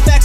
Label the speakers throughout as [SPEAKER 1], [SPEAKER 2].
[SPEAKER 1] facts.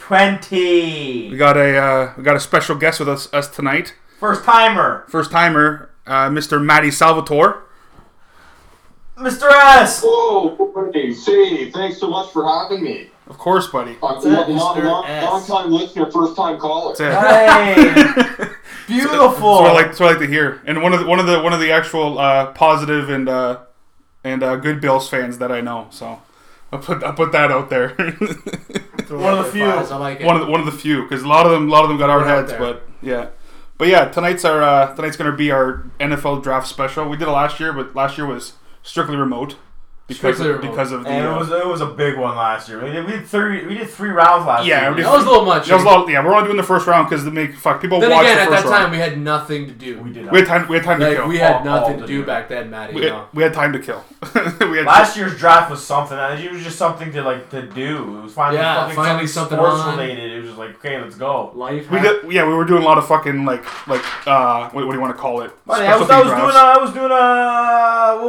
[SPEAKER 2] We
[SPEAKER 3] 20.
[SPEAKER 2] got a uh, we got a special guest with us us tonight.
[SPEAKER 3] First timer,
[SPEAKER 2] First timer, uh, Mr. Matty Salvatore.
[SPEAKER 3] Mr. S.
[SPEAKER 4] Whoa, hey, Shane, thanks so much for having me.
[SPEAKER 2] Of course, buddy.
[SPEAKER 4] Long,
[SPEAKER 3] up,
[SPEAKER 4] long,
[SPEAKER 3] Mr.
[SPEAKER 4] long,
[SPEAKER 3] S?
[SPEAKER 4] time listener, first time caller.
[SPEAKER 2] That's it.
[SPEAKER 3] Hey,
[SPEAKER 2] That's
[SPEAKER 3] beautiful.
[SPEAKER 2] what I like. That's what I like to hear. And one of the one of the one of the actual uh, positive and uh, and uh, good Bills fans that I know. So I put I put that out there.
[SPEAKER 3] One of the few.
[SPEAKER 5] Fives, I like it.
[SPEAKER 2] one of the, one of the few because a lot of them a lot of them got our
[SPEAKER 5] Right out
[SPEAKER 2] heads,
[SPEAKER 5] there.
[SPEAKER 2] but yeah. But yeah, tonight's our uh, tonight's gonna be our NFL draft special. We did it last year, but last year was strictly remote because
[SPEAKER 5] Strictly
[SPEAKER 2] of,
[SPEAKER 5] remote.
[SPEAKER 2] because of the
[SPEAKER 3] And it
[SPEAKER 2] uh,
[SPEAKER 3] was it was a big one last year. We did, we did three we did three rounds last
[SPEAKER 2] Yeah,
[SPEAKER 3] year.
[SPEAKER 2] we
[SPEAKER 5] that was a little much.
[SPEAKER 2] That was a lot- yeah, we're only doing the first round because they make fuck people
[SPEAKER 5] then
[SPEAKER 2] watch
[SPEAKER 5] again,
[SPEAKER 2] the
[SPEAKER 5] at
[SPEAKER 2] first
[SPEAKER 5] that time,
[SPEAKER 2] round.
[SPEAKER 5] we had nothing to do.
[SPEAKER 3] we did.
[SPEAKER 2] we
[SPEAKER 3] That.
[SPEAKER 2] had time. We had time to
[SPEAKER 5] Like
[SPEAKER 2] kill. Oh,
[SPEAKER 5] we had
[SPEAKER 3] All-
[SPEAKER 5] nothing
[SPEAKER 3] all to
[SPEAKER 5] to do
[SPEAKER 3] do.
[SPEAKER 5] back then, Matty.
[SPEAKER 2] we,
[SPEAKER 5] you
[SPEAKER 2] had,
[SPEAKER 5] know.
[SPEAKER 2] we had time to kill. we had
[SPEAKER 3] last year's draft was something. That it was just something to like to do. It was finally
[SPEAKER 5] Yeah,
[SPEAKER 3] something,
[SPEAKER 5] finally something
[SPEAKER 3] sports
[SPEAKER 5] on.
[SPEAKER 3] related. It was just like okay, let's go.
[SPEAKER 5] Life.
[SPEAKER 2] We
[SPEAKER 5] hack-
[SPEAKER 2] did, yeah, we were doing a lot of fucking like like uh what, what do you want to call it?
[SPEAKER 3] Buddy, I was, I
[SPEAKER 2] Specialty
[SPEAKER 3] was doing
[SPEAKER 2] drafts.
[SPEAKER 3] uh, I was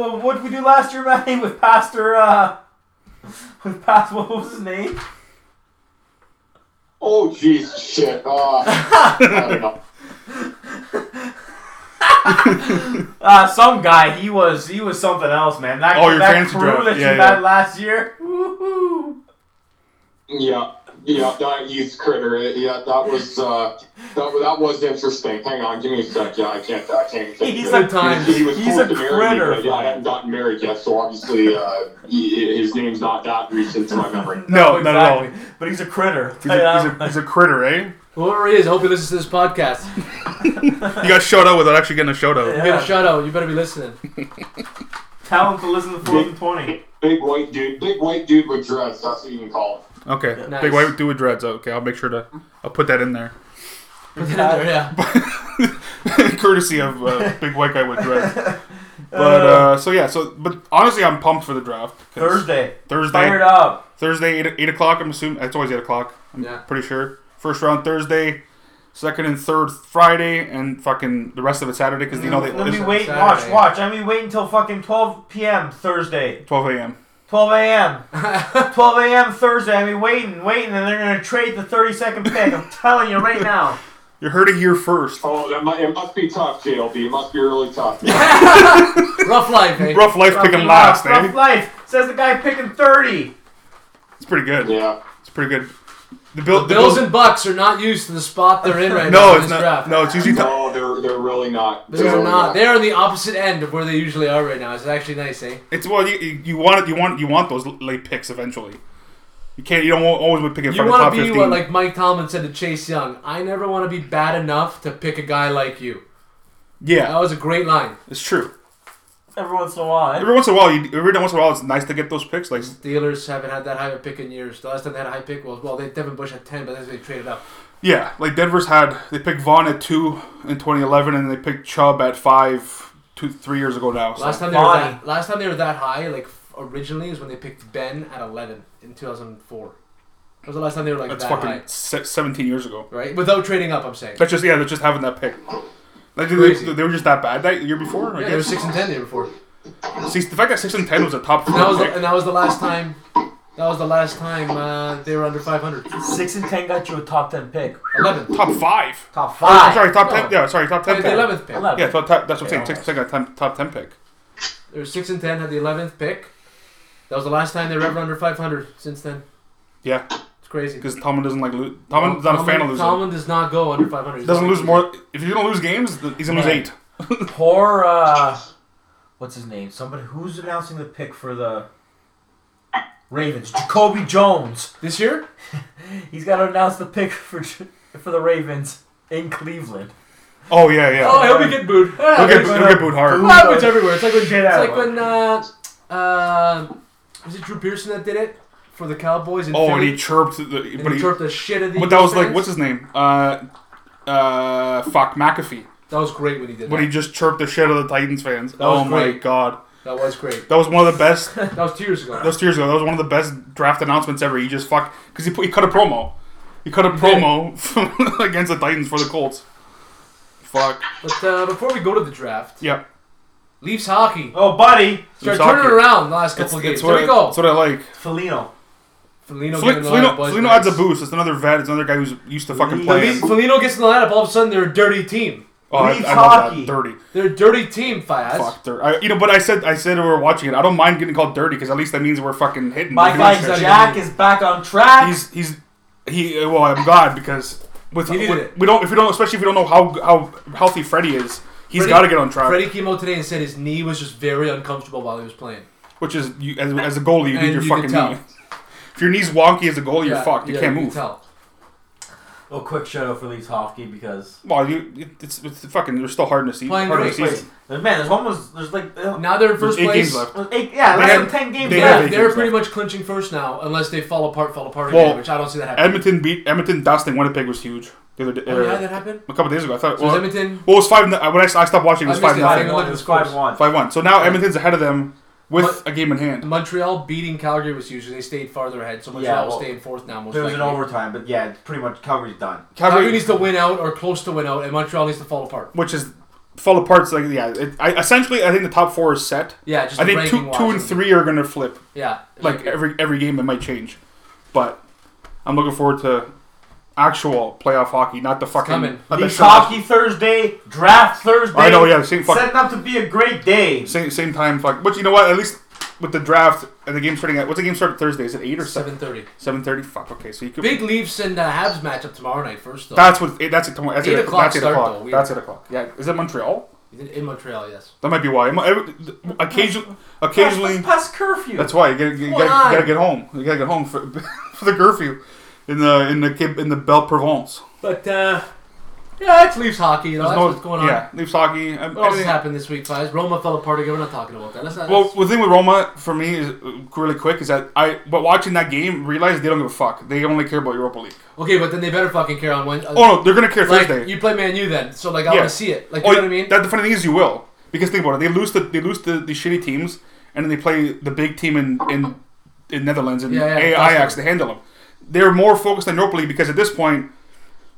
[SPEAKER 3] doing uh well, what did we do last year, Matty, with Pastor uh with Pastor what was his name?
[SPEAKER 4] Oh, jeez, shit. Uh, I don't know.
[SPEAKER 3] Uh, some guy. He was he was something else, man. That,
[SPEAKER 2] Oh, your
[SPEAKER 3] that
[SPEAKER 2] fantasy
[SPEAKER 3] crew
[SPEAKER 2] draft.
[SPEAKER 3] that
[SPEAKER 2] Yeah,
[SPEAKER 3] you
[SPEAKER 2] yeah.
[SPEAKER 3] had last year. Woohoo!
[SPEAKER 4] Yeah, yeah, that youth critter. eh, Yeah, that was uh, that, wa- that was interesting. Hang on, give me a sec. Yeah, I can't. I can't. think
[SPEAKER 3] He's
[SPEAKER 4] of it.
[SPEAKER 3] a time-
[SPEAKER 4] He was
[SPEAKER 3] he's
[SPEAKER 4] forced to
[SPEAKER 3] a
[SPEAKER 4] marry me,
[SPEAKER 3] critter,
[SPEAKER 4] but yeah, I
[SPEAKER 3] Frank.
[SPEAKER 4] haven't gotten married yet, so obviously uh, he, his name's not that recent to my memory.
[SPEAKER 2] No, not at all.
[SPEAKER 3] But he's a critter.
[SPEAKER 2] He's a, he's, a, he's a critter, eh?
[SPEAKER 5] Whoever he is, I hope he listens to this podcast.
[SPEAKER 2] You got showed out without actually getting a showed out.
[SPEAKER 5] You get a shout out. You better be listening.
[SPEAKER 3] Tell him to listen to fourth and twenty.
[SPEAKER 4] Big white dude. Big white dude with dreads. That's what you can call him.
[SPEAKER 2] Okay,
[SPEAKER 5] Nice.
[SPEAKER 2] big white dude with dreads. Okay, I'll make sure to I'll put that in there,
[SPEAKER 5] yeah.
[SPEAKER 2] courtesy of uh, big white guy with dreads. But uh, so yeah, so but honestly, I'm pumped for the draft. 'cause
[SPEAKER 3] Thursday.
[SPEAKER 2] Thursday,
[SPEAKER 3] Fired up.
[SPEAKER 2] Thursday, eight, eight o'clock. I'm assuming it's always eight o'clock. I'm
[SPEAKER 5] Yeah.
[SPEAKER 2] pretty sure. First round Thursday, second and third Friday, and fucking the rest of it Saturday because you know they
[SPEAKER 3] Let me
[SPEAKER 2] it's
[SPEAKER 3] wait.
[SPEAKER 5] Saturday.
[SPEAKER 3] Watch. Watch. I mean, wait until fucking twelve p.m. Thursday.
[SPEAKER 2] 12 a.m.
[SPEAKER 3] Twelve a.m. twelve a.m. Thursday. I mean, waiting, waiting, and they're gonna trade the thirty-second pick. I'm telling you right now.
[SPEAKER 2] You heard it here first.
[SPEAKER 4] Oh, that might, it must be tough, JLB. It must be really tough.
[SPEAKER 5] Rough life, eh?
[SPEAKER 2] Rough life picking last,
[SPEAKER 3] rough,
[SPEAKER 2] eh?
[SPEAKER 3] life. Says the guy picking thirty.
[SPEAKER 2] It's pretty good.
[SPEAKER 4] yeah.
[SPEAKER 2] It's pretty good. The, Bill, the
[SPEAKER 5] Bills and Bucks are not used to the spot they're in right now
[SPEAKER 2] no,
[SPEAKER 5] in
[SPEAKER 2] it's
[SPEAKER 5] this
[SPEAKER 2] not.
[SPEAKER 5] draft.
[SPEAKER 2] No, it's usually top.
[SPEAKER 4] No, they're they're really not.
[SPEAKER 5] They are
[SPEAKER 4] really
[SPEAKER 5] not. They are on the opposite end of where they usually are right now. It's actually nice, eh?
[SPEAKER 2] It's well, you, you you want it. You want you want those late picks eventually. You can't. You don't wa- always be picking
[SPEAKER 5] You
[SPEAKER 2] fucking
[SPEAKER 5] want to
[SPEAKER 2] top
[SPEAKER 5] be
[SPEAKER 2] fifteen.
[SPEAKER 5] what, like Mike Tomlin said to Chase Young. I never want to be bad enough to pick a guy like you. That
[SPEAKER 2] yeah,
[SPEAKER 5] was a great line.
[SPEAKER 2] it's true.
[SPEAKER 3] Every once in a while. eh?
[SPEAKER 2] Every once in a while, you, every once in a while, it's nice to get those picks. Like
[SPEAKER 5] Steelers haven't had that high of a pick in years. The last time they had a high pick was well, they had Devin Bush at ten, but then they traded up.
[SPEAKER 2] Yeah, like Denver's had they picked Vaughn at two in 2011, and they picked Chubb at five, two, three years ago now. So.
[SPEAKER 5] Last time they were
[SPEAKER 3] Bonnie.
[SPEAKER 5] that, last time they were that high, like f- originally, is when they picked Ben at eleven in two thousand four. That was the last time they were like
[SPEAKER 2] that's
[SPEAKER 5] that
[SPEAKER 2] fucking
[SPEAKER 5] high,
[SPEAKER 2] se- 17 years ago.
[SPEAKER 5] right? Without trading up, I'm saying.
[SPEAKER 2] That's just yeah, they're just having that pick. Like they,
[SPEAKER 5] Crazy.
[SPEAKER 2] they- they were just that bad that year before. I
[SPEAKER 5] Yeah, they were
[SPEAKER 2] guess.
[SPEAKER 5] six and ten the year before.
[SPEAKER 2] See, the fact that six and ten was a top four
[SPEAKER 5] And that was the,
[SPEAKER 2] pick.
[SPEAKER 5] and that was the last time. That was the last time uh, they were under five hundred.
[SPEAKER 3] Six and ten got you a top ten pick.
[SPEAKER 5] Eleven.
[SPEAKER 2] top five.
[SPEAKER 3] Top
[SPEAKER 2] Oh,
[SPEAKER 3] five.
[SPEAKER 2] sorry, top ten.
[SPEAKER 5] No.
[SPEAKER 2] Yeah, sorry, top
[SPEAKER 5] They
[SPEAKER 2] ten.
[SPEAKER 5] had
[SPEAKER 2] Pick.
[SPEAKER 5] the eleventh pick.
[SPEAKER 3] Eleven.
[SPEAKER 2] Yeah, top, top, that's what I'm
[SPEAKER 3] Yeah,
[SPEAKER 2] saying. Six, six, top, top ten pick.
[SPEAKER 5] They were six and ten, had the eleventh pick. That was the last time they were ever under five hundred. Since then,
[SPEAKER 2] Yeah,
[SPEAKER 5] it's crazy.
[SPEAKER 2] because Tomlin doesn't like lose. Tomlin's not a fan of losing.
[SPEAKER 5] Tomlin does not go under 500. He's
[SPEAKER 2] doesn't
[SPEAKER 5] not-
[SPEAKER 2] lose more. If you're gonna lose games, th- he's gonna lose
[SPEAKER 3] Man.
[SPEAKER 2] eight.
[SPEAKER 3] Poor, uh, what's his name? Somebody who's announcing the pick for the Ravens. Jacoby Jones.
[SPEAKER 5] This year?
[SPEAKER 3] He's got to announce the pick for for the Ravens in Cleveland.
[SPEAKER 2] Oh yeah, yeah.
[SPEAKER 5] Oh, I hope we get booed.
[SPEAKER 2] He'll get, he'll get booed hard.
[SPEAKER 5] Ah, boots everywhere. It's like when, it's
[SPEAKER 3] Get out
[SPEAKER 5] like
[SPEAKER 3] of
[SPEAKER 5] when uh, uh, was it Drew Pearson that did it for the Cowboys? In
[SPEAKER 2] Oh, and
[SPEAKER 5] Philly?
[SPEAKER 2] he chirped. The,
[SPEAKER 5] And
[SPEAKER 2] but
[SPEAKER 5] he
[SPEAKER 2] he,
[SPEAKER 5] chirped the shit out of the.
[SPEAKER 2] but that was
[SPEAKER 5] fans.
[SPEAKER 2] like what's his name? Uh, uh, fuck McAfee.
[SPEAKER 5] That was great when he did.
[SPEAKER 2] But
[SPEAKER 5] That.
[SPEAKER 2] he just chirped the shit out of the Titans fans.
[SPEAKER 5] was
[SPEAKER 2] Oh my
[SPEAKER 5] great.
[SPEAKER 2] god,
[SPEAKER 5] that was great.
[SPEAKER 2] that was one of the best.
[SPEAKER 5] That was two years ago.
[SPEAKER 2] those two years ago, that was one of the best draft announcements ever. He just fuck because he put, he cut a promo. He cut a promo against the Titans for the Colts. Fuck.
[SPEAKER 5] But uh, before we go to the draft,
[SPEAKER 2] Yeah.
[SPEAKER 5] Leafs hockey.
[SPEAKER 3] Oh, buddy.
[SPEAKER 5] Start
[SPEAKER 2] Leafs hockey.
[SPEAKER 5] turning around the last
[SPEAKER 2] That's-
[SPEAKER 5] couple of
[SPEAKER 2] that's
[SPEAKER 5] games.
[SPEAKER 2] what
[SPEAKER 5] Here
[SPEAKER 2] I-
[SPEAKER 5] we go.
[SPEAKER 2] That's what I like.
[SPEAKER 3] Felino.
[SPEAKER 5] Felino,
[SPEAKER 2] Fli-
[SPEAKER 5] getting in the lineup,
[SPEAKER 2] Felino,
[SPEAKER 5] boys,
[SPEAKER 2] Felino
[SPEAKER 5] nice.
[SPEAKER 2] adds a boost. It's another vet. It's another guy who's used to fucking
[SPEAKER 3] Leafs.
[SPEAKER 2] playing.
[SPEAKER 3] Leafs-
[SPEAKER 5] Felino gets in the lineup. All of a sudden, they're a dirty team.
[SPEAKER 2] Oh, I, I
[SPEAKER 3] Leafs
[SPEAKER 2] love
[SPEAKER 3] hockey.
[SPEAKER 2] that. Dirty.
[SPEAKER 5] They're a dirty team, Fias.
[SPEAKER 2] Fuck dirty. I, you know, but I said I said we were watching it. I don't mind getting called dirty because at least that means we're fucking hitting.
[SPEAKER 3] My
[SPEAKER 2] We're
[SPEAKER 3] guy
[SPEAKER 2] doing shit.
[SPEAKER 3] Jack is back on track.
[SPEAKER 2] He's he's he. Well, I'm glad because with,
[SPEAKER 5] He needed
[SPEAKER 2] with-
[SPEAKER 5] it.
[SPEAKER 2] we don't if we don't especially if we don't know how how healthy Freddie is, he's
[SPEAKER 5] Freddie-
[SPEAKER 2] got to get on track.
[SPEAKER 5] Freddie came out today and said his knee was just very uncomfortable while he was playing.
[SPEAKER 2] Which is you, as, as a goalie, you need
[SPEAKER 5] And
[SPEAKER 2] your
[SPEAKER 5] you can
[SPEAKER 2] fucking
[SPEAKER 5] tell.
[SPEAKER 2] knee. If your knee's wonky as a goalie, Oh, you're
[SPEAKER 5] Yeah,
[SPEAKER 2] fucked. You
[SPEAKER 5] yeah,
[SPEAKER 2] can't
[SPEAKER 5] can
[SPEAKER 2] move.
[SPEAKER 5] tell.
[SPEAKER 3] Oh, quick shout out for Leafs hockey because
[SPEAKER 2] Well, you it- it's, it's fucking. They're still hard in the season.
[SPEAKER 5] Playing
[SPEAKER 2] Hard in the
[SPEAKER 5] great.
[SPEAKER 2] season.
[SPEAKER 3] man, there's almost there's like uh,
[SPEAKER 5] Now they're in
[SPEAKER 2] There's
[SPEAKER 5] first
[SPEAKER 2] eight
[SPEAKER 5] place.
[SPEAKER 2] games left.
[SPEAKER 3] there's eight, yeah, less
[SPEAKER 2] They
[SPEAKER 3] than
[SPEAKER 2] have-
[SPEAKER 3] ten games
[SPEAKER 2] they
[SPEAKER 5] Yeah,
[SPEAKER 2] have
[SPEAKER 3] left.
[SPEAKER 2] eight
[SPEAKER 5] they're
[SPEAKER 2] games
[SPEAKER 5] pretty
[SPEAKER 2] left.
[SPEAKER 5] much clinching first now, unless they fall apart, fall apart
[SPEAKER 2] Well,
[SPEAKER 5] again, which I don't see that happening.
[SPEAKER 2] Edmonton beat Edmonton. Dusting Winnipeg was huge. The other day,
[SPEAKER 5] oh, yeah,
[SPEAKER 2] uh,
[SPEAKER 5] that happened.
[SPEAKER 2] a couple days ago, I thought.
[SPEAKER 5] So
[SPEAKER 2] well,
[SPEAKER 5] is Edmonton.
[SPEAKER 2] Well, it was five. no- When I, I stopped watching, it was
[SPEAKER 5] I missed
[SPEAKER 2] five
[SPEAKER 5] it.
[SPEAKER 2] nothing, five
[SPEAKER 5] Five one.
[SPEAKER 2] one.
[SPEAKER 3] One is five one.
[SPEAKER 2] So now Edmonton's ahead of them with
[SPEAKER 5] But-
[SPEAKER 2] a game in hand.
[SPEAKER 5] Montreal beating Calgary was huge. 'cause They stayed farther ahead, so Montreal
[SPEAKER 3] Yeah,
[SPEAKER 5] will
[SPEAKER 3] well,
[SPEAKER 5] stay in fourth now. Most
[SPEAKER 3] There was
[SPEAKER 5] likely.
[SPEAKER 3] an overtime, but yeah, pretty much Calgary's done.
[SPEAKER 5] Calgary needs to win out or close to win out, and Montreal needs to fall apart.
[SPEAKER 2] which is fall apart's like yeah. It, I, essentially, I think the top four is set.
[SPEAKER 5] Yeah, just
[SPEAKER 2] I
[SPEAKER 5] the
[SPEAKER 2] think
[SPEAKER 5] ranking
[SPEAKER 2] two,
[SPEAKER 5] wise,
[SPEAKER 2] two and
[SPEAKER 5] it'll be-
[SPEAKER 2] three are gonna flip.
[SPEAKER 5] Yeah,
[SPEAKER 2] Like every every game, it might change. But I'm looking forward to actual playoff hockey, not the fucking.
[SPEAKER 5] coming.
[SPEAKER 2] not the
[SPEAKER 3] Leafs
[SPEAKER 2] shot-
[SPEAKER 3] hockey Thursday, draft Thursday.
[SPEAKER 2] I know, yeah, same fuck-
[SPEAKER 3] setting up to be a great day.
[SPEAKER 2] Same same time, fuck. But you know what? At least with the draft and the game starting at what's the game start at Thursday? Is it eight or seven?
[SPEAKER 5] seven thirty.
[SPEAKER 2] Seven thirty. Fuck. Okay, so you could.
[SPEAKER 5] Big Leafs and uh, Habs matchup tomorrow night. First though,
[SPEAKER 2] That's what. eh, That's it. That's
[SPEAKER 5] Eight
[SPEAKER 2] eight
[SPEAKER 5] o'clock
[SPEAKER 2] o'clock. That's eight
[SPEAKER 5] start,
[SPEAKER 2] o'clock.
[SPEAKER 5] though, weird.
[SPEAKER 2] That's eight o'clock. Yeah. Is it Montreal?
[SPEAKER 5] in in Montreal, yes.
[SPEAKER 2] That might be why. Occasionally, occasionally.
[SPEAKER 3] That's past curfew.
[SPEAKER 2] That's why you gotta, you gotta,
[SPEAKER 5] Why?
[SPEAKER 2] you gotta get home. You gotta get home for, for the curfew in the in the Cape- in the Belle Provence.
[SPEAKER 5] But uh, yeah, it's Leafs hockey. You know, that's what's going on.
[SPEAKER 2] Yeah, Leafs hockey. um,
[SPEAKER 5] What else has
[SPEAKER 2] anything-
[SPEAKER 5] happened this week, guys? Roma fell apart again. We're not talking about that. That's not.
[SPEAKER 2] Well,
[SPEAKER 5] that's-
[SPEAKER 2] the thing with Roma for me is uh, really quick is that I but watching that game realized they don't give a fuck. They only care about Europa League.
[SPEAKER 5] okay, but then they better fucking care on Wednesday.
[SPEAKER 2] Oh no, they're gonna care
[SPEAKER 5] like
[SPEAKER 2] Thursday.
[SPEAKER 5] you play Man U then, so like I
[SPEAKER 2] Yeah.
[SPEAKER 5] want to see it. Like you
[SPEAKER 2] Oh,
[SPEAKER 5] know what I mean?
[SPEAKER 2] That the funny thing is you will because think about it. They lose the they lose the, the shitty teams and then they play the big team in in, in Netherlands and
[SPEAKER 5] Yeah, yeah,
[SPEAKER 2] A-
[SPEAKER 5] that's
[SPEAKER 2] Ajax
[SPEAKER 5] true.
[SPEAKER 2] to handle them. They're more focused on Europa League because at this point,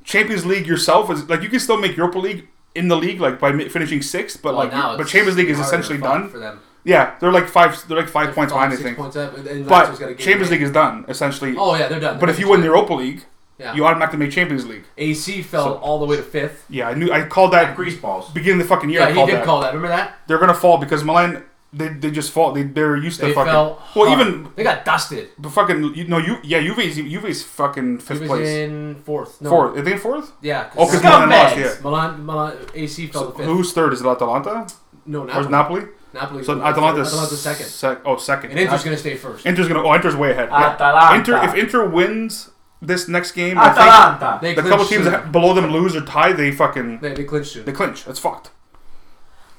[SPEAKER 2] Champions League yourself is like you can still make Europa League in the league like by mi- finishing sixth, but
[SPEAKER 5] Well,
[SPEAKER 2] like
[SPEAKER 5] Oh, now
[SPEAKER 2] but
[SPEAKER 5] it's
[SPEAKER 2] Champions League is
[SPEAKER 5] harder
[SPEAKER 2] essentially
[SPEAKER 5] fuck
[SPEAKER 2] done.
[SPEAKER 5] for them.
[SPEAKER 2] Yeah, they're like five they're like five points
[SPEAKER 5] Five,
[SPEAKER 2] behind I
[SPEAKER 5] six
[SPEAKER 2] think.
[SPEAKER 5] points up, and- and
[SPEAKER 2] But
[SPEAKER 5] Lazio's got a game
[SPEAKER 2] Champions
[SPEAKER 5] in.
[SPEAKER 2] League is done essentially.
[SPEAKER 5] Oh yeah, they're done.
[SPEAKER 2] but if you win the Europa League,
[SPEAKER 5] yeah.
[SPEAKER 2] you automatically make Champions League.
[SPEAKER 5] AC fell all the way to fifth.
[SPEAKER 2] Yeah, I knew I called that
[SPEAKER 3] grease balls.
[SPEAKER 2] beginning of the fucking year.
[SPEAKER 5] Yeah,
[SPEAKER 2] I
[SPEAKER 5] he
[SPEAKER 2] called
[SPEAKER 5] did
[SPEAKER 2] that.
[SPEAKER 5] call that. Remember that?
[SPEAKER 2] they're gonna fall because Milan they, they just fall. They they're used to
[SPEAKER 5] They
[SPEAKER 2] fucking
[SPEAKER 5] fell.
[SPEAKER 2] well
[SPEAKER 5] hard.
[SPEAKER 2] even
[SPEAKER 5] they got dusted.
[SPEAKER 2] the fucking you know you yeah Juve's Juve's fucking
[SPEAKER 5] He
[SPEAKER 2] fifth
[SPEAKER 5] was
[SPEAKER 2] place
[SPEAKER 5] in fourth. No,
[SPEAKER 2] fourth. Are they in fourth?
[SPEAKER 5] Yeah.
[SPEAKER 2] Oh,
[SPEAKER 5] 'cause
[SPEAKER 2] because Milan lost.
[SPEAKER 3] Scumbags.
[SPEAKER 2] Yeah.
[SPEAKER 5] Milan, Milan, AC fell
[SPEAKER 2] So
[SPEAKER 5] to fifth.
[SPEAKER 2] who's third? Is it Atalanta
[SPEAKER 5] No,
[SPEAKER 2] or
[SPEAKER 5] Napoli.
[SPEAKER 2] is Napoli?
[SPEAKER 5] Napoli.
[SPEAKER 2] So
[SPEAKER 5] fell to
[SPEAKER 2] Atalanta's,
[SPEAKER 5] third. Atalanta's second.
[SPEAKER 2] Sec, oh, second.
[SPEAKER 5] And Inter's gonna stay first.
[SPEAKER 2] Inter's gonna. Oh, Inter's way ahead. Yeah.
[SPEAKER 3] Atalanta.
[SPEAKER 2] Inter if Inter wins this next game, I
[SPEAKER 3] Atalanta.
[SPEAKER 5] They
[SPEAKER 2] think the couple
[SPEAKER 5] clinched
[SPEAKER 2] teams
[SPEAKER 5] soon.
[SPEAKER 2] that below them lose or tie, they fucking
[SPEAKER 5] They, they clinched soon.
[SPEAKER 2] they clinch. That's fucked.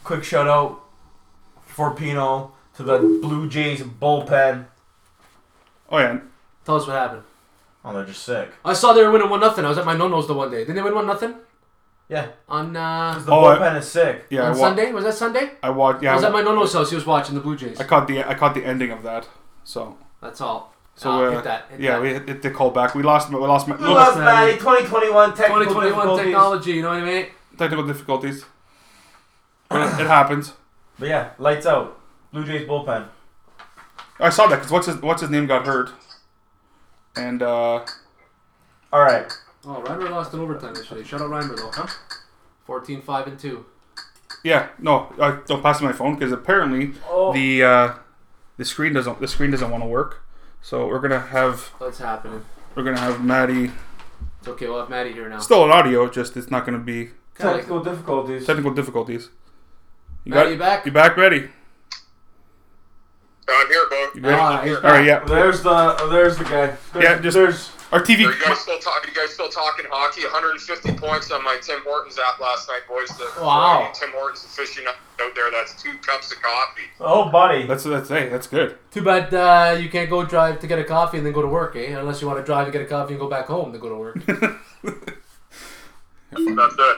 [SPEAKER 3] Quick shout out for Pino to the Blue Jays bullpen.
[SPEAKER 2] Oh yeah.
[SPEAKER 5] Tell us what happened.
[SPEAKER 3] Oh, they're just sick.
[SPEAKER 5] I saw they were winning one nothing. I was at my nonos the one day. Didn't they win one nothing
[SPEAKER 3] Yeah,
[SPEAKER 5] on uh,
[SPEAKER 3] 'cause the
[SPEAKER 2] Oh, I-
[SPEAKER 3] bullpen is sick.
[SPEAKER 2] Yeah. I
[SPEAKER 5] on
[SPEAKER 2] wa-
[SPEAKER 5] Sunday? Was that Sunday?
[SPEAKER 2] I watched. Yeah.
[SPEAKER 5] I was
[SPEAKER 2] I,
[SPEAKER 5] at my nono's house. He was watching the Blue Jays.
[SPEAKER 2] I caught the I caught the ending of that. So.
[SPEAKER 5] That's all.
[SPEAKER 2] So
[SPEAKER 5] Ah,
[SPEAKER 2] uh,
[SPEAKER 5] hit that. Hit
[SPEAKER 2] yeah,
[SPEAKER 5] that.
[SPEAKER 2] we hit, hit the call back. We lost. We lost.
[SPEAKER 3] We
[SPEAKER 2] lost
[SPEAKER 3] lost Maddie, 2021 technical
[SPEAKER 5] 2021
[SPEAKER 3] difficulties.
[SPEAKER 5] technology. You know what I mean?
[SPEAKER 2] technical difficulties. But it happens.
[SPEAKER 3] But yeah, lights out. Blue Jays bullpen.
[SPEAKER 2] I saw that because what's his what's his name got hurt, and uh,
[SPEAKER 3] All right.
[SPEAKER 5] Oh, Reimer lost in overtime yesterday. Shout out Reimer though, huh? 14, 5, and two.
[SPEAKER 2] yeah, no, I don't pass me my phone because apparently
[SPEAKER 3] Oh.
[SPEAKER 2] the uh, the screen doesn't the screen doesn't want to work. So we're gonna have
[SPEAKER 5] That's happening.
[SPEAKER 2] we're gonna have Maddie
[SPEAKER 5] It's okay. We'll have Maddie here now.
[SPEAKER 2] still an audio, just it's not gonna be
[SPEAKER 5] Kinda
[SPEAKER 3] Technical difficulties.
[SPEAKER 2] technical difficulties. You
[SPEAKER 5] Maddie, you back?
[SPEAKER 2] You back ready?
[SPEAKER 6] I'm here, Bo.
[SPEAKER 2] You good?
[SPEAKER 5] Ah, he's
[SPEAKER 2] All right, yeah.
[SPEAKER 3] There's the oh, there's the guy. There's,
[SPEAKER 2] Yeah, just-
[SPEAKER 3] there's
[SPEAKER 2] Our TV.
[SPEAKER 6] Are you guys still talking? You guys still talking hockey? 150 points on my Tim Hortons app last night, boys. The
[SPEAKER 5] Wow.
[SPEAKER 6] Tim Hortons officially out there. That's two cups of coffee.
[SPEAKER 3] oh buddy.
[SPEAKER 2] That's that's hey, that's good.
[SPEAKER 5] Too bad uh, you can't go drive to get a coffee and then go to work, eh? Unless you want to drive and get a coffee and go back home to go to work.
[SPEAKER 6] That's it.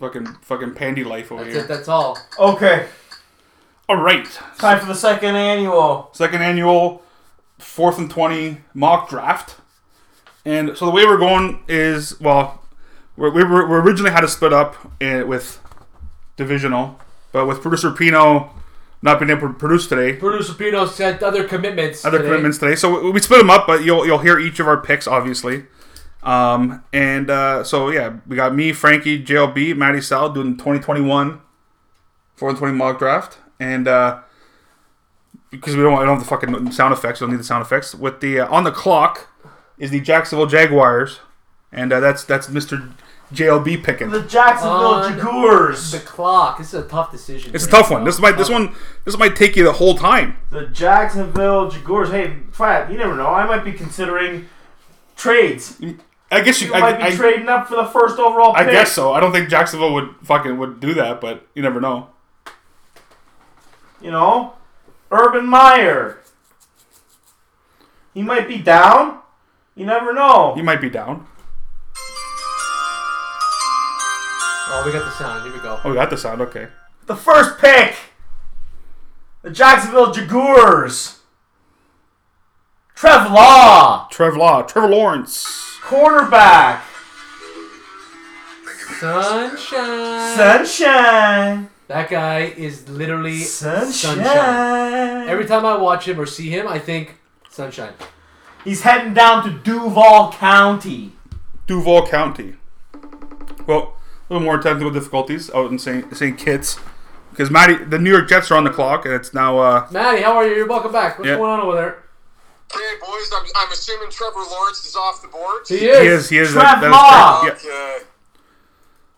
[SPEAKER 2] Fucking fucking pandy life over
[SPEAKER 5] That's
[SPEAKER 2] here.
[SPEAKER 5] it. That's all.
[SPEAKER 3] Okay,
[SPEAKER 2] All right,
[SPEAKER 3] time for the second annual.
[SPEAKER 2] second annual fourth and twenty mock draft. And so the way we're going is well, we're, we were we originally had to split up eh, with divisional, but with producer Pino not being able to produce today,
[SPEAKER 5] Producer Pino said other commitments.
[SPEAKER 2] other
[SPEAKER 5] today.
[SPEAKER 2] commitments today. So we- we split them up, but you'll you'll hear each of our picks, obviously. Um, and uh, so yeah, we got me, Frankie, JLB, Matty Sal doing 2021 420 mock draft, and uh, because we don't I don't have the fucking sound effects, we don't need the sound effects. With the uh, on the clock is the Jacksonville Jaguars, and uh, that's that's Mr. JLB picking.
[SPEAKER 3] The Jacksonville
[SPEAKER 5] On
[SPEAKER 3] Jaguars.
[SPEAKER 5] The clock. This is a tough decision.
[SPEAKER 2] It's a tough one. This might this one this might take you the whole time.
[SPEAKER 3] The Jacksonville Jaguars. Hey, Fred, you never know. I might be considering trades. You
[SPEAKER 2] I guess you.
[SPEAKER 3] might be
[SPEAKER 2] I, I,
[SPEAKER 3] trading up for the first overall
[SPEAKER 2] I
[SPEAKER 3] pick.
[SPEAKER 2] guess so. I don't think Jacksonville would fucking would do that, but you never know.
[SPEAKER 3] You know, Urban Meyer. He might be down. You never know.
[SPEAKER 2] You might be down.
[SPEAKER 5] Oh, we got the sound. Here we go.
[SPEAKER 2] Oh, we got the sound. Okay.
[SPEAKER 3] The first pick. The Jacksonville Jaguars. Trev Law,
[SPEAKER 2] Trev Law, Trevor Lawrence.
[SPEAKER 3] cornerback.
[SPEAKER 5] Sunshine.
[SPEAKER 3] Sunshine.
[SPEAKER 5] that guy is literally
[SPEAKER 3] Sunshine.
[SPEAKER 5] sunshine. Every time I watch him or see him, I think sunshine.
[SPEAKER 3] He's heading down to Duval County.
[SPEAKER 2] Duval County. Well, a little more technical difficulties out in St. St. Kitts because Matty, the New York Jets are on the clock, and it's now. Uh,
[SPEAKER 5] Maddie, how are you? You're welcome back. What's
[SPEAKER 2] Yeah.
[SPEAKER 5] going on over there?
[SPEAKER 6] Okay, boys. I'm, I'm assuming Trevor Lawrence is off the board.
[SPEAKER 5] He
[SPEAKER 2] he
[SPEAKER 5] is.
[SPEAKER 2] is. He is.
[SPEAKER 3] Trev
[SPEAKER 2] that- that is
[SPEAKER 3] Law.
[SPEAKER 2] correct.
[SPEAKER 6] Okay.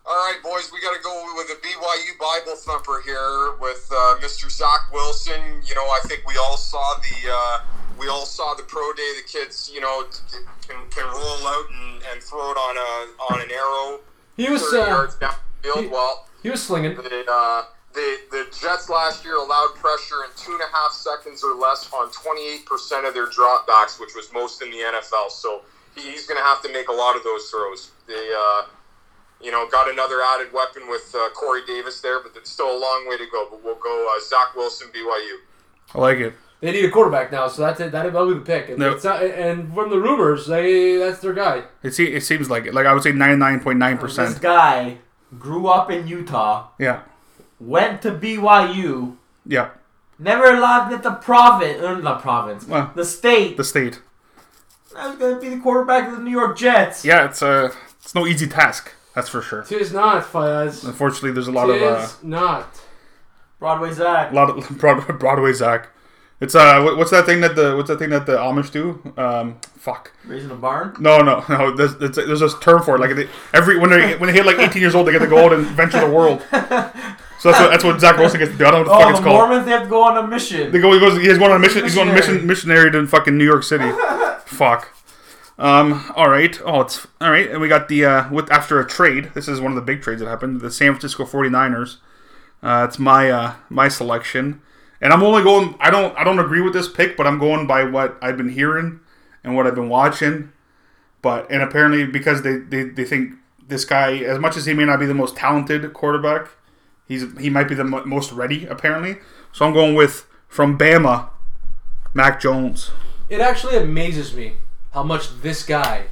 [SPEAKER 6] All right, boys, we got to go with a BYU Bible thumper here with uh, Mr. Zach Wilson. You know, I think we all saw the uh, we all saw the pro day. The kids, you know, t- can, can roll out and, and throw it on a on an arrow
[SPEAKER 5] He was.
[SPEAKER 6] 30
[SPEAKER 5] Uh,
[SPEAKER 6] yards downfield.
[SPEAKER 5] he-
[SPEAKER 6] Well,
[SPEAKER 5] he was slinging.
[SPEAKER 6] the, uh, the the Jets last year allowed pressure in two and a half seconds or less on 28% of their dropbacks, which was most in the NFL. So he- he's going to have to make a lot of those throws. They, uh, you know, got another added weapon with uh, Corey Davis there, but it's still a long way to go. But we'll go uh, Zach Wilson, BYU.
[SPEAKER 2] I like it.
[SPEAKER 5] They need a quarterback now, so that's it. That'd be the pick. And,
[SPEAKER 2] No.
[SPEAKER 5] it's not, and from the rumors, they that's their guy.
[SPEAKER 2] It, se- it seems like it. Like I would say, ninety nine point nine
[SPEAKER 3] This
[SPEAKER 2] percent.
[SPEAKER 3] guy grew up in Utah,
[SPEAKER 2] Yeah.
[SPEAKER 3] went to BYU,
[SPEAKER 2] Yeah.
[SPEAKER 3] never arrived at the province, or not province,
[SPEAKER 2] Well,
[SPEAKER 3] the state.
[SPEAKER 2] the state.
[SPEAKER 3] I was going to be the quarterback of the New York Jets.
[SPEAKER 2] Yeah, it's uh, it's no easy task. That's for sure.
[SPEAKER 5] Tis not Fayez.
[SPEAKER 2] Unfortunately, there's a lot of uh,
[SPEAKER 5] Tis not.
[SPEAKER 3] Broadway Zach.
[SPEAKER 2] a lot of Broadway, Broadway Zach. It's uh, what- what's that thing that the what's that thing that the Amish do? Um, fuck.
[SPEAKER 3] Raising a barn.
[SPEAKER 2] No, no, no. There's there's, there's this term for it. Like they, every when they when they hit like 18 years old, they get to go out and venture the world. So that's what, that's what Zach Wilson gets to do. I don't know what the
[SPEAKER 3] Oh,
[SPEAKER 2] fuck it's
[SPEAKER 3] the
[SPEAKER 2] called.
[SPEAKER 3] Mormons, they have to go on a
[SPEAKER 2] They
[SPEAKER 3] mission.
[SPEAKER 2] go, he goes, he's going on a mission. He's going on a mission missionary to fucking New York City. fuck. Um. All right. Oh, it's all right. And we got the uh with after a trade. This is one of the big trades that happened. The San Francisco 49ers. Uh, it's my uh my selection, and I'm only going. I don't I don't agree with this pick, but I'm going by what I've been hearing and what I've been watching. But and apparently because they they, they think this guy, as much as he may not be the most talented quarterback, he's he might be the mo- most ready apparently. So I'm going with from Bama, Mac Jones.
[SPEAKER 5] It actually amazes me how much this guy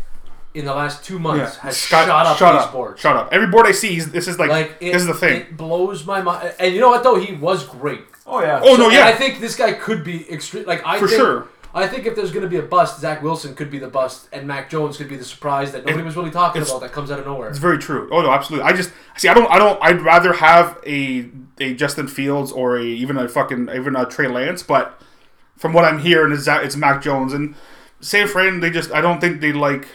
[SPEAKER 5] in the last two months has shot up
[SPEAKER 2] shut
[SPEAKER 5] these
[SPEAKER 2] up,
[SPEAKER 5] boards.
[SPEAKER 2] shut up. Every board I see, he's, this is like,
[SPEAKER 5] Like it,
[SPEAKER 2] this is the thing.
[SPEAKER 5] It blows my mind. And you know what though? He was great.
[SPEAKER 3] Oh, yeah.
[SPEAKER 2] oh no,
[SPEAKER 5] And
[SPEAKER 2] yeah,
[SPEAKER 5] I think this guy could be extreme. Like I
[SPEAKER 2] For
[SPEAKER 5] think,
[SPEAKER 2] sure.
[SPEAKER 5] I think if there's going to be a bust, Zach Wilson could be the bust, and Mac Jones could be the surprise that nobody was really talking about that comes out of nowhere.
[SPEAKER 2] It's very true. Oh no, absolutely. I just see. I don't. I don't. I'd rather have a a Justin Fields or a even a fucking even a Trey Lance. But from what I'm hearing, is that it's Mac Jones and San Fran, they just I don't think they like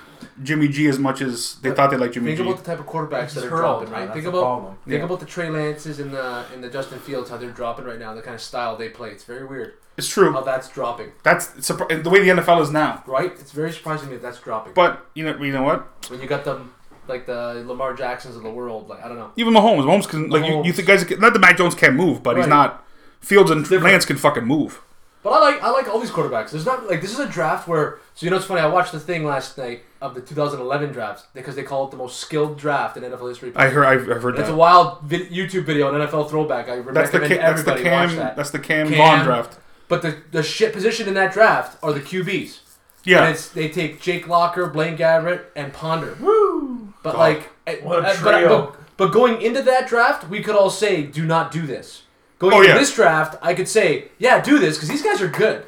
[SPEAKER 2] Jimmy G as much as they thought they liked Jimmy
[SPEAKER 5] Think
[SPEAKER 2] G.
[SPEAKER 5] about the type of quarterbacks
[SPEAKER 3] He's
[SPEAKER 5] that are
[SPEAKER 3] hurt all the time.
[SPEAKER 5] dropping, right?
[SPEAKER 3] That's
[SPEAKER 5] Think
[SPEAKER 3] the
[SPEAKER 5] about
[SPEAKER 3] problem.
[SPEAKER 5] think
[SPEAKER 2] Yeah.
[SPEAKER 5] about the Trey Lances and the and the Justin Fields, how they're dropping right now, the kind of style they play. It's very weird
[SPEAKER 2] It's true.
[SPEAKER 5] how that's dropping,
[SPEAKER 2] That's surpri- the way the NFL is now.
[SPEAKER 5] right? It's very surprising to me that that's dropping.
[SPEAKER 2] But you know, you know what?
[SPEAKER 5] when you got them like the Lamar Jacksons of the world, like I don't know.
[SPEAKER 2] Even Mahomes, Mahomes can like you. You think guys can, not that Mac Jones can't move, but he's
[SPEAKER 5] Right.
[SPEAKER 2] not. Fields and
[SPEAKER 5] different.
[SPEAKER 2] Lance can fucking move.
[SPEAKER 5] But I like I like all these quarterbacks. There's not like this is a draft where so you know it's funny. I watched the thing last night of the 2011 drafts because they call it the most skilled draft in NFL history.
[SPEAKER 2] I heard. I've, I've heard
[SPEAKER 5] It's a
[SPEAKER 2] that.
[SPEAKER 5] wild vid- YouTube video, an NFL throwback. I
[SPEAKER 2] That's the,
[SPEAKER 5] recommend
[SPEAKER 2] Cam, that's the
[SPEAKER 5] everybody watch
[SPEAKER 2] Cam.
[SPEAKER 5] that.
[SPEAKER 2] That's the Cam,
[SPEAKER 5] Cam.
[SPEAKER 2] Vaughn draft.
[SPEAKER 5] But the, the shit position in that draft are the QBs. And
[SPEAKER 2] Yeah,
[SPEAKER 5] it's, they take Jake Locker, Blaine Gabbert, and Ponder. Woo! But like, eh,
[SPEAKER 3] What a
[SPEAKER 5] eh, but,
[SPEAKER 3] trio.
[SPEAKER 5] but, but going into that draft, we could all say, do not do this. Going
[SPEAKER 2] Oh,
[SPEAKER 5] into
[SPEAKER 2] yeah.
[SPEAKER 5] this draft, I could say, yeah, do this because these guys are good.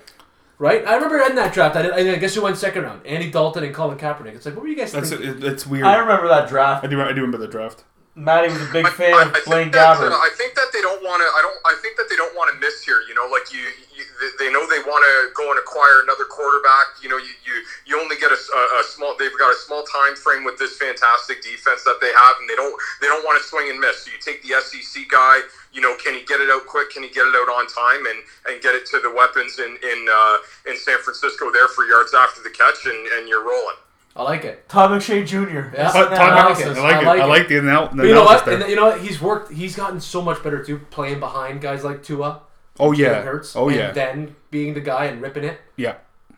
[SPEAKER 5] Right? I remember in that draft, I, did, I guess who went second round? Andy Dalton and Colin Kaepernick. It's like, what were you guys
[SPEAKER 2] that's
[SPEAKER 5] thinking?
[SPEAKER 2] it, it's weird.
[SPEAKER 3] I
[SPEAKER 2] I,
[SPEAKER 3] remember that draft.
[SPEAKER 2] do. I do remember the draft.
[SPEAKER 3] Matty was a big
[SPEAKER 6] I- I-
[SPEAKER 3] fan
[SPEAKER 6] I
[SPEAKER 3] of
[SPEAKER 6] think
[SPEAKER 3] Blaine
[SPEAKER 6] that,
[SPEAKER 3] Gabbert.
[SPEAKER 6] uh, I think that they don't want to. I don't. I think that they don't want to miss here. You know, like you, you they- they know they want to go and acquire another quarterback. You know, you you, you only get a, s- a- a small. They've got a small time frame with this fantastic defense that they have, and they don't they don't want to swing and miss. So you take the SEC guy. You know, can he get it out quick? Can he get it out on time and, and get it to the weapons in in uh, in San Francisco there for yards after the catch, and, and you're rolling.
[SPEAKER 5] I like it.
[SPEAKER 3] Todd McShay Jr.
[SPEAKER 5] Yeah.
[SPEAKER 2] Todd- Todd Monken,
[SPEAKER 5] analysis.
[SPEAKER 2] I like Uh, it. I like the anal- the
[SPEAKER 5] But you know
[SPEAKER 2] analysis
[SPEAKER 5] what? And
[SPEAKER 2] there.
[SPEAKER 5] you know what? He's worked. He's gotten so much better too, playing behind guys like Tua,
[SPEAKER 2] Oh
[SPEAKER 5] yeah.
[SPEAKER 2] yeah.
[SPEAKER 5] Hurts,
[SPEAKER 2] Oh
[SPEAKER 5] and
[SPEAKER 2] yeah.
[SPEAKER 5] then being the guy and ripping it.
[SPEAKER 2] Yeah.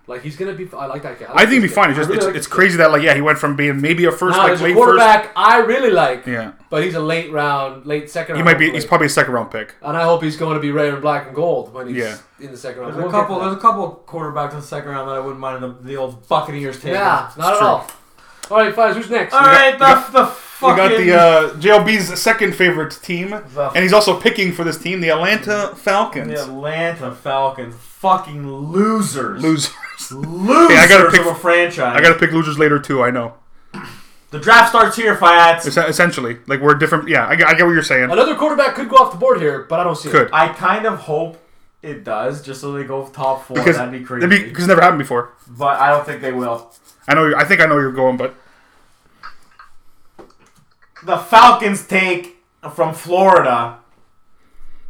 [SPEAKER 5] Like he's gonna be. I like that guy.
[SPEAKER 2] I think he'd be fine. It's
[SPEAKER 5] I
[SPEAKER 2] just
[SPEAKER 5] really
[SPEAKER 2] it's,
[SPEAKER 5] like
[SPEAKER 2] it's
[SPEAKER 5] this
[SPEAKER 2] crazy that like yeah he went from being maybe a first
[SPEAKER 5] guy. Now,
[SPEAKER 2] like
[SPEAKER 5] Ah, there's
[SPEAKER 2] late
[SPEAKER 5] a
[SPEAKER 2] first.
[SPEAKER 5] quarterback I really like.
[SPEAKER 2] Yeah.
[SPEAKER 5] But he's a late round, late second.
[SPEAKER 2] He
[SPEAKER 5] round
[SPEAKER 2] might be.
[SPEAKER 5] hopefully.
[SPEAKER 2] He's probably a second round pick.
[SPEAKER 5] And I hope he's going to be red and black and gold when he's
[SPEAKER 2] Yeah.
[SPEAKER 5] in the second round.
[SPEAKER 3] There's a
[SPEAKER 5] We'll get
[SPEAKER 3] couple.
[SPEAKER 5] to
[SPEAKER 3] There's a couple quarterbacks in the second round that I wouldn't mind the, the old Buccaneers
[SPEAKER 5] that.
[SPEAKER 3] taking.
[SPEAKER 5] yeah, not at
[SPEAKER 2] true.
[SPEAKER 5] all. All right, Fives. Who's next?
[SPEAKER 3] All right,
[SPEAKER 2] got- we
[SPEAKER 3] the, the
[SPEAKER 2] We got
[SPEAKER 3] fucking.
[SPEAKER 2] the uh, JLB's second favorite team, and he's also picking for this team the Atlanta Falcons.
[SPEAKER 3] the Atlanta Falcons, fucking losers,
[SPEAKER 2] Losers.
[SPEAKER 3] losers
[SPEAKER 2] Hey, I gotta pick-
[SPEAKER 3] of a franchise.
[SPEAKER 2] I gotta pick losers later too. I know.
[SPEAKER 3] the draft starts here, Fiats.
[SPEAKER 2] Es- essentially, like we're different. Yeah, I, get- I get what you're saying.
[SPEAKER 5] Another quarterback could go off the board here, but I don't see
[SPEAKER 2] Could
[SPEAKER 5] it.
[SPEAKER 3] I kind of hope it does, just so they go top four.
[SPEAKER 2] because
[SPEAKER 3] That'd be crazy,
[SPEAKER 2] that'd be- because it never happened before.
[SPEAKER 3] but I don't think they will.
[SPEAKER 2] I know. You're, I think I know where you're going, but
[SPEAKER 3] The Falcons take from Florida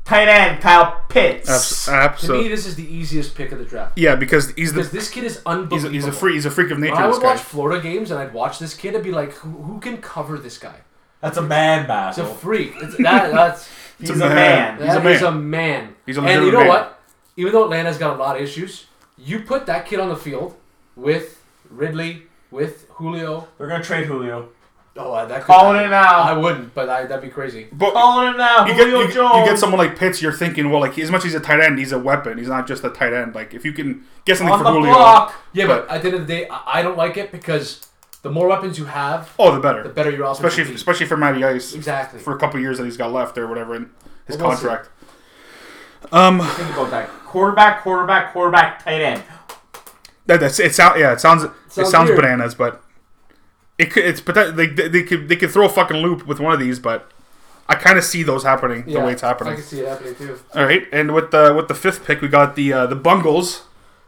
[SPEAKER 3] tight end Kyle Pitts.
[SPEAKER 2] abs-
[SPEAKER 5] To me,
[SPEAKER 2] absolutely.
[SPEAKER 5] this is the easiest pick of the draft
[SPEAKER 2] Yeah, because he's
[SPEAKER 5] because
[SPEAKER 2] the
[SPEAKER 5] this kid is
[SPEAKER 2] he's
[SPEAKER 5] unbelievable.
[SPEAKER 2] a, he's a freak he's a freak of nature.
[SPEAKER 5] I
[SPEAKER 2] This
[SPEAKER 5] would
[SPEAKER 2] guy.
[SPEAKER 5] watch Florida games and I'd watch this kid and be like, who, who can cover this guy?
[SPEAKER 3] That's a man
[SPEAKER 5] It's a
[SPEAKER 3] battle.
[SPEAKER 5] freak. It's, that, that's
[SPEAKER 3] He's
[SPEAKER 2] a
[SPEAKER 3] a
[SPEAKER 2] man.
[SPEAKER 3] man.
[SPEAKER 2] He's a
[SPEAKER 5] That
[SPEAKER 2] man.
[SPEAKER 5] is a man.
[SPEAKER 2] He's a
[SPEAKER 5] and
[SPEAKER 2] legitimate
[SPEAKER 5] you know
[SPEAKER 2] man.
[SPEAKER 5] what? Even though Atlanta's got a lot of issues, you put that kid on the field with Ridley, with Julio.
[SPEAKER 3] They're gonna trade Julio.
[SPEAKER 5] Oh, uh, that could
[SPEAKER 3] Calling it
[SPEAKER 5] I
[SPEAKER 3] now.
[SPEAKER 5] wouldn't, but I, that'd be crazy.
[SPEAKER 2] But
[SPEAKER 3] Calling it now.
[SPEAKER 2] you get
[SPEAKER 3] Julio
[SPEAKER 2] you,
[SPEAKER 3] Jones.
[SPEAKER 2] you get someone like Pitts. You're thinking, well, like as much as he's a tight end, he's a weapon. He's not just a tight end. Like if you can get something
[SPEAKER 3] on
[SPEAKER 2] for
[SPEAKER 3] the
[SPEAKER 2] Julio,
[SPEAKER 3] block.
[SPEAKER 5] Yeah, but, at the end of the day, I, I don't like it because the more weapons you have,
[SPEAKER 2] oh, the
[SPEAKER 5] the
[SPEAKER 2] better.
[SPEAKER 5] better your offense
[SPEAKER 2] Especially
[SPEAKER 5] will be.
[SPEAKER 2] especially for Matty Ice
[SPEAKER 5] exactly.
[SPEAKER 2] for a couple years that he's got left or whatever in his
[SPEAKER 5] Well, we'll see.
[SPEAKER 2] contract. Um,
[SPEAKER 3] Think about that. Quarterback, quarterback, quarterback, tight end.
[SPEAKER 2] that, that's it. Sound, yeah, it sounds it
[SPEAKER 5] Sounds
[SPEAKER 2] sounds
[SPEAKER 5] weird.
[SPEAKER 2] bananas, but it could it's poten- they, they, they could they could throw a fucking loop with one of these, but I kind of see those happening
[SPEAKER 5] Yeah,
[SPEAKER 2] the way it's
[SPEAKER 5] I
[SPEAKER 2] happening.
[SPEAKER 5] can see it happening too.
[SPEAKER 2] All right, and with the with the fifth pick, we got the uh, the Bungles.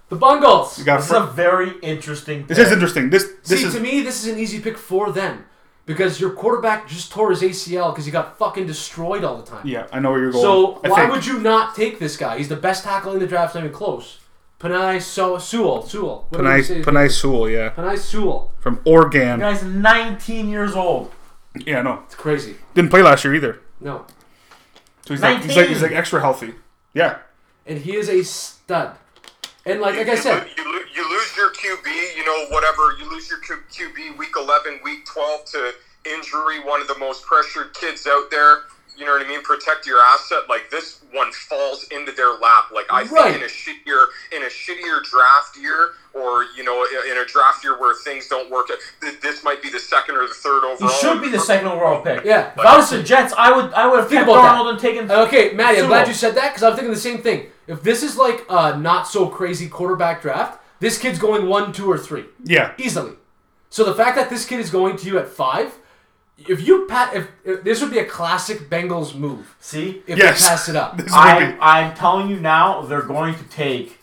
[SPEAKER 5] The Bungles.
[SPEAKER 2] We got
[SPEAKER 3] This is
[SPEAKER 2] fir-
[SPEAKER 3] a very interesting.
[SPEAKER 2] this is interesting. This this
[SPEAKER 5] See,
[SPEAKER 2] is
[SPEAKER 5] to me, this is an easy pick for them because your quarterback just tore his ACL because he got fucking destroyed all the time.
[SPEAKER 2] yeah. I know where you're going.
[SPEAKER 5] So
[SPEAKER 2] I
[SPEAKER 5] why
[SPEAKER 2] think.
[SPEAKER 5] would you not take this guy? He's the best tackle in the draft, not even close. Panay so- Sewell, Sewell. What do you say
[SPEAKER 2] Panay
[SPEAKER 5] his
[SPEAKER 2] Panay
[SPEAKER 5] name?
[SPEAKER 2] Sewell? Yeah,
[SPEAKER 5] Panay Sewell.
[SPEAKER 2] from Oregon.
[SPEAKER 3] Guy's 19 years old.
[SPEAKER 2] Yeah, no,
[SPEAKER 5] It's crazy.
[SPEAKER 2] didn't play last year either.
[SPEAKER 5] No,
[SPEAKER 2] So he's like, he's like he's like extra healthy. Yeah,
[SPEAKER 5] and he is a stud. And like like I
[SPEAKER 6] you,
[SPEAKER 5] said,
[SPEAKER 6] lo- you, lo- you lose your QB, you know, whatever. You lose your Q- QB week 11, week 12 to injury, one of the most pressured kids out there. You know what I mean? Protect your asset. Like this one falls into their lap. Like I
[SPEAKER 5] Right.
[SPEAKER 6] think in a shittier in a shittier draft year, or you know, in a draft year where things don't work, th- this might be the second or the third
[SPEAKER 3] He
[SPEAKER 6] overall.
[SPEAKER 3] should be the second overall pick.
[SPEAKER 5] Uh, Yeah.
[SPEAKER 3] If I was the Jets, I would I would have
[SPEAKER 5] Think
[SPEAKER 3] picked
[SPEAKER 5] about that. Uh,
[SPEAKER 3] Darnold and taken.
[SPEAKER 5] okay, Maddie, I'm glad
[SPEAKER 3] Sewell.
[SPEAKER 5] you said that because I was thinking the same thing. If this is like a not so crazy quarterback draft, this kid's going one, two, or three.
[SPEAKER 2] yeah.
[SPEAKER 5] easily. So the fact that this kid is going to you at five, if you pat, if, if this would be a classic Bengals move
[SPEAKER 3] See,
[SPEAKER 5] if
[SPEAKER 2] Yes.
[SPEAKER 5] they pass it up.
[SPEAKER 2] This would
[SPEAKER 3] I
[SPEAKER 2] be-
[SPEAKER 3] I'm telling you now, they're going to take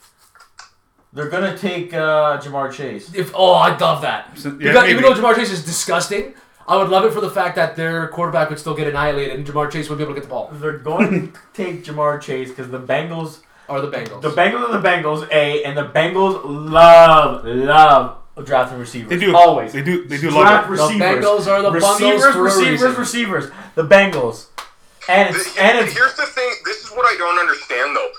[SPEAKER 3] They're gonna take uh, Jamar Chase.
[SPEAKER 5] If oh, I'd love that.
[SPEAKER 2] yeah,
[SPEAKER 5] Because even
[SPEAKER 2] maybe.
[SPEAKER 5] though Jamar Chase is disgusting, I would love it for the fact that their quarterback would still get annihilated and Jamar Chase would be able to get the ball.
[SPEAKER 3] They're going to take Jamar Chase because the Bengals,
[SPEAKER 5] Or the Bengals.
[SPEAKER 3] the Bengals are the Bengals, a and the Bengals love love drafting receivers.
[SPEAKER 2] They do
[SPEAKER 3] always.
[SPEAKER 2] They do. They do
[SPEAKER 3] Draft
[SPEAKER 2] love it.
[SPEAKER 3] receivers.
[SPEAKER 5] Bengals are the bungles
[SPEAKER 3] receivers,
[SPEAKER 5] for a
[SPEAKER 3] receivers,
[SPEAKER 5] reason.
[SPEAKER 3] receivers. The Bengals, and
[SPEAKER 6] The-
[SPEAKER 3] it's and it's
[SPEAKER 6] here's the thing. This is what I don't understand though.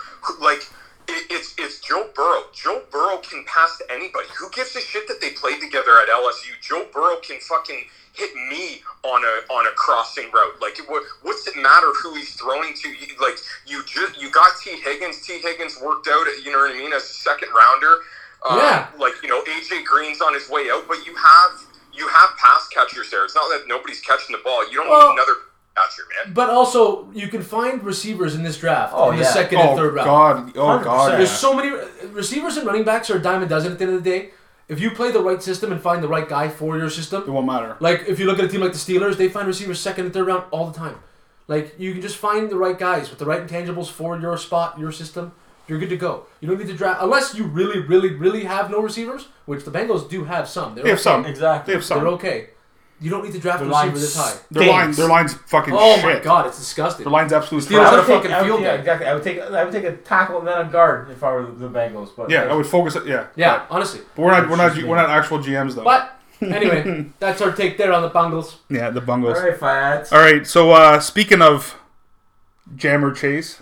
[SPEAKER 6] Like, it, it's it's Joe Burrow. Joe Burrow can pass to anybody. Who gives a shit that they played together at LSU? Joe Burrow can fucking hit me on a on a crossing route. Like, what what's it matter who he's throwing to? You, like, you just you got T Higgins. T Higgins worked out. At, you know what I mean? As a second rounder. Uh,
[SPEAKER 5] Yeah.
[SPEAKER 6] Like you know, AJ Green's on his way out, but you have. You have pass catchers there. It's not that nobody's catching the ball. You don't
[SPEAKER 5] Well-
[SPEAKER 6] need another catcher, man.
[SPEAKER 5] But also, you can find receivers in this draft
[SPEAKER 3] Oh,
[SPEAKER 5] in the
[SPEAKER 3] yeah.
[SPEAKER 5] second and
[SPEAKER 2] Oh
[SPEAKER 5] third round.
[SPEAKER 2] God! Oh
[SPEAKER 3] 100%.
[SPEAKER 2] God!
[SPEAKER 5] There's
[SPEAKER 2] yeah.
[SPEAKER 5] so many receivers and running backs are a dime a dozen at the end of the day. If you play the right system and find the right guy for your
[SPEAKER 2] It
[SPEAKER 5] system,
[SPEAKER 2] won't matter.
[SPEAKER 5] like if you look at a team like the Steelers, they find receivers second and third round all the time. Like you can just find the right guys with the right intangibles for your spot, your system. You're good to go. You don't need to draft unless you really, really, really have no receivers, which the Bengals do have some. They're
[SPEAKER 2] They have some.
[SPEAKER 3] Exactly.
[SPEAKER 2] They have
[SPEAKER 5] They're
[SPEAKER 2] some.
[SPEAKER 5] okay. You don't need to draft a
[SPEAKER 3] Their line
[SPEAKER 5] receiver this high.
[SPEAKER 2] Their line. Their line's fucking
[SPEAKER 5] Oh
[SPEAKER 2] shit.
[SPEAKER 5] my god, it's disgusting.
[SPEAKER 2] Their line's absolute
[SPEAKER 5] Steelers
[SPEAKER 2] crap.
[SPEAKER 5] are
[SPEAKER 3] I would
[SPEAKER 5] fucking
[SPEAKER 3] take- I would-
[SPEAKER 5] field
[SPEAKER 3] yeah,
[SPEAKER 5] day.
[SPEAKER 3] exactly. I would take I would take a tackle and then a guard if I were the Bengals. But
[SPEAKER 2] Yeah, I would focus. it- Yeah,
[SPEAKER 5] Yeah, honestly.
[SPEAKER 2] but we're not. We're not. We're not actual GMs though.
[SPEAKER 5] But anyway, that's our take there on the Bengals.
[SPEAKER 2] Yeah, the bungles.
[SPEAKER 3] All right, fans.
[SPEAKER 2] All right. So uh, speaking of Jammer Chase,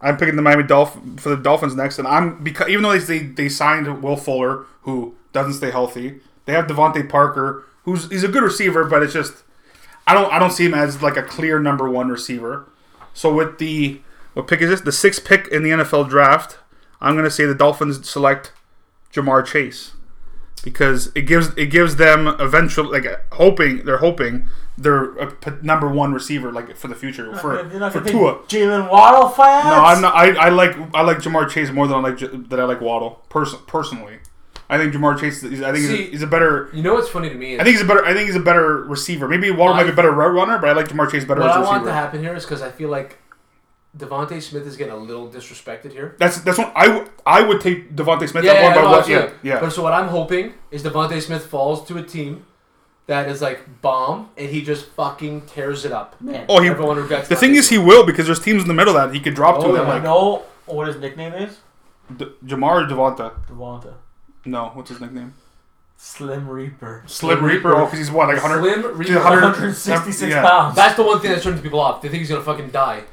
[SPEAKER 2] I'm picking the Miami Dolph for the Dolphins next, and I'm because even though they they signed Will Fuller, who doesn't stay healthy, they have Devontae Parker, who's he's a good receiver, but it's just I don't I don't see him as like a clear number one receiver. So with the what pick is this? The sixth pick in the NFL draft, I'm gonna say the Dolphins select Jamar Chase because it gives it gives them eventually like hoping they're hoping they're a p- number one receiver like for the future for
[SPEAKER 3] You're not
[SPEAKER 2] for
[SPEAKER 3] gonna
[SPEAKER 2] Tua.
[SPEAKER 3] take Jalen Waddle, fans.
[SPEAKER 2] No, I'm not. I, I like I like Jamar Chase more than I like J- that I like Waddle pers- personally. I think Jamar Chase. Is, I think
[SPEAKER 5] See-
[SPEAKER 2] he's, a, he's a better.
[SPEAKER 5] You know what's funny to me? Is
[SPEAKER 2] I think he's a better. I think he's a better receiver. Maybe Waddle might be a better route runner, but I like Jamar Chase better
[SPEAKER 5] what
[SPEAKER 2] as a
[SPEAKER 5] I
[SPEAKER 2] receiver.
[SPEAKER 5] want to happen here is because I feel like Devonte Smith is getting a little disrespected here.
[SPEAKER 2] That's that's what I would I would take Devontae Smith.
[SPEAKER 5] Yeah,
[SPEAKER 2] at one
[SPEAKER 5] yeah,
[SPEAKER 2] by
[SPEAKER 5] no,
[SPEAKER 2] one. yeah,
[SPEAKER 5] absolutely.
[SPEAKER 2] yeah.
[SPEAKER 5] But so what I'm hoping is Devonte Smith falls to a team that is like bomb, and he just fucking tears it up.
[SPEAKER 2] Oh, he,
[SPEAKER 5] Everyone regrets.
[SPEAKER 2] the
[SPEAKER 5] Devontae
[SPEAKER 2] thing is, he
[SPEAKER 5] Smith.
[SPEAKER 2] will because there's teams in the middle that he could drop to.
[SPEAKER 5] Oh, yeah.
[SPEAKER 2] and
[SPEAKER 3] I
[SPEAKER 2] like
[SPEAKER 3] know what his nickname is.
[SPEAKER 2] D- Jamar or Devonta?
[SPEAKER 3] Devonta.
[SPEAKER 2] No, what's his nickname?
[SPEAKER 3] Slim Reaper.
[SPEAKER 2] Slim Reaper. Oh, because he's what like 100.
[SPEAKER 5] Slim
[SPEAKER 2] Dude,
[SPEAKER 5] Reaper.
[SPEAKER 2] 100
[SPEAKER 3] 166
[SPEAKER 2] Yeah.
[SPEAKER 3] pounds.
[SPEAKER 5] That's the one thing that turns people off. They think he's gonna fucking die.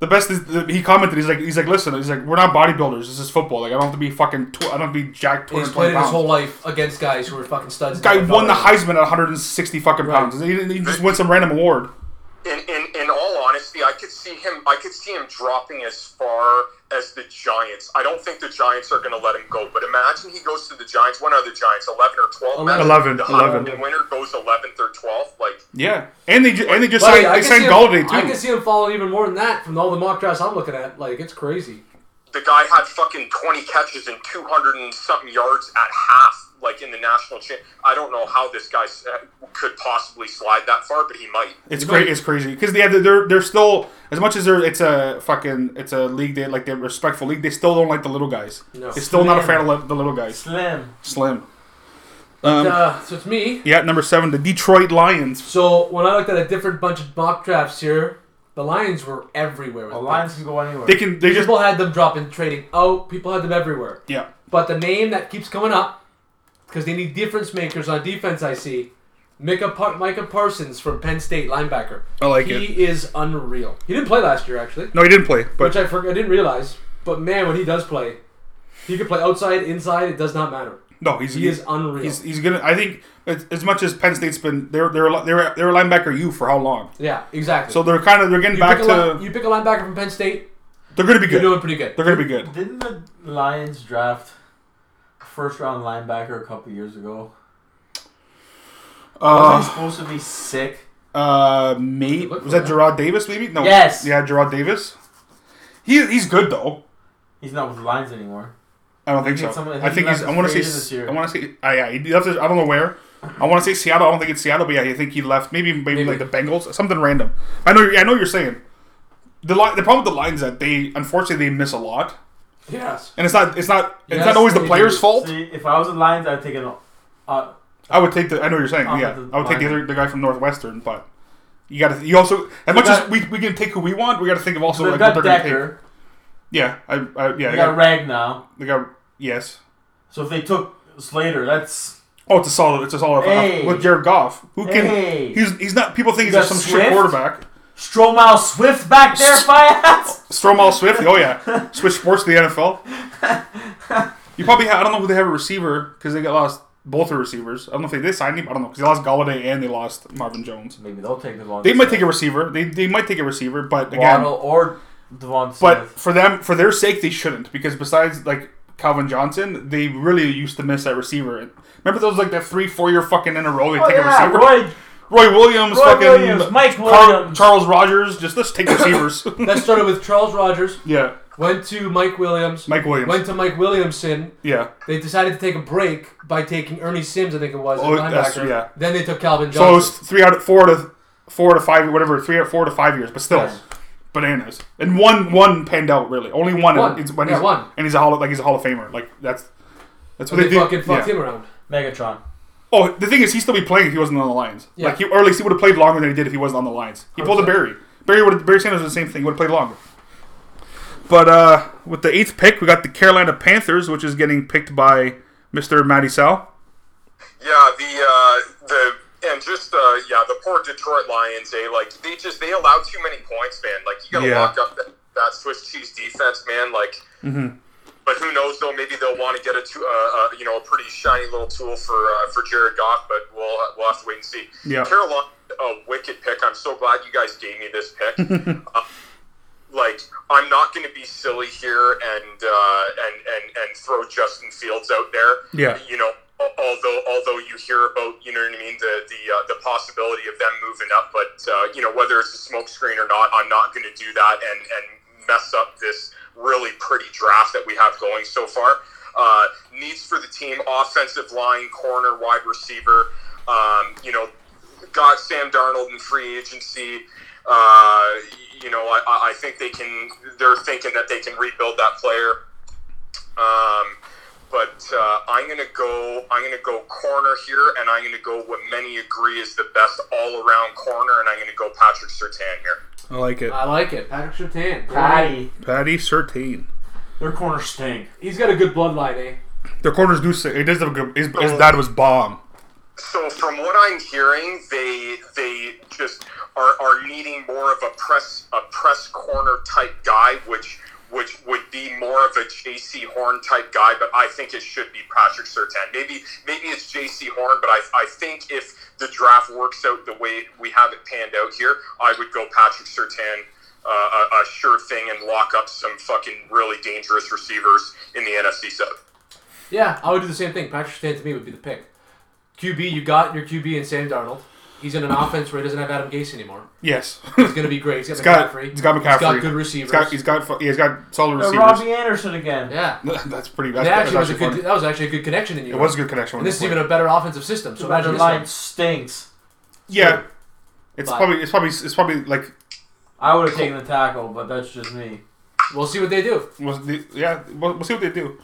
[SPEAKER 2] The best is that he commented. He's like he's like listen. He's like we're not bodybuilders. This is football. Like I don't have to be fucking. Tw- I don't have to be jacked
[SPEAKER 5] He's
[SPEAKER 2] 220
[SPEAKER 5] played it his
[SPEAKER 2] pounds.
[SPEAKER 5] whole life against guys who were fucking studs.
[SPEAKER 2] Guy won the Heisman at 160 fucking
[SPEAKER 5] Right.
[SPEAKER 2] pounds. He, didn't- he just won some random award.
[SPEAKER 6] in, in, in all honesty, I could see him. I could see him dropping as far as the Giants. I don't think the Giants are going to let him go. But imagine he goes to the Giants. When are the Giants? Eleven or twelve? Imagine
[SPEAKER 2] 11,
[SPEAKER 6] the
[SPEAKER 2] 11.
[SPEAKER 6] Heisman winner goes eleventh or twelfth. Like
[SPEAKER 2] Yeah, and they ju- and they just
[SPEAKER 5] Buddy,
[SPEAKER 2] signed,
[SPEAKER 5] I
[SPEAKER 2] they
[SPEAKER 5] can
[SPEAKER 2] signed
[SPEAKER 5] see him-
[SPEAKER 2] Galladay
[SPEAKER 5] I can
[SPEAKER 2] too.
[SPEAKER 5] see him falling even more than that from all the mock drafts I'm looking at. Like it's crazy.
[SPEAKER 6] the guy had fucking twenty catches and two hundred and something yards at half. Like in the national champ. I don't know how this guy s- uh, could possibly slide that far, but he might.
[SPEAKER 2] It's great. It's crazy because they have they're they're still as much as they're it's a fucking it's a league they like they're respectful league. They still don't like the little guys.
[SPEAKER 5] No.
[SPEAKER 2] They're still not a fan of li- the little guys.
[SPEAKER 3] Slim.
[SPEAKER 2] Slim.
[SPEAKER 5] uh, so it's me.
[SPEAKER 2] Yeah, number seven, the Detroit Lions.
[SPEAKER 5] So when I looked at a different bunch of mock drafts here, the Lions were everywhere. With
[SPEAKER 3] The
[SPEAKER 5] picks.
[SPEAKER 3] Lions can go anywhere.
[SPEAKER 2] They can they just
[SPEAKER 5] People had them dropping, trading out. Oh, People had them everywhere.
[SPEAKER 2] yeah.
[SPEAKER 5] But the name that keeps coming up, because they need difference makers on defense. I see, Micah, Par- Micah Parsons from Penn State, linebacker.
[SPEAKER 2] I like
[SPEAKER 5] he is unreal. He didn't play last year actually,
[SPEAKER 2] No, he didn't play,
[SPEAKER 5] which
[SPEAKER 2] but
[SPEAKER 5] I, forg I didn't realize. But man, when he does play, he can play outside, inside. It does not matter.
[SPEAKER 2] no, he's
[SPEAKER 5] He is unreal.
[SPEAKER 2] He's, he's gonna. I think as as much as Penn State's been, they're they're a li- they're they're a linebacker you for how long?
[SPEAKER 5] yeah, exactly.
[SPEAKER 2] So they're kind of they're getting
[SPEAKER 5] you
[SPEAKER 2] back
[SPEAKER 5] pick a
[SPEAKER 2] to
[SPEAKER 5] li- you pick a linebacker from Penn State,
[SPEAKER 2] they're gonna be
[SPEAKER 5] you're
[SPEAKER 2] good.
[SPEAKER 5] doing pretty good.
[SPEAKER 2] they're gonna be good.
[SPEAKER 3] Didn't the Lions draft a first round linebacker a couple years ago?
[SPEAKER 2] Uh,
[SPEAKER 3] Wasn't he supposed to be sick?
[SPEAKER 2] uh, mate,
[SPEAKER 5] Look for
[SPEAKER 2] was that
[SPEAKER 5] that.
[SPEAKER 2] Gerard Davis? Maybe no.
[SPEAKER 3] Yes.
[SPEAKER 2] Yeah, Gerard Davis. He he's good though.
[SPEAKER 3] He's not with the Lions anymore.
[SPEAKER 2] I don't think
[SPEAKER 3] He
[SPEAKER 2] so.
[SPEAKER 3] had someone-
[SPEAKER 2] I
[SPEAKER 3] he
[SPEAKER 2] think
[SPEAKER 3] left
[SPEAKER 2] he's. I want
[SPEAKER 3] free
[SPEAKER 2] to
[SPEAKER 3] agent this
[SPEAKER 2] say.
[SPEAKER 3] year.
[SPEAKER 2] I want to say. Uh, yeah, he left. his- I don't know where. I want to say Seattle. I don't think it's Seattle, but yeah, I think he left. Maybe maybe,
[SPEAKER 5] Maybe.
[SPEAKER 2] like the Bengals, something random. I know. I know what you're saying. The li- the problem with the Lions is that they unfortunately they miss a lot.
[SPEAKER 5] Yes.
[SPEAKER 2] and it's not it's not it's
[SPEAKER 5] Yes,
[SPEAKER 2] not always the
[SPEAKER 5] they
[SPEAKER 2] player's
[SPEAKER 5] do.
[SPEAKER 2] fault.
[SPEAKER 3] See, if I was in Lions, I'd take it all. Uh,
[SPEAKER 2] I would take the. I know what you're saying.
[SPEAKER 3] I'll
[SPEAKER 2] yeah,
[SPEAKER 3] have to
[SPEAKER 2] I would take the
[SPEAKER 3] line
[SPEAKER 2] other the guy from Northwestern, but you got to. You also as much
[SPEAKER 3] got-
[SPEAKER 2] as we, we can take who we want, we got to think of also
[SPEAKER 3] they've
[SPEAKER 2] like what they're
[SPEAKER 3] got
[SPEAKER 2] going to take.
[SPEAKER 3] Decker.
[SPEAKER 2] Yeah, I, I yeah,
[SPEAKER 3] They
[SPEAKER 2] they
[SPEAKER 3] got
[SPEAKER 2] got,
[SPEAKER 3] Rag now.
[SPEAKER 2] they got yes.
[SPEAKER 3] So if they took Slater, that's
[SPEAKER 2] Oh, it's a solid. It's a solid
[SPEAKER 3] Hey.
[SPEAKER 2] with Jared Goff, who can
[SPEAKER 3] Hey.
[SPEAKER 2] he's he's not. People think he's
[SPEAKER 3] got
[SPEAKER 2] just some shit
[SPEAKER 3] Swift?
[SPEAKER 2] quarterback.
[SPEAKER 3] Stromile Swift back there, Fiat.
[SPEAKER 2] Stromal Swift. Oh yeah, switch sports to the NFL. You probably have, I don't know who they have a receiver because they got lost both their receivers. I don't know if they did sign him. I don't know because they lost Galladay and they lost Marvin Jones.
[SPEAKER 3] Maybe they'll take Devon.
[SPEAKER 2] They might take a receiver. They, they might take a receiver, but again,
[SPEAKER 3] Waddle or Devon
[SPEAKER 2] But
[SPEAKER 3] Smith.
[SPEAKER 2] for them, for their sake, they shouldn't because besides like Calvin Johnson, they really used to miss that receiver. Remember those like that three, four year fucking in a row they
[SPEAKER 3] Oh,
[SPEAKER 2] take
[SPEAKER 3] yeah,
[SPEAKER 2] a receiver.
[SPEAKER 3] Roy,
[SPEAKER 2] Roy Williams,
[SPEAKER 3] Roy
[SPEAKER 2] fucking
[SPEAKER 3] Williams, Mike
[SPEAKER 2] Carl-
[SPEAKER 3] Williams.
[SPEAKER 2] Charles Rogers. Just let's take receivers.
[SPEAKER 5] That started with Charles Rogers,
[SPEAKER 2] yeah,
[SPEAKER 5] went to Mike Williams,
[SPEAKER 2] Mike Williams.
[SPEAKER 5] went to Mike Williamson.
[SPEAKER 2] yeah.
[SPEAKER 5] They decided to take a break by taking Ernie Sims, I think it was, at
[SPEAKER 2] Oh, that's-
[SPEAKER 5] linebacker.
[SPEAKER 2] yeah.
[SPEAKER 5] Then they took Calvin
[SPEAKER 2] So it was
[SPEAKER 5] Johnson.
[SPEAKER 2] three out of four to four to five, whatever. Three out four to five years, but still.
[SPEAKER 5] Yes.
[SPEAKER 2] Bananas and one one panned out really only one,
[SPEAKER 5] One.
[SPEAKER 2] and It's when
[SPEAKER 5] Yeah,
[SPEAKER 2] he's
[SPEAKER 5] one.
[SPEAKER 2] and he's a hall like he's a hall of famer like that's that's what
[SPEAKER 5] they,
[SPEAKER 2] they, do.
[SPEAKER 5] fucking fucked
[SPEAKER 2] Yeah.
[SPEAKER 5] him around.
[SPEAKER 3] Megatron.
[SPEAKER 2] Oh, the thing is, he'd still be playing if he wasn't on the Lions.
[SPEAKER 5] Yeah.
[SPEAKER 2] Like, he, or at least he would have played longer than he did if he wasn't on the Lions. He pulled a Barry. Barry would. Barry Sanders was the same thing. He would have played longer. But uh, with the eighth pick, we got the Carolina Panthers, which is getting picked by Mister Matty Sal.
[SPEAKER 6] Yeah, the uh, the and just uh, yeah, the poor Detroit Lions. Eh? Like they just they allow too many points, man. Like you gotta
[SPEAKER 2] Yeah.
[SPEAKER 6] lock up that, that Swiss cheese defense, man. Like,
[SPEAKER 2] Mm-hmm.
[SPEAKER 6] but who knows though? Maybe they'll want to get a tu- uh, uh, you know a pretty shiny little tool for uh, for Jared Goff, but we'll we'll have to wait and see.
[SPEAKER 2] Yeah.
[SPEAKER 6] Carolina, a wicked pick. I'm so glad you guys gave me this pick. Uh, like I'm not going to be silly here and uh, and and and throw Justin Fields out there.
[SPEAKER 2] Yeah.
[SPEAKER 6] you know, al- although although you hear about you know what I mean the the uh, the possibility of them moving up, but uh, you know whether it's a smokescreen or not, I'm not going to do that and and mess up this really pretty draft that we have going so far. Uh, needs for the team: offensive line, corner, wide receiver. Um, you know, got Sam Darnold in free agency. Uh, you know, I, I I think they can. They're thinking that they can rebuild that player. Um, but uh, I'm gonna go. I'm gonna go corner here, and I'm gonna go what many agree is the best all-around corner, and I'm gonna go Patrick Sertan here.
[SPEAKER 2] I like it.
[SPEAKER 5] I like it. Patrick Sertan.
[SPEAKER 3] Patty.
[SPEAKER 2] Patty Sertain.
[SPEAKER 3] Their corner stink.
[SPEAKER 5] He's got a good bloodline, eh?
[SPEAKER 2] Their corners do say it does have a good. His,
[SPEAKER 5] Oh.
[SPEAKER 2] his dad was bomb.
[SPEAKER 6] So from what I'm hearing, they they just are, are needing more of a press a press corner type guy, which which would be more of a JC Horn type guy, but I think it should be Patrick Sertan. Maybe maybe it's JC Horn, but I, I think if the draft works out the way we have it panned out here, I would go Patrick Sertan. Uh, a, a sure thing and lock up some fucking really dangerous receivers in the NFC South.
[SPEAKER 5] Yeah, I would do the same thing. Patrick Sertan to me would be the pick. QB, you got your QB in Sam Darnold. He's in an offense where he doesn't have Adam Gase anymore.
[SPEAKER 2] Yes.
[SPEAKER 5] He's gonna be great. He's
[SPEAKER 2] He's got,
[SPEAKER 5] got McCaffrey.
[SPEAKER 2] he's got McCaffrey.
[SPEAKER 5] He's got good receivers.
[SPEAKER 2] He's got, he's got, fu- yeah, he's got solid
[SPEAKER 3] Uh,
[SPEAKER 2] receivers.
[SPEAKER 3] Robbie Anderson again.
[SPEAKER 5] yeah.
[SPEAKER 2] That's pretty.
[SPEAKER 5] That
[SPEAKER 2] That's,
[SPEAKER 5] actually was a
[SPEAKER 2] actually
[SPEAKER 5] good.
[SPEAKER 2] funny.
[SPEAKER 5] That was actually a good connection that you.
[SPEAKER 2] It was a good connection.
[SPEAKER 5] And
[SPEAKER 2] when
[SPEAKER 5] this is
[SPEAKER 2] they
[SPEAKER 5] even a
[SPEAKER 2] played.
[SPEAKER 5] better offensive system. So
[SPEAKER 3] So that
[SPEAKER 5] imagine this
[SPEAKER 3] line
[SPEAKER 5] one.
[SPEAKER 3] stinks.
[SPEAKER 2] yeah. It's
[SPEAKER 5] But-
[SPEAKER 2] probably it's probably it's probably like
[SPEAKER 3] I would have taken the tackle, but that's just me.
[SPEAKER 5] We'll see what they do.
[SPEAKER 2] We'll, the- yeah, we'll, we'll see what they do.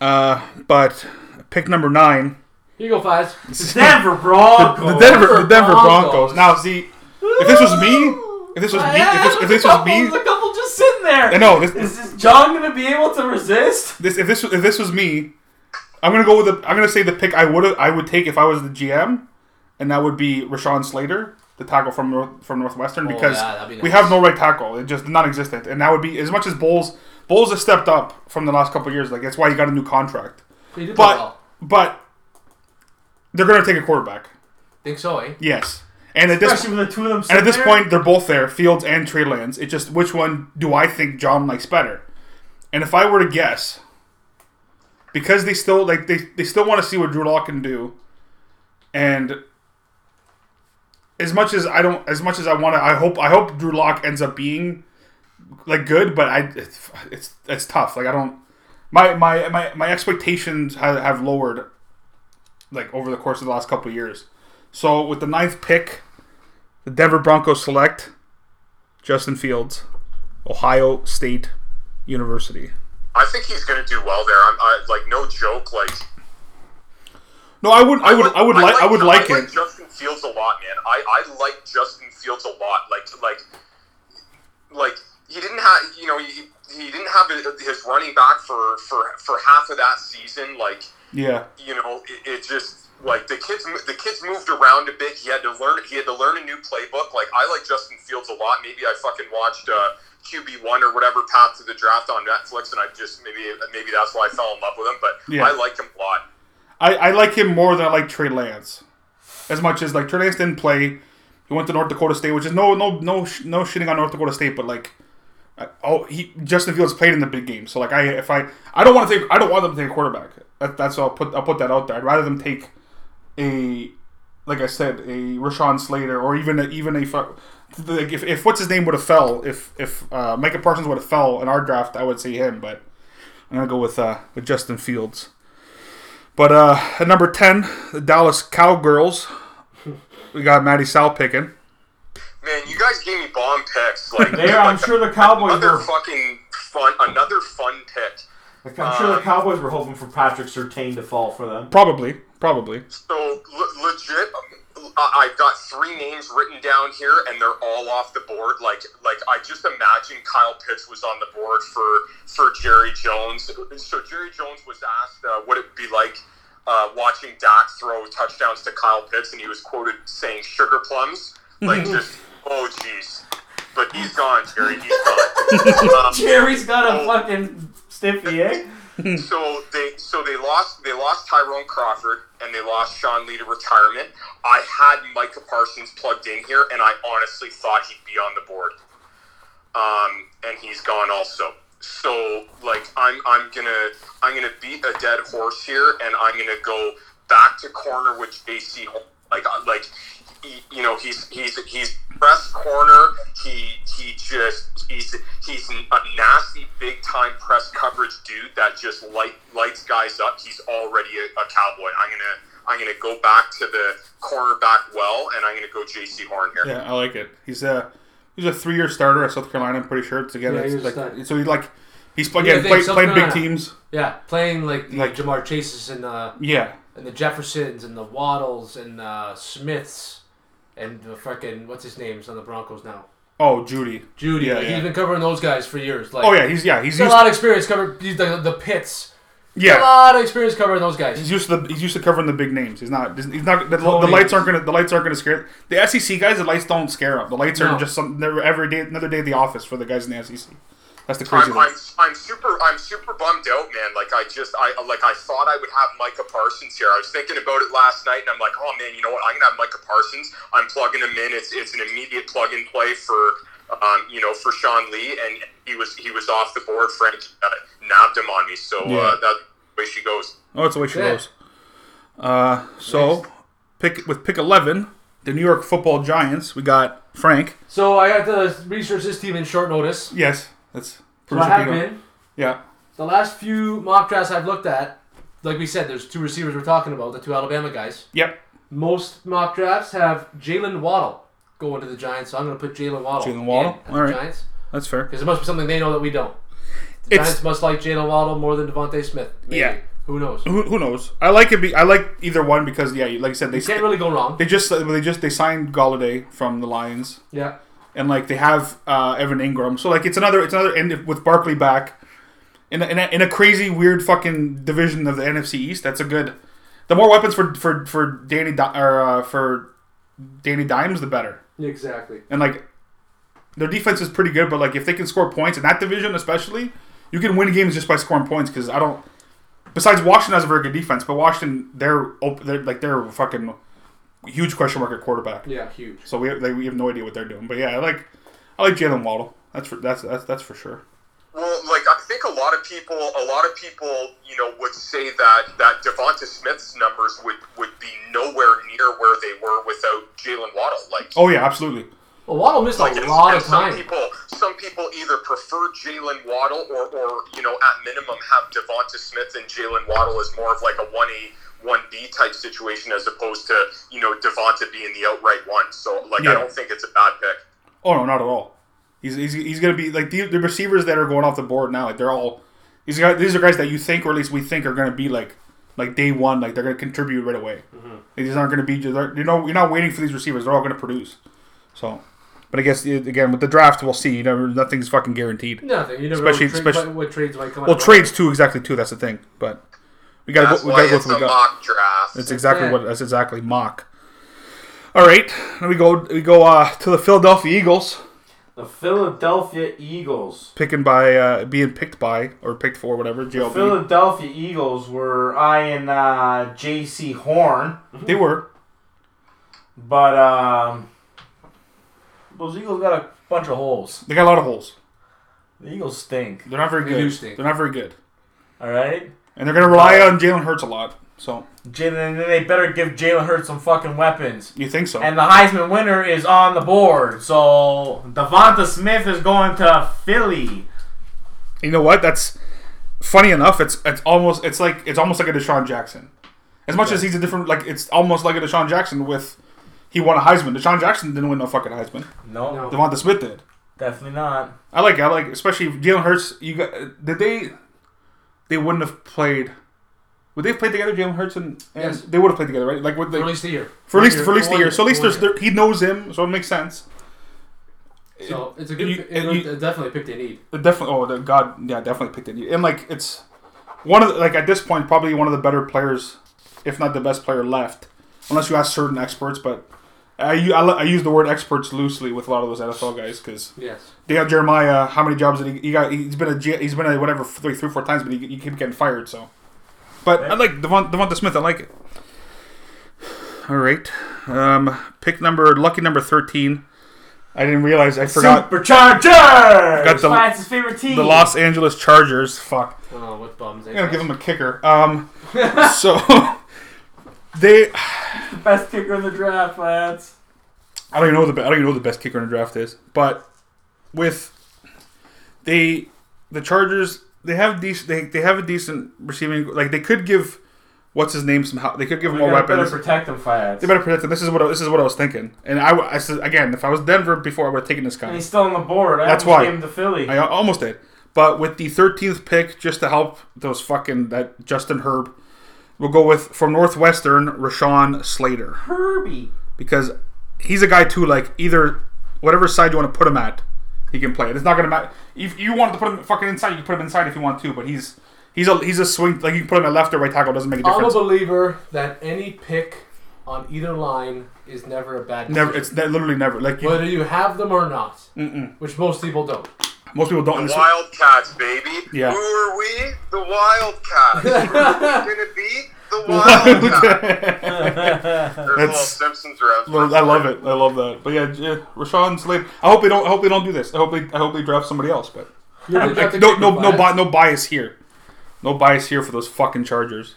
[SPEAKER 2] Uh, but pick number nine,
[SPEAKER 5] Here you go, Fives.
[SPEAKER 3] Denver Broncos.
[SPEAKER 2] the Denver, the Denver Broncos.
[SPEAKER 5] Oh. Broncos.
[SPEAKER 2] Now, see, if this was me, if this was me, if this, if this was
[SPEAKER 3] There's
[SPEAKER 2] me,
[SPEAKER 3] a couple just sitting there.
[SPEAKER 2] I know this,
[SPEAKER 3] Is this John gonna be able to resist?
[SPEAKER 2] this if this if this was me, I'm gonna go with the I'm gonna say the pick I would I would take if I was the GM, and that would be Rashawn Slater, the tackle from North, from Northwestern, because
[SPEAKER 5] Oh, yeah, that'd be
[SPEAKER 2] we
[SPEAKER 5] nice.
[SPEAKER 2] have no right tackle, it just non-existent, and that would be as much as Bowles Bowles has stepped up from the last couple of years, like that's why he got a new contract,
[SPEAKER 5] He did
[SPEAKER 2] but
[SPEAKER 5] well.
[SPEAKER 2] but they're gonna take a quarterback.
[SPEAKER 5] Think so, eh?
[SPEAKER 2] Yes. And at this
[SPEAKER 3] Especially with the two of them.
[SPEAKER 2] and at
[SPEAKER 3] sitting
[SPEAKER 2] this
[SPEAKER 3] there.
[SPEAKER 2] point, they're both there, Fields and Trey Lance. It's just which one do I think John likes better? And if I were to guess, because they still like they, they still want to see what Drew Lock can do, and as much as I don't, as much as I want to, I hope I hope Drew Lock ends up being like good, but I it's it's, it's tough. Like I don't my my my, my expectations have, have lowered like over the course of the last couple of years. So with the ninth pick, the Denver Broncos select Justin Fields, Ohio State University.
[SPEAKER 6] I think he's going to do well there. I'm I, like no joke. Like
[SPEAKER 2] No, I would, I would, I would like, I would like
[SPEAKER 6] I like
[SPEAKER 2] it.
[SPEAKER 6] Justin Fields a lot, man. I, I like Justin Fields a lot. Like like like he didn't have you know he, he didn't have his running back for for for half of that season. Like
[SPEAKER 2] Yeah,
[SPEAKER 6] you know, it, it just like the kids mo- the kids moved around a bit. He had to learn he had to learn a new playbook. Like I like Justin Fields a lot. Maybe I fucking watched uh, QB one or whatever Path to the Draft on Netflix, and I just maybe maybe that's why I fell in love with him. But
[SPEAKER 2] Yeah.
[SPEAKER 6] I like him a lot.
[SPEAKER 2] I, I like him more than I like Trey Lance, as much as like Trey Lance didn't play. He went to North Dakota State, which is no, no, no, sh- no shitting on North Dakota State, but like, I, oh, he Justin Fields played in the big game, so like, I if I I don't want to take, I don't want them to take a quarterback. That, that's I'll put I'll put that out there. I'd rather them take a, like I said, a Rashawn Slater or even a, even a fu- like if, if what's his name would have fell if if uh, Micah Parsons would have fell in our draft, I would say him, but I'm gonna go with uh, with Justin Fields. But uh, at number ten, the Dallas Cowgirls. We got Maddie Sal picking.
[SPEAKER 6] Man, you guys gave me bomb picks. Like
[SPEAKER 3] There, I'm sure the Cowboys
[SPEAKER 6] another
[SPEAKER 3] were.
[SPEAKER 6] fucking fun another fun pick.
[SPEAKER 3] I'm sure the Cowboys were hoping for Patrick Sertain to fall for them.
[SPEAKER 2] Probably, probably.
[SPEAKER 6] So le- legit, um, I- I've got three names written down here, and they're all off the board. Like, like I just imagine Kyle Pitts was on the board for for Jerry Jones. So Jerry Jones was asked uh, what it'd be like uh, watching Dak throw touchdowns to Kyle Pitts, and he was quoted saying "sugar plums," like just oh jeez. But he's gone, Jerry. He's gone. Um,
[SPEAKER 3] Jerry's got a fucking stiffy, eh?
[SPEAKER 6] so they so they lost they lost Tyrone Crawford and they lost Sean Lee to retirement. I had Micah Parsons plugged in here, and I honestly thought he'd be on the board. Um, and he's gone also. So like I'm I'm gonna I'm gonna beat a dead horse here, and I'm gonna go back to corner with JC. Hol- Like I- like he, you know he's he's he's press corner. He he just he's he's a nasty big time press coverage dude that just light lights guys up. He's already a, a cowboy. I'm gonna I'm gonna go back to the cornerback well, and I'm gonna go JC Horn here.
[SPEAKER 2] Yeah, I like it. He's a he's a three year starter at South Carolina. I'm pretty sure it's again.
[SPEAKER 5] Yeah,
[SPEAKER 2] it's
[SPEAKER 5] he was
[SPEAKER 2] like-
[SPEAKER 5] starting.
[SPEAKER 2] so he like he's playing
[SPEAKER 5] Yeah, I
[SPEAKER 2] yeah,
[SPEAKER 5] think
[SPEAKER 2] play,
[SPEAKER 5] South
[SPEAKER 2] playing big
[SPEAKER 5] Carolina.
[SPEAKER 2] teams.
[SPEAKER 5] Yeah, playing like the
[SPEAKER 2] Like-
[SPEAKER 5] Jamar Chases and the
[SPEAKER 2] Yeah,
[SPEAKER 5] and the Jeffersons and the Waddles and the Smiths and the fucking what's his name's on the Broncos now.
[SPEAKER 2] Oh, Judy.
[SPEAKER 5] Judy,
[SPEAKER 2] Yeah,
[SPEAKER 5] like,
[SPEAKER 2] yeah.
[SPEAKER 5] he's been covering those guys for years. Like,
[SPEAKER 2] Oh yeah, he's yeah he's
[SPEAKER 5] he's got
[SPEAKER 2] used
[SPEAKER 5] a lot of experience covering he's the, the pits. A
[SPEAKER 2] yeah
[SPEAKER 5] lot of experience covering those guys.
[SPEAKER 2] he's used to the, he's used to covering the big names. He's not he's not the, the
[SPEAKER 3] Tony.
[SPEAKER 2] lights aren't gonna the lights aren't gonna scare the SEC guys. The lights don't scare up. The lights are
[SPEAKER 5] No.
[SPEAKER 2] just some they're every day another day at the office for the guys in the SEC. That's the crazy
[SPEAKER 6] I'm,
[SPEAKER 2] thing.
[SPEAKER 6] I'm, I'm super I'm super bummed out, man. Like I just I like I thought I would have Micah Parsons here. I was thinking about it last night, and I'm like, oh man, you know what? I'm gonna have Micah Parsons. I'm plugging him in. It's it's an immediate plug and play for um, you know for Sean Lee, and he was he was off the board. Frank uh, nabbed him on me, so
[SPEAKER 2] Yeah.
[SPEAKER 6] uh, that's the way she goes.
[SPEAKER 2] Oh, that's the way she
[SPEAKER 5] Yeah.
[SPEAKER 2] goes. Uh, so pick with pick eleven, the New York Football Giants. We got Frank.
[SPEAKER 5] So I had to research this team in short notice.
[SPEAKER 2] Yes, that's
[SPEAKER 5] So I have been
[SPEAKER 2] Yeah,
[SPEAKER 5] the last few mock drafts I've looked at. Like we said, there's two receivers we're talking about, the two Alabama guys.
[SPEAKER 2] yep.
[SPEAKER 5] Most mock drafts have Jalen Waddle going to the Giants, so I'm going to put Jalen Waddle.
[SPEAKER 2] Jalen Waddle?
[SPEAKER 5] in at the
[SPEAKER 2] All right.
[SPEAKER 5] Giants.
[SPEAKER 2] That's fair.
[SPEAKER 5] Because it must be something they know that we don't. The
[SPEAKER 2] It's-
[SPEAKER 5] Giants must like Jalen Waddle more than Devontae Smith. Maybe.
[SPEAKER 2] Yeah.
[SPEAKER 5] Who knows?
[SPEAKER 2] Who, who knows? I like it. Be, I like either one because yeah, like I said, they
[SPEAKER 5] Can't really go wrong.
[SPEAKER 2] they just they just they signed Galladay from the Lions.
[SPEAKER 5] Yeah.
[SPEAKER 2] and like they have uh, Evan Ingram. So like it's another it's another end of- with Barkley back in a, in, a, in a crazy weird fucking division of the NFC East. That's a good. The more weapons for for for Danny Di- or uh, for Danny Dimes, the better.
[SPEAKER 5] Exactly.
[SPEAKER 2] And like their defense is pretty good, but like if they can score points in that division, especially, you can win games just by scoring points. Because I don't. Besides, Washington has a very good defense, but Washington they're, op- they're like they're fucking huge question mark at quarterback.
[SPEAKER 5] Yeah, huge.
[SPEAKER 2] So we have, like, we have no idea what they're doing. But yeah, I like I like Jalen Waddle. That's for that's that's that's for sure.
[SPEAKER 6] Well, like I think a lot of people, a lot of people, you know, would say that that Devonta Smith's numbers would would be nowhere near where they were without Jalen Waddle. Like
[SPEAKER 2] Oh yeah, absolutely.
[SPEAKER 5] Well, Waddle missed
[SPEAKER 6] Like,
[SPEAKER 5] a
[SPEAKER 6] and-
[SPEAKER 5] lot
[SPEAKER 6] and
[SPEAKER 5] of time.
[SPEAKER 6] Some people, some people either prefer Jalen Waddle or, or you know, at minimum, have Devonta Smith and Jalen Waddle as more of like a one A, one B type situation as opposed to you know Devonta being the outright one. So like,
[SPEAKER 2] Yeah.
[SPEAKER 6] I don't think it's a bad pick.
[SPEAKER 2] Oh no, not at all. He's he's, he's gonna be like the, the receivers that are going off the board now. Like they're all These guys, these are guys that you think, or at least we think, are going to be like, like day one, like they're going to contribute right away. Like, These aren't going to be, they're- you know, you're not waiting for these receivers. They're all going to produce. So, but I guess it- again with the draft, we'll see. You never, nothing's fucking guaranteed.
[SPEAKER 5] Nothing. You never
[SPEAKER 2] Especially-
[SPEAKER 5] know what, trade,
[SPEAKER 2] especially-
[SPEAKER 5] what, what trades might come out.
[SPEAKER 2] Well,
[SPEAKER 5] of it.
[SPEAKER 2] trades too, exactly too. That's the thing. But we gotta,
[SPEAKER 6] That's
[SPEAKER 2] go, we
[SPEAKER 6] why
[SPEAKER 2] gotta go with
[SPEAKER 6] it's
[SPEAKER 2] what
[SPEAKER 6] a
[SPEAKER 2] we got.
[SPEAKER 6] mock draft.
[SPEAKER 2] That's exactly
[SPEAKER 5] that.
[SPEAKER 2] what. That's exactly mock. All right, then we go. We go uh, to the Philadelphia Eagles,
[SPEAKER 3] The Philadelphia Eagles.
[SPEAKER 2] picking by uh, being picked by or picked for whatever GLB.
[SPEAKER 3] Philadelphia Eagles were eyeing uh, J.C. Horn,
[SPEAKER 2] They were.
[SPEAKER 3] but um, those Eagles got a bunch of holes.
[SPEAKER 2] They got a lot of holes.
[SPEAKER 3] The Eagles stink.
[SPEAKER 2] They're not very
[SPEAKER 5] They
[SPEAKER 2] good.
[SPEAKER 5] do stink.
[SPEAKER 2] They're not very good,
[SPEAKER 3] All right,
[SPEAKER 2] and they're gonna rely on Jalen Hurts a lot. So
[SPEAKER 3] Jalen. Then they better give Jalen Hurts some fucking weapons.
[SPEAKER 2] you think so?
[SPEAKER 3] And the Heisman winner is on the board. So Devonta Smith is going to Philly.
[SPEAKER 2] you know what? That's funny enough. It's it's almost it's like it's almost like a Deshaun Jackson. As much as he's a different, like it's almost like a Deshaun Jackson with he won a Heisman. Deshaun Jackson didn't win no fucking Heisman.
[SPEAKER 3] No,
[SPEAKER 5] No.
[SPEAKER 2] Devonta Smith did.
[SPEAKER 3] definitely not.
[SPEAKER 2] I like. I like, especially if Jalen Hurts. You got did they? They wouldn't have played. Would they have played together, Jalen Hurts and, and
[SPEAKER 5] Yes.
[SPEAKER 2] they would have played together, right? Like, would they,
[SPEAKER 5] For at least a year.
[SPEAKER 2] for at least
[SPEAKER 5] One
[SPEAKER 2] for at least a
[SPEAKER 5] one
[SPEAKER 2] year. So at least
[SPEAKER 5] one
[SPEAKER 2] there's there, he knows him, so it makes sense.
[SPEAKER 5] year. So it's a good.
[SPEAKER 2] you-
[SPEAKER 5] pick-
[SPEAKER 2] and you-
[SPEAKER 5] it's definitely a pick they need.
[SPEAKER 2] It definitely. Oh, the God, yeah, definitely picked it. And like, it's one of the, like at this point probably one of the better players, if not the best player left, unless you ask certain experts. But I u- I, li- I use the word experts loosely with a lot of those NFL guys because
[SPEAKER 5] Yes.
[SPEAKER 2] Deion Jeremiah, how many jobs did he, he got? He's been a G- he's been a whatever three three four times, but he, he keep getting fired. So, but I like Devon, Devonta Smith. I like it. All right, um, pick number lucky number thirteen. I didn't realize I forgot
[SPEAKER 3] Superchargers.
[SPEAKER 2] Got the-
[SPEAKER 3] Why it's his favorite team.
[SPEAKER 2] the Los Angeles Chargers. Fuck,
[SPEAKER 5] Oh, what bums.
[SPEAKER 2] I'm gonna give them a kicker. Um, so they
[SPEAKER 3] best kicker in the draft, lads.
[SPEAKER 2] I don't even know the be- I don't even know who the best kicker in the draft is, but with they the Chargers they have decent they, they have a decent receiving like they could give what's his name some help they could give him
[SPEAKER 3] We
[SPEAKER 2] more
[SPEAKER 3] gotta
[SPEAKER 2] weapons
[SPEAKER 3] Better protect them, lads.
[SPEAKER 2] they better protect him this is what I, this is what I was thinking and I, w- I said again if I was Denver before I would have taken this
[SPEAKER 3] And
[SPEAKER 2] guy
[SPEAKER 3] he's still on the board. I
[SPEAKER 2] That's
[SPEAKER 3] almost
[SPEAKER 2] why.
[SPEAKER 3] gave him to Philly.
[SPEAKER 2] I al- almost did but with the 13th pick just to help those fucking that Justin Herb we'll go with from Northwestern Rashawn Slater
[SPEAKER 3] Kirby.
[SPEAKER 2] because he's a guy too. Like either whatever side you want to put him at, he can play. It's not gonna matter if you wanted to put him fucking inside. You can put him inside if you want to, but he's he's a he's a swing. Like you can put him at left or right tackle. Doesn't make a
[SPEAKER 5] I'm a
[SPEAKER 2] difference.
[SPEAKER 5] believer that any pick on either line is never a bad.
[SPEAKER 2] Never.
[SPEAKER 5] decision.
[SPEAKER 2] It's ne- literally never. Like you,
[SPEAKER 5] whether you have them or not, which most people don't.
[SPEAKER 2] most people don't. understand.
[SPEAKER 6] Wildcats, baby.
[SPEAKER 2] Yeah.
[SPEAKER 6] Who are we? The Wildcats. Who are we gonna be? The Wildcats. There's little
[SPEAKER 2] That's-
[SPEAKER 6] Simpsons reference.
[SPEAKER 2] I love it. I love that. But yeah, yeah Rashawn Slater. I hope they don't. I hope they don't do this. I hope they. I hope they draft somebody else. But
[SPEAKER 5] Yeah, they
[SPEAKER 2] like,
[SPEAKER 5] got the
[SPEAKER 2] no,
[SPEAKER 5] kicker
[SPEAKER 2] no, no,
[SPEAKER 5] bias.
[SPEAKER 2] bi- no bias here. No bias here for those fucking Chargers.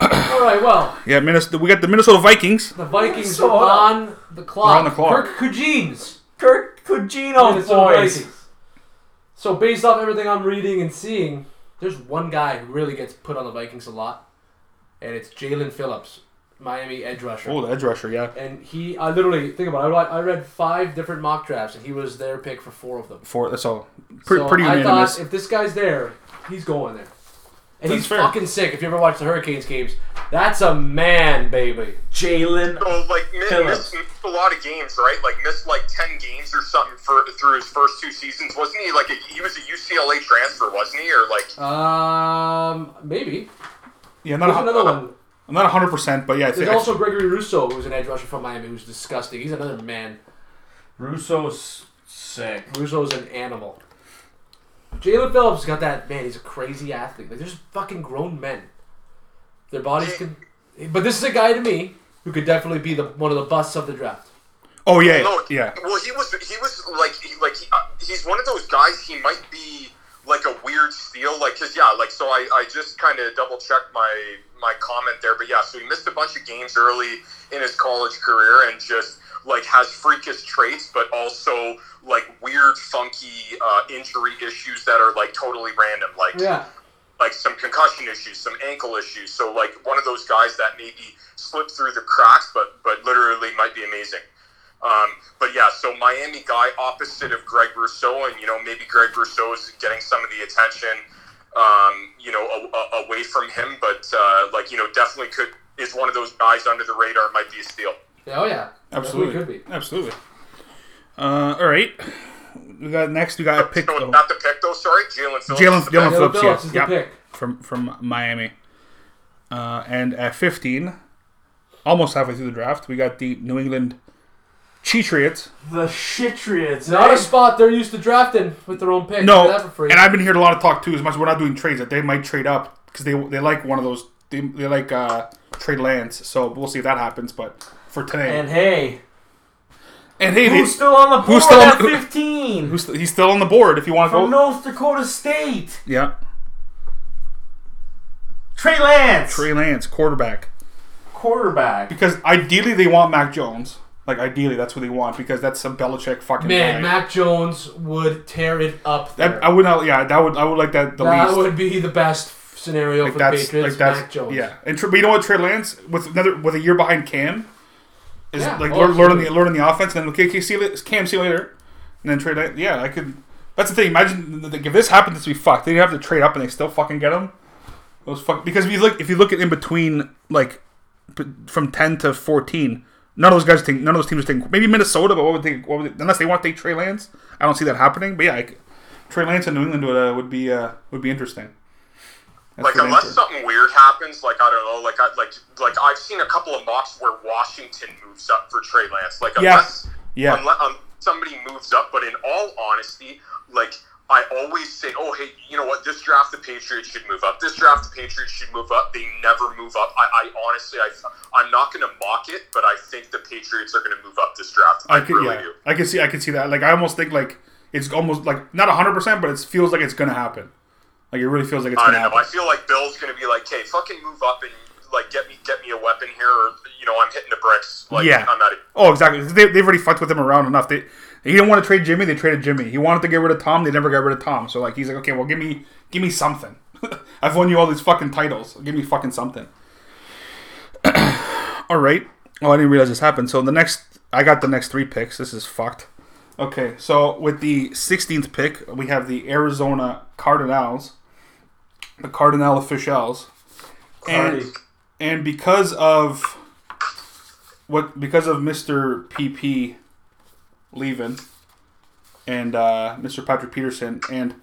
[SPEAKER 5] All right, well,
[SPEAKER 2] Yeah, Minnesota. We got the Minnesota Vikings.
[SPEAKER 5] the Vikings
[SPEAKER 3] So,
[SPEAKER 5] are
[SPEAKER 3] hold on.
[SPEAKER 5] on the clock.
[SPEAKER 2] They're on the clock. Oh,
[SPEAKER 5] Kirk Cousins.
[SPEAKER 3] Kirk
[SPEAKER 5] Minnesota
[SPEAKER 3] Cugino, boys.
[SPEAKER 5] Vikings. So based off everything I'm reading and seeing, there's one guy who really gets put on the Vikings a lot, and it's Jalen Phillips, Miami edge rusher.
[SPEAKER 2] Oh, the edge rusher. Yeah,
[SPEAKER 5] And he, I literally think about. It, I, read- I read five different mock drafts, and he was their pick for four of them.
[SPEAKER 2] for that's all. Pretty,
[SPEAKER 5] so
[SPEAKER 2] pretty
[SPEAKER 5] I
[SPEAKER 2] unanimous.
[SPEAKER 5] thought if this guy's there, he's going there. And
[SPEAKER 2] That's
[SPEAKER 5] he's
[SPEAKER 2] fair.
[SPEAKER 5] fucking sick. If you ever watch the Hurricanes games, that's a man, baby.
[SPEAKER 3] Jalen.
[SPEAKER 6] So like mi-
[SPEAKER 3] Phillips.
[SPEAKER 6] missed a lot of games, right? Like missed like ten games or something for through his first two seasons, wasn't he? Like a, he was a UCLA transfer, wasn't he? Or like
[SPEAKER 5] Um, maybe.
[SPEAKER 2] yeah, not
[SPEAKER 5] There's
[SPEAKER 2] a,
[SPEAKER 5] another one.
[SPEAKER 2] I'm not 100, percent but yeah, I think
[SPEAKER 5] There's also Gregory Russo, who's an edge rusher from Miami, who's disgusting. He's another man.
[SPEAKER 3] Russo's sick.
[SPEAKER 5] Russo's an animal. Jalen Phillips got that man. He's a crazy athlete. Like there's fucking grown men. Their bodies can. But this is a guy to me who could definitely be the one of the busts of the draft.
[SPEAKER 2] oh yeah,
[SPEAKER 6] no,
[SPEAKER 2] yeah.
[SPEAKER 6] Well, he was he was like he, like he, uh, he's one of those guys. He might be like a weird steal, like cause yeah, like so I, I just kind of double checked my my comment there, but yeah, so he missed a bunch of games early in his college career and just like has freakish traits, but also like weird, funky uh, injury issues that are like totally random, like
[SPEAKER 5] Yeah.
[SPEAKER 6] like some concussion issues, some ankle issues. So like one of those guys that maybe slipped through the cracks, but but literally might be amazing. Um, but yeah, so Miami guy opposite of Greg Rousseau, and you know maybe Greg Rousseau is getting some of the attention, um, you know, a, a, away from him. But uh, like you know, definitely could is one of those guys under the radar might be a steal.
[SPEAKER 5] Yeah, oh yeah,
[SPEAKER 2] Absolutely.
[SPEAKER 5] Definitely could be.
[SPEAKER 2] Absolutely. Uh, all right. We got next. We got a pick
[SPEAKER 6] No,
[SPEAKER 2] though.
[SPEAKER 6] not the pick though. Sorry, Jalen Phillips.
[SPEAKER 2] Jalen Jalen
[SPEAKER 5] Jalen
[SPEAKER 2] Phillips.
[SPEAKER 5] Phillips
[SPEAKER 2] yeah.
[SPEAKER 5] is the
[SPEAKER 2] Yep.
[SPEAKER 5] pick.
[SPEAKER 2] From from Miami. Uh, and at 15, almost halfway through the draft, we got the New England Cheatriots.
[SPEAKER 3] The shitriots.
[SPEAKER 5] Not
[SPEAKER 3] eh?
[SPEAKER 5] a spot they're used to drafting with their own pick.
[SPEAKER 2] No,
[SPEAKER 5] That for free.
[SPEAKER 2] and I've been hearing a lot of talk too. As much as we're not doing trades, that they might trade up because they they like one of those. They, they like uh, trade lands. So we'll see if that happens. But for today, and,
[SPEAKER 3] And hey,
[SPEAKER 2] hey, they-
[SPEAKER 3] who's still on the board
[SPEAKER 2] who's still on-
[SPEAKER 3] at 15?
[SPEAKER 2] who's- he's still on the board. If you want to go,
[SPEAKER 3] from North Dakota State.
[SPEAKER 2] yeah,
[SPEAKER 3] Trey Lance.
[SPEAKER 2] Trey Lance, quarterback.
[SPEAKER 3] Quarterback.
[SPEAKER 2] Because ideally they want Mac Jones. Like ideally that's what they want because that's some Belichick fucking guy.
[SPEAKER 5] Man, Mac Jones would tear it up. There.
[SPEAKER 2] that, I would not. Yeah, that would I would like that the
[SPEAKER 5] That
[SPEAKER 2] least.
[SPEAKER 5] would be the best f- scenario
[SPEAKER 2] like
[SPEAKER 5] for the
[SPEAKER 2] that's
[SPEAKER 5] Patriots.
[SPEAKER 2] like that's
[SPEAKER 5] Mac Jones.
[SPEAKER 2] yeah. And Tre- but you know what, Trey Lance with another with a year behind Cam is
[SPEAKER 5] Yeah,
[SPEAKER 2] like
[SPEAKER 5] oh,
[SPEAKER 2] learn, learn on
[SPEAKER 5] absolutely.
[SPEAKER 2] the learn on the offense. And then okay, okay, see you la- Cam, see you later. And then trade. Lan- Yeah, I could. That's the thing. Imagine like, if this happened, this would be fucked. They have to trade up and they still fucking get him. Those fuck because if you look if you look at in between like p- from ten to fourteen. None of those guys think. None of those teams think. Maybe Minnesota, but what would they? What would they unless they want to take Trey Lance, I don't see that happening. But yeah, I c Trey Lance in New England would, uh, would be uh, would be interesting. That's
[SPEAKER 6] Like
[SPEAKER 2] the
[SPEAKER 6] unless
[SPEAKER 2] answer.
[SPEAKER 6] something weird happens, like I don't know, like I like like I've seen a couple of mocks where Washington moves up for Trey Lance. Like
[SPEAKER 2] Yeah.
[SPEAKER 6] unless
[SPEAKER 2] Yeah.
[SPEAKER 6] unless um, somebody moves up, but in all honesty, like I always say, oh hey, you know what? This draft the Patriots should move up. This draft the Patriots should move up. They never move up. I, I honestly, I I'm not going to mock it, but I think the Patriots are going to move up this draft. I,
[SPEAKER 2] I could,
[SPEAKER 6] really
[SPEAKER 2] yeah,
[SPEAKER 6] do.
[SPEAKER 2] I could see, I could see that. Like, I almost think like it's almost like not hundred percent, but it feels like it's gonna happen. Like, it really feels like it's
[SPEAKER 6] I
[SPEAKER 2] gonna
[SPEAKER 6] don't know.
[SPEAKER 2] happen.
[SPEAKER 6] I feel like Bill's going to be like, "Hey, fucking move up and like get me get me a weapon here, or you know, I'm hitting the bricks. Like,
[SPEAKER 2] Yeah.
[SPEAKER 6] I'm out of
[SPEAKER 2] Oh, exactly. They, they've already fucked with him around enough. They he didn't want to trade Jimmy. They traded Jimmy. He wanted to get rid of Tom. They never got rid of Tom. So like he's like, okay, well, give me give me something. I've won you all these fucking titles. Give me fucking something. all right. Oh, I didn't realize this happened. So the next, I got the next three picks. This is fucked. Okay, so with the 16th pick, we have the Arizona Cardinals, the Cardinal officials, and
[SPEAKER 3] Cardi.
[SPEAKER 2] and because of what because of Mr. PP leaving and uh, Mr. Patrick Peterson and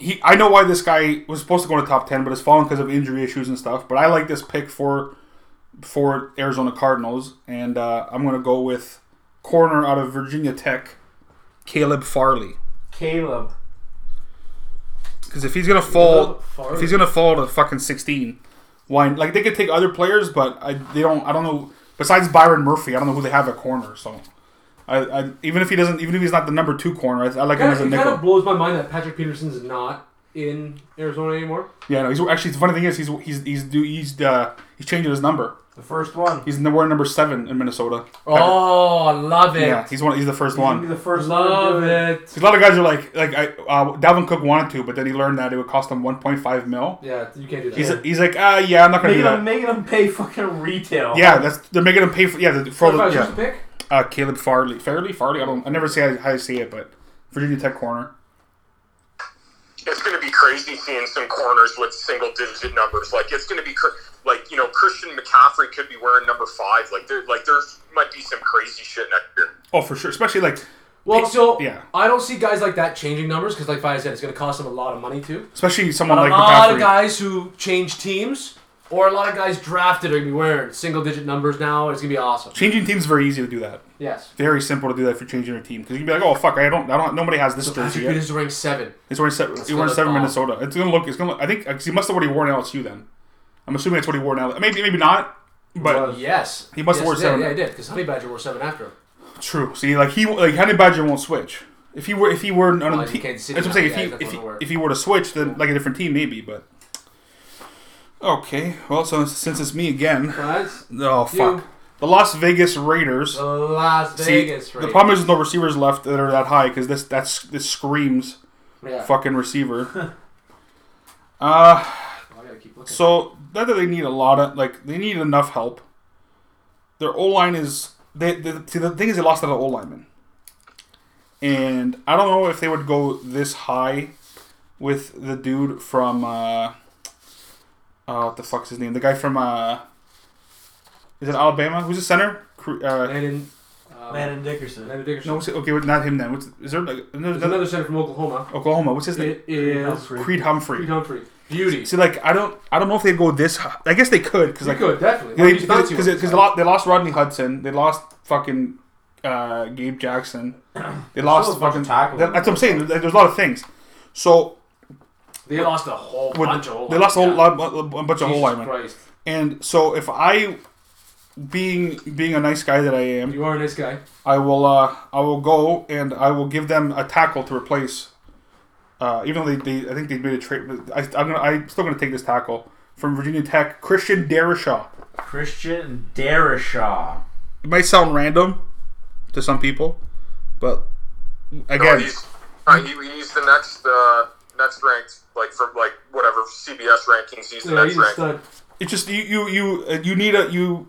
[SPEAKER 2] he I know why this guy was supposed to go in the top 10 but it's fallen because of injury issues and stuff but I like this pick for for Arizona Cardinals and uh, I'm going to go with corner out of Virginia Tech Caleb Farley
[SPEAKER 3] Caleb.
[SPEAKER 2] because if he's going to fall
[SPEAKER 5] Caleb Farley.
[SPEAKER 2] if he's going to fall to fucking 16 why like they could take other players but I they don't I don't know besides Byron Murphy I don't know who they have at corner so I, I even if he doesn't even if he's not the number 2 corner I, I like him
[SPEAKER 5] Kinda-
[SPEAKER 2] as a
[SPEAKER 5] it kind
[SPEAKER 2] nickel
[SPEAKER 5] of blows my mind that Patrick Peterson's not in Arizona anymore.
[SPEAKER 2] Yeah, no, he's actually the funny thing is he's he's he's do he's uh, he's changing his number.
[SPEAKER 3] The first one.
[SPEAKER 2] He's number number seven in Minnesota.
[SPEAKER 5] Oh, I love it.
[SPEAKER 2] yeah, he's one. He's the first
[SPEAKER 3] He's
[SPEAKER 2] one.
[SPEAKER 3] the first one. to
[SPEAKER 5] Love
[SPEAKER 3] do
[SPEAKER 5] it.
[SPEAKER 2] 'Cause A lot of guys are like like I, uh, Dalvin Cook wanted to, but then he learned that it would cost him 1.5 mil.
[SPEAKER 5] Yeah, you can't do that.
[SPEAKER 2] He's he's like ah yeah I'm not gonna
[SPEAKER 3] Making
[SPEAKER 2] do that.
[SPEAKER 3] them, making them pay fucking retail.
[SPEAKER 2] yeah, that's they're making him pay for yeah the, for all
[SPEAKER 5] If I
[SPEAKER 2] the,
[SPEAKER 5] was
[SPEAKER 2] yeah
[SPEAKER 5] supposed to pick,
[SPEAKER 2] uh, Caleb Farley Farley Farley I don't I never see how, how I see it but Virginia Tech corner
[SPEAKER 6] it's going to be crazy seeing some corners with single digit numbers. Like it's going to be cr- like you know Christian McCaffrey could be wearing number five. Like there like there might be some crazy shit next year.
[SPEAKER 2] oh for sure especially like
[SPEAKER 5] well, so
[SPEAKER 2] yeah.
[SPEAKER 5] I don't see guys like that changing numbers because, like I said, it's going to cost them a lot of money too.
[SPEAKER 2] especially someone like
[SPEAKER 5] a lot of
[SPEAKER 2] McCaffrey.
[SPEAKER 5] guys who change teams or a lot of guys drafted are going to be wearing single digit numbers now. It's going to be awesome.
[SPEAKER 2] Changing teams is very easy to do that.
[SPEAKER 5] Yes.
[SPEAKER 2] Very simple to do that if you're changing your team because you can be like oh fuck I don't I don't nobody has this jersey
[SPEAKER 5] Patrick
[SPEAKER 2] yet.
[SPEAKER 5] Peterson's ranked seven.
[SPEAKER 2] He's wearing seven. He's wearing
[SPEAKER 5] gonna
[SPEAKER 2] seven
[SPEAKER 5] fall.
[SPEAKER 2] Minnesota. It's gonna look. It's gonna. Look, I think 'cause he must have already worn LSU then. I'm assuming that's what he wore now. Maybe maybe not. But
[SPEAKER 3] Was.
[SPEAKER 5] Yes.
[SPEAKER 2] He must have
[SPEAKER 5] yes,
[SPEAKER 2] wore
[SPEAKER 5] he did.
[SPEAKER 2] seven.
[SPEAKER 5] Yeah, he did because Honey Badger wore seven after him.
[SPEAKER 2] true. See, like he like Honey Badger won't switch. If he were if he were on
[SPEAKER 5] Well,
[SPEAKER 2] a
[SPEAKER 5] he's
[SPEAKER 2] team,
[SPEAKER 5] Kansas
[SPEAKER 2] that's
[SPEAKER 5] City
[SPEAKER 2] what I'm
[SPEAKER 5] now.
[SPEAKER 2] saying.
[SPEAKER 5] Yeah, he's
[SPEAKER 2] If
[SPEAKER 5] not
[SPEAKER 2] he if
[SPEAKER 5] gonna
[SPEAKER 2] he,
[SPEAKER 5] wear it.
[SPEAKER 2] if he were to switch, then like a different team maybe. But okay, well so since it's me again,
[SPEAKER 5] That's
[SPEAKER 2] oh fuck,
[SPEAKER 5] You.
[SPEAKER 2] the Las Vegas Raiders.
[SPEAKER 5] Las
[SPEAKER 2] See,
[SPEAKER 5] Vegas.
[SPEAKER 2] the
[SPEAKER 5] Raiders.
[SPEAKER 2] problem is there's no receivers left that are that high because this that's this screams
[SPEAKER 5] Yeah.
[SPEAKER 2] fucking receiver. uh
[SPEAKER 5] Oh, I gotta keep looking.
[SPEAKER 2] So not that they need a lot of like they need enough help. Their O line is They, they, see, the thing is, they lost a lot of old linemen, and I don't know if they would go this high with the dude from uh, uh what the fuck's his name? The guy from uh, is it Alabama? Who's the center? Cre- Uh,
[SPEAKER 5] Landon, uh, Landon,
[SPEAKER 3] Landon Dickerson.
[SPEAKER 5] Dickerson.
[SPEAKER 2] no, what's it, okay, not him then. What's, is there like, another,
[SPEAKER 5] There's another center from Oklahoma.
[SPEAKER 2] Oklahoma? What's his name?
[SPEAKER 5] It is Creed
[SPEAKER 2] Creed Humphrey.
[SPEAKER 5] Humphrey. Beauty.
[SPEAKER 2] See, like I don't, I don't know if they go this. high. I guess they could because
[SPEAKER 5] You
[SPEAKER 2] like
[SPEAKER 5] could, definitely. Or he's not too
[SPEAKER 2] because
[SPEAKER 5] old.
[SPEAKER 2] they lost, they lost Rodney Hudson, they lost fucking uh, Gabe Jackson, they lost
[SPEAKER 3] a bunch
[SPEAKER 2] fucking
[SPEAKER 3] of tackles.
[SPEAKER 2] that- that's what I'm saying. there- There's a lot of things. So
[SPEAKER 5] They lost a whole
[SPEAKER 2] with-
[SPEAKER 5] bunch of old
[SPEAKER 2] they lost a whole
[SPEAKER 5] yeah.
[SPEAKER 2] lot, a bunch of whole
[SPEAKER 5] Jesus
[SPEAKER 2] linemen,
[SPEAKER 5] Christ.
[SPEAKER 2] and so if I, being being a nice guy that I am,
[SPEAKER 5] You are a nice guy.
[SPEAKER 2] I will uh, I will go and I will give them a tackle to replace. Uh, even though they, they, I think they made a trade. but I, I'm, gonna, I'm still going to take this tackle from Virginia Tech, Christian Darishaw.
[SPEAKER 3] Christian Darrishaw.
[SPEAKER 2] It might sound random to some people, but
[SPEAKER 6] No,
[SPEAKER 2] again,
[SPEAKER 6] he's, uh, he, he's the next uh, next ranked, like from like whatever CBS rankings. He's the
[SPEAKER 5] Yeah,
[SPEAKER 6] next
[SPEAKER 5] he's a
[SPEAKER 6] ranked.
[SPEAKER 5] stud.
[SPEAKER 2] it's just you you you uh, you need a you.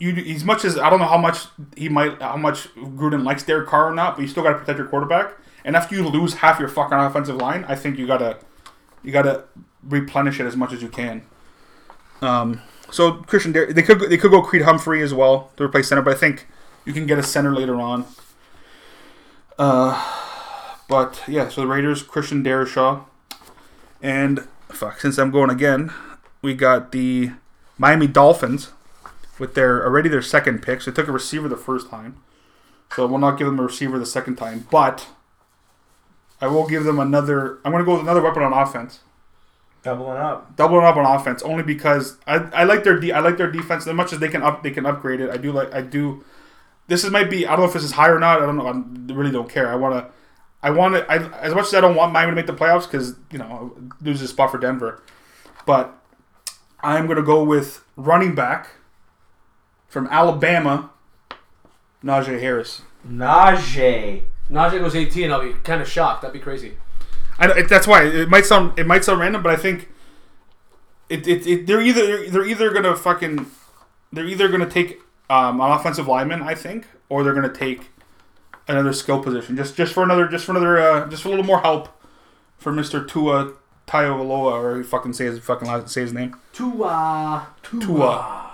[SPEAKER 2] You, as much as I don't know how much he might, how much Gruden likes Derek Carr or not, but you still got to protect your quarterback. And after you lose half your fucking offensive line, I think you gotta, you gotta replenish it as much as you can. Um, so Christian, Dar- they could go- they could go Creed Humphrey as well to replace center, but I think you can get a center later on. Uh, but yeah, so the Raiders Christian Darrishaw, and fuck, since I'm going again, we got the Miami Dolphins with their already their second pick. So they took a receiver the first time, so we'll not give them a receiver the second time, but I will give them another. I'm going to go with another weapon on offense
[SPEAKER 3] Doubling up.
[SPEAKER 2] doubling up on offense only because I, I like their de- I like their defense as much as they can up they can upgrade it. I do like I do. This is might be I don't know if this is high or not. I don't know. I really don't care. I want to. I want to. I as much as I don't want Miami to make the playoffs because you know loses a spot for Denver, but I'm gonna go with running back from Alabama, Najee Harris.
[SPEAKER 3] Najee.
[SPEAKER 5] Najee goes 18. I'll be kind of shocked. That'd be crazy.
[SPEAKER 2] I know, it, that's why it might sound it might sound random, but I think it, it, it they're either they're either gonna fucking they're either gonna take um, an offensive lineman, I think, or they're gonna take another skill position just just for another just for another uh, just for a little more help for Mister Tua Tagovailoa or you fucking say his fucking last, say his name
[SPEAKER 5] Tua. Tua. Ah.
[SPEAKER 2] Tua.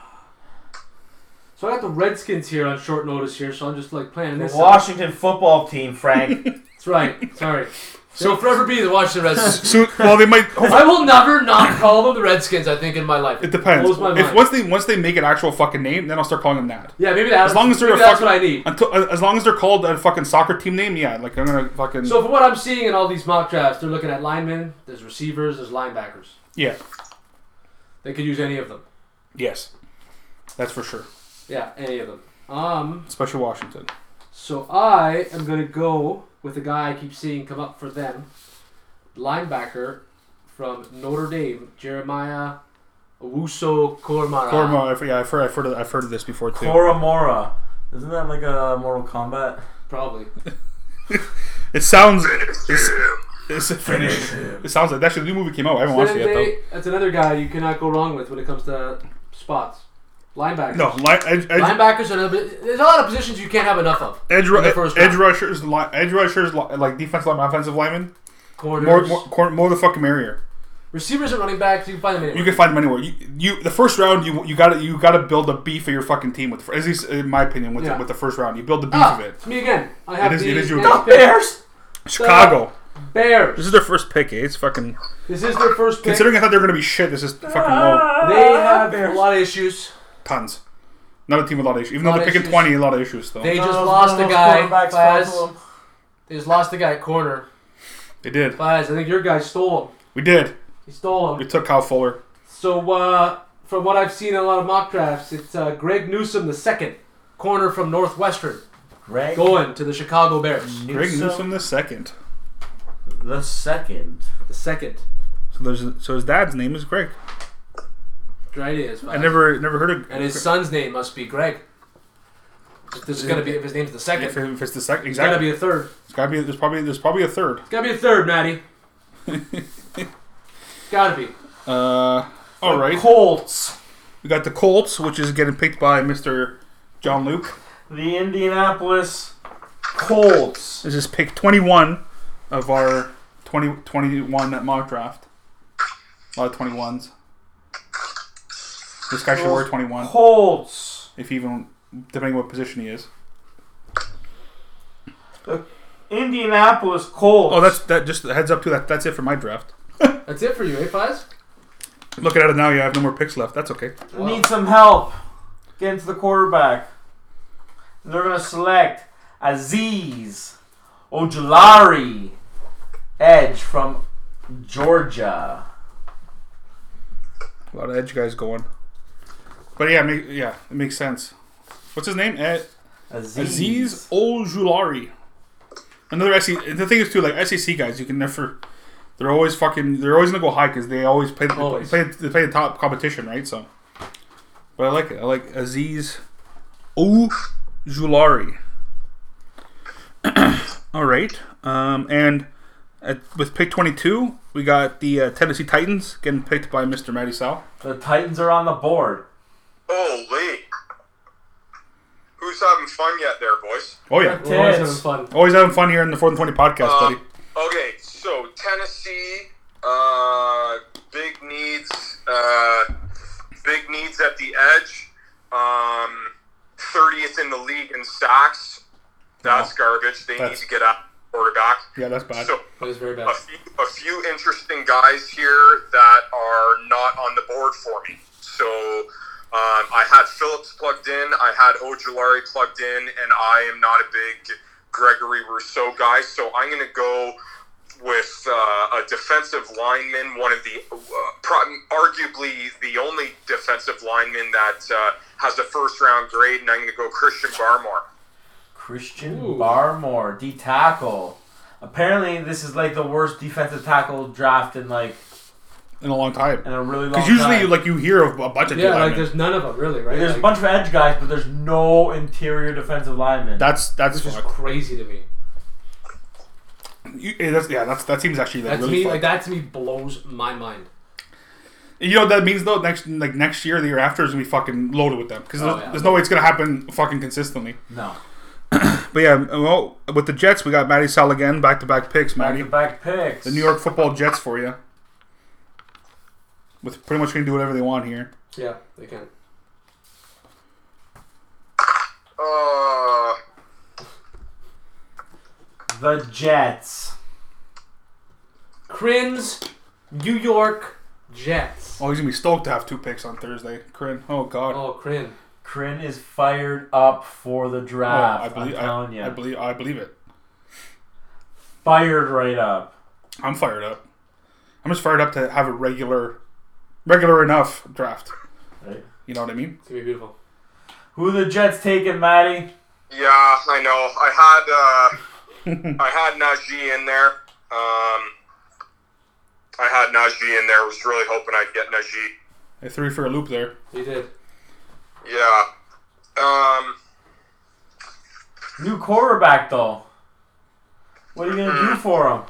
[SPEAKER 5] So I got the Redskins here on short notice here, so I'm just like planning
[SPEAKER 3] The
[SPEAKER 5] this. out.
[SPEAKER 3] Washington football team, Frank.
[SPEAKER 5] That's right. Sorry. So will forever be the Washington Redskins.
[SPEAKER 2] So well, they might. oh,
[SPEAKER 5] I will never not call them the Redskins. I think in my life.
[SPEAKER 2] It depends.
[SPEAKER 5] Blows my
[SPEAKER 2] If
[SPEAKER 5] mind.
[SPEAKER 2] once they once they make an actual fucking name, then I'll start calling them that.
[SPEAKER 5] yeah, maybe that.
[SPEAKER 2] As long as they're
[SPEAKER 5] maybe
[SPEAKER 2] a
[SPEAKER 5] that's
[SPEAKER 2] fucking-
[SPEAKER 5] what I need.
[SPEAKER 2] Until, as long as they're called a fucking soccer team name, yeah, like I'm gonna fucking
[SPEAKER 5] So from what I'm seeing in all these mock drafts, they're looking at linemen. There's receivers. There's linebackers.
[SPEAKER 2] yeah,
[SPEAKER 5] They could use any of them.
[SPEAKER 2] yes, that's for sure.
[SPEAKER 5] Yeah, any of them. Um.
[SPEAKER 2] especially Washington.
[SPEAKER 5] So I am gonna go with the guy I keep seeing come up for them, linebacker from Notre Dame, Jeremiah Owusu Kormara.
[SPEAKER 2] Korma, I've, yeah, I've heard, I've heard, of, I've heard of this before too.
[SPEAKER 3] Koromora. Isn't that like a Mortal Kombat?
[SPEAKER 5] Probably.
[SPEAKER 2] it sounds, it's, it's a finish. It sounds like actually the new movie came out. I haven't watched it yet
[SPEAKER 5] They,
[SPEAKER 2] though.
[SPEAKER 5] that's another guy you cannot go wrong with when it comes to spots. Linebackers.
[SPEAKER 2] No, li- edge, edge,
[SPEAKER 5] Linebackers are another, there's a lot of positions you can't have enough of.
[SPEAKER 2] edge,
[SPEAKER 5] in the
[SPEAKER 2] ru-
[SPEAKER 5] first
[SPEAKER 2] edge
[SPEAKER 5] round.
[SPEAKER 2] rushers, li- edge rushers, li- like defense lineman, offensive lineman.
[SPEAKER 5] Corners,
[SPEAKER 2] More, more, cor- more the fucking merrier.
[SPEAKER 5] receivers, and running backs. You can find them anywhere.
[SPEAKER 2] You can find them anywhere. You, you the first round, you you got to you got to build a beef of your fucking team with, at least in my opinion, with
[SPEAKER 5] Yeah.
[SPEAKER 2] the, with the first round, you build the beef
[SPEAKER 5] ah,
[SPEAKER 2] of it.
[SPEAKER 5] it's me again. I have
[SPEAKER 2] is-
[SPEAKER 5] the
[SPEAKER 2] it is your
[SPEAKER 5] next
[SPEAKER 2] dog.
[SPEAKER 5] pick.
[SPEAKER 2] Chicago. This
[SPEAKER 5] Bears.
[SPEAKER 2] is their first pick. Eh? It's fucking
[SPEAKER 5] This is their first pick.
[SPEAKER 2] considering I thought they were gonna be shit. This is fucking low.
[SPEAKER 5] they have a lot of issues.
[SPEAKER 2] Tons. Not a team with a lot of issues. Even though
[SPEAKER 5] Lot
[SPEAKER 2] they're
[SPEAKER 5] of
[SPEAKER 2] picking
[SPEAKER 5] issues.
[SPEAKER 2] twenty, a lot of issues though.
[SPEAKER 5] They
[SPEAKER 3] None
[SPEAKER 5] just
[SPEAKER 3] of those-
[SPEAKER 5] lost
[SPEAKER 3] none
[SPEAKER 5] the
[SPEAKER 3] of those
[SPEAKER 5] guy.
[SPEAKER 3] quarterbacks fell to
[SPEAKER 5] Faz.
[SPEAKER 3] him.
[SPEAKER 5] They just lost the guy at corner.
[SPEAKER 2] They did.
[SPEAKER 5] Faz, I think your guy stole him.
[SPEAKER 2] We did.
[SPEAKER 5] He stole
[SPEAKER 2] We
[SPEAKER 5] him.
[SPEAKER 2] took Kyle Fuller.
[SPEAKER 5] So uh, from what I've seen in a lot of mock drafts, it's uh, Greg Newsom the second corner from Northwestern
[SPEAKER 3] Greg
[SPEAKER 5] going to the Chicago Bears.
[SPEAKER 2] Greg
[SPEAKER 3] Newsom,
[SPEAKER 2] Newsom the second.
[SPEAKER 3] the second.
[SPEAKER 5] The second.
[SPEAKER 2] So there's so his dad's name is Greg.
[SPEAKER 5] Right it is. Faz.
[SPEAKER 2] I never never heard of.
[SPEAKER 5] And his son's name must be Greg. If This is gonna be if his name's the second.
[SPEAKER 2] If,
[SPEAKER 5] It's
[SPEAKER 2] if it's the second,
[SPEAKER 5] gotta
[SPEAKER 2] exactly.
[SPEAKER 5] be a third.
[SPEAKER 2] It's gotta be. There's probably there's probably a third.
[SPEAKER 5] It's gotta be a third, Matty. gotta be.
[SPEAKER 2] Uh, all right.
[SPEAKER 3] Colts.
[SPEAKER 2] We got the Colts, which is getting picked by Mr. John Luke.
[SPEAKER 3] the Indianapolis Colts.
[SPEAKER 2] This is pick 21 of our 20, 21 mock draft. A lot of 21s. This guy should wear 21,
[SPEAKER 3] Colts.
[SPEAKER 2] if he even, depending on what position he is.
[SPEAKER 3] Indianapolis Colts.
[SPEAKER 2] Oh, that's that. Just a heads up, too. That, that's it for my draft.
[SPEAKER 5] That's it for you, eh, Fives?
[SPEAKER 2] Looking at it now, yeah, I have no more picks left. That's okay.
[SPEAKER 3] need some help getting to the quarterback. They're going to select Aziz Ojulari, edge from Georgia.
[SPEAKER 2] A lot of edge guys going. But yeah, make, yeah, it makes sense. What's his name? Eh,
[SPEAKER 3] Aziz.
[SPEAKER 2] Aziz Oljulari. Another SEC. The thing is too, like SEC guys, you can never. They're always fucking. They're always gonna go high because they always play. They
[SPEAKER 5] Always.
[SPEAKER 2] play. They play the top competition, right? So. But I like it. I like Aziz Oljulari. All right, um, and at, with pick twenty-two, we got the uh, Tennessee Titans getting picked by Mr. Matty Sal.
[SPEAKER 3] The Titans are on the board.
[SPEAKER 6] Holy. Who's having fun yet there, boys?
[SPEAKER 2] Oh yeah,
[SPEAKER 5] We're always having
[SPEAKER 3] Tits.
[SPEAKER 5] fun.
[SPEAKER 2] always having fun here in the Four and Twenty podcast, buddy.
[SPEAKER 6] Okay, so Tennessee, uh, big needs, uh, big needs at the edge. Um, 30th in the league in sacks. That's garbage. They
[SPEAKER 2] That's-
[SPEAKER 6] need to get out quarterback.
[SPEAKER 2] Yeah, that's bad.
[SPEAKER 6] So
[SPEAKER 5] That is very bad.
[SPEAKER 6] a few, a few interesting guys here that are not on the board for me. So um, I had Phillips plugged in, I had Ojulari plugged in, and I am not a big Gregory Rousseau guy. So I'm going to go with uh, a defensive lineman, one of the uh, pro- arguably the only defensive lineman that uh, has a first round grade, and I'm going to go Christian Barmore.
[SPEAKER 3] Christian
[SPEAKER 5] Ooh.
[SPEAKER 3] Barmore, D tackle. Apparently, this is like the worst defensive tackle draft in like
[SPEAKER 2] in a long time.
[SPEAKER 3] in a really long.
[SPEAKER 2] Because usually,
[SPEAKER 3] time.
[SPEAKER 2] like you hear of a bunch of
[SPEAKER 5] yeah,
[SPEAKER 2] D
[SPEAKER 5] like
[SPEAKER 2] linemen.
[SPEAKER 5] there's none of them really, right?
[SPEAKER 3] there's a
[SPEAKER 5] Like,
[SPEAKER 3] bunch of edge guys, but there's no interior defensive lineman.
[SPEAKER 2] that's that's
[SPEAKER 5] Which is
[SPEAKER 2] fucked.
[SPEAKER 5] crazy to me.
[SPEAKER 2] You- yeah, that's, yeah, that's that seems actually like,
[SPEAKER 5] That to
[SPEAKER 2] really
[SPEAKER 5] me,
[SPEAKER 2] fun.
[SPEAKER 5] like that to me blows my mind.
[SPEAKER 2] you know what that means though. Next like next year, the year after is gonna be fucking loaded with them because
[SPEAKER 5] Oh,
[SPEAKER 2] there's,
[SPEAKER 5] yeah.
[SPEAKER 2] there's no way it's gonna happen fucking consistently.
[SPEAKER 3] no
[SPEAKER 2] But yeah, well, with the Jets, we got Matty Sal again, back to back picks,
[SPEAKER 3] back
[SPEAKER 2] Matty.
[SPEAKER 3] to back picks.
[SPEAKER 2] The New York Football Jets for you. With pretty much gonna do whatever they want here.
[SPEAKER 5] Yeah, they can.
[SPEAKER 6] Uh,
[SPEAKER 3] the Jets.
[SPEAKER 5] Crins, New York Jets.
[SPEAKER 2] Oh, he's gonna be stoked to have two picks on Thursday. Corinne. Oh God.
[SPEAKER 5] Oh, Crin.
[SPEAKER 3] Kryn is fired up for the
[SPEAKER 2] Oh,
[SPEAKER 3] draft. I
[SPEAKER 2] I believe.
[SPEAKER 3] am telling
[SPEAKER 2] I,
[SPEAKER 3] you,
[SPEAKER 2] I believe. I believe it.
[SPEAKER 3] fired right up.
[SPEAKER 2] I'm fired up. I'm just fired up to have a regular, regular enough draft.
[SPEAKER 3] Right.
[SPEAKER 2] You know what I mean?
[SPEAKER 5] It's gonna be beautiful.
[SPEAKER 3] Who the Jets taking, Maddie?
[SPEAKER 6] Yeah, I know. I had uh, I had Najee in there. Um, I had Najee in there. Was really hoping I'd get Najee.
[SPEAKER 2] I threw you for a loop there.
[SPEAKER 5] You did.
[SPEAKER 6] Yeah. Um,
[SPEAKER 3] New quarterback though. What are you gonna do for him?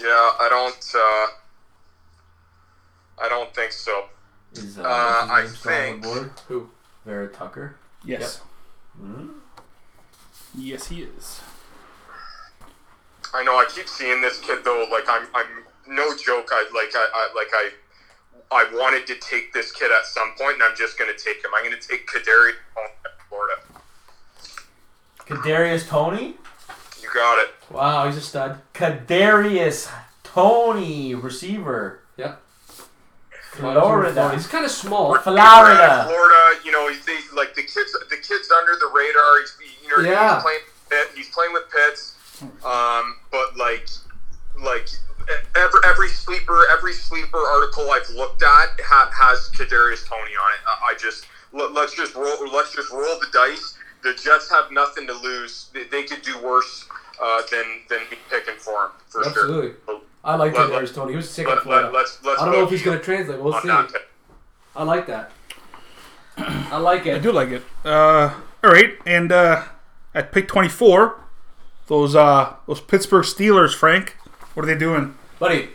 [SPEAKER 6] yeah. I don't. Uh, I don't think so.
[SPEAKER 3] Is, uh,
[SPEAKER 6] Uh,
[SPEAKER 3] what's his
[SPEAKER 6] I
[SPEAKER 3] name still on the board?
[SPEAKER 5] Who?
[SPEAKER 3] Vera Tucker.
[SPEAKER 2] Yes. Mm-hmm.
[SPEAKER 3] Hmm?
[SPEAKER 2] Yes, he is.
[SPEAKER 6] I know. I keep seeing this kid though. Like I'm. I'm no joke. I like. I, I like. I. I wanted to take this kid at some point, and I'm just going to take him. I'm going to take Kaderi Toney at Florida.
[SPEAKER 3] Kadarius Tony.
[SPEAKER 6] You got it.
[SPEAKER 5] Wow, he's a stud.
[SPEAKER 3] Kadarius Tony, receiver.
[SPEAKER 5] Yeah.
[SPEAKER 3] Florida.
[SPEAKER 5] He's kind of small.
[SPEAKER 6] Yeah,
[SPEAKER 3] Florida.
[SPEAKER 6] Florida, you know, they, like the kids, the kids under the radar. He's, you know,
[SPEAKER 5] Yeah.
[SPEAKER 6] he's playing, Pitt, he's playing with Pitts, um, but like, like e, every every sleeper, every sleeper article I've looked at ha- has Kadarius Tony on it. I, I just let, let's just roll, let's just roll the dice. The Jets have nothing to lose. They, they could do worse uh, than than me picking for him for
[SPEAKER 5] Absolutely.
[SPEAKER 6] sure.
[SPEAKER 5] I like
[SPEAKER 6] Let-
[SPEAKER 5] Kadarius Tony. He was sick on
[SPEAKER 6] Let, let,
[SPEAKER 5] Florida.
[SPEAKER 6] let's let's
[SPEAKER 5] I don't
[SPEAKER 6] vote
[SPEAKER 5] know if he's
[SPEAKER 6] you
[SPEAKER 5] gonna translate. We'll
[SPEAKER 6] on
[SPEAKER 5] see.
[SPEAKER 6] that pick.
[SPEAKER 5] I like that. I like
[SPEAKER 2] I
[SPEAKER 5] it.
[SPEAKER 2] do like it. Uh, all right, and uh, at pick twenty-four, those uh, those Pittsburgh Steelers, Frank. What are they doing?
[SPEAKER 5] Buddy,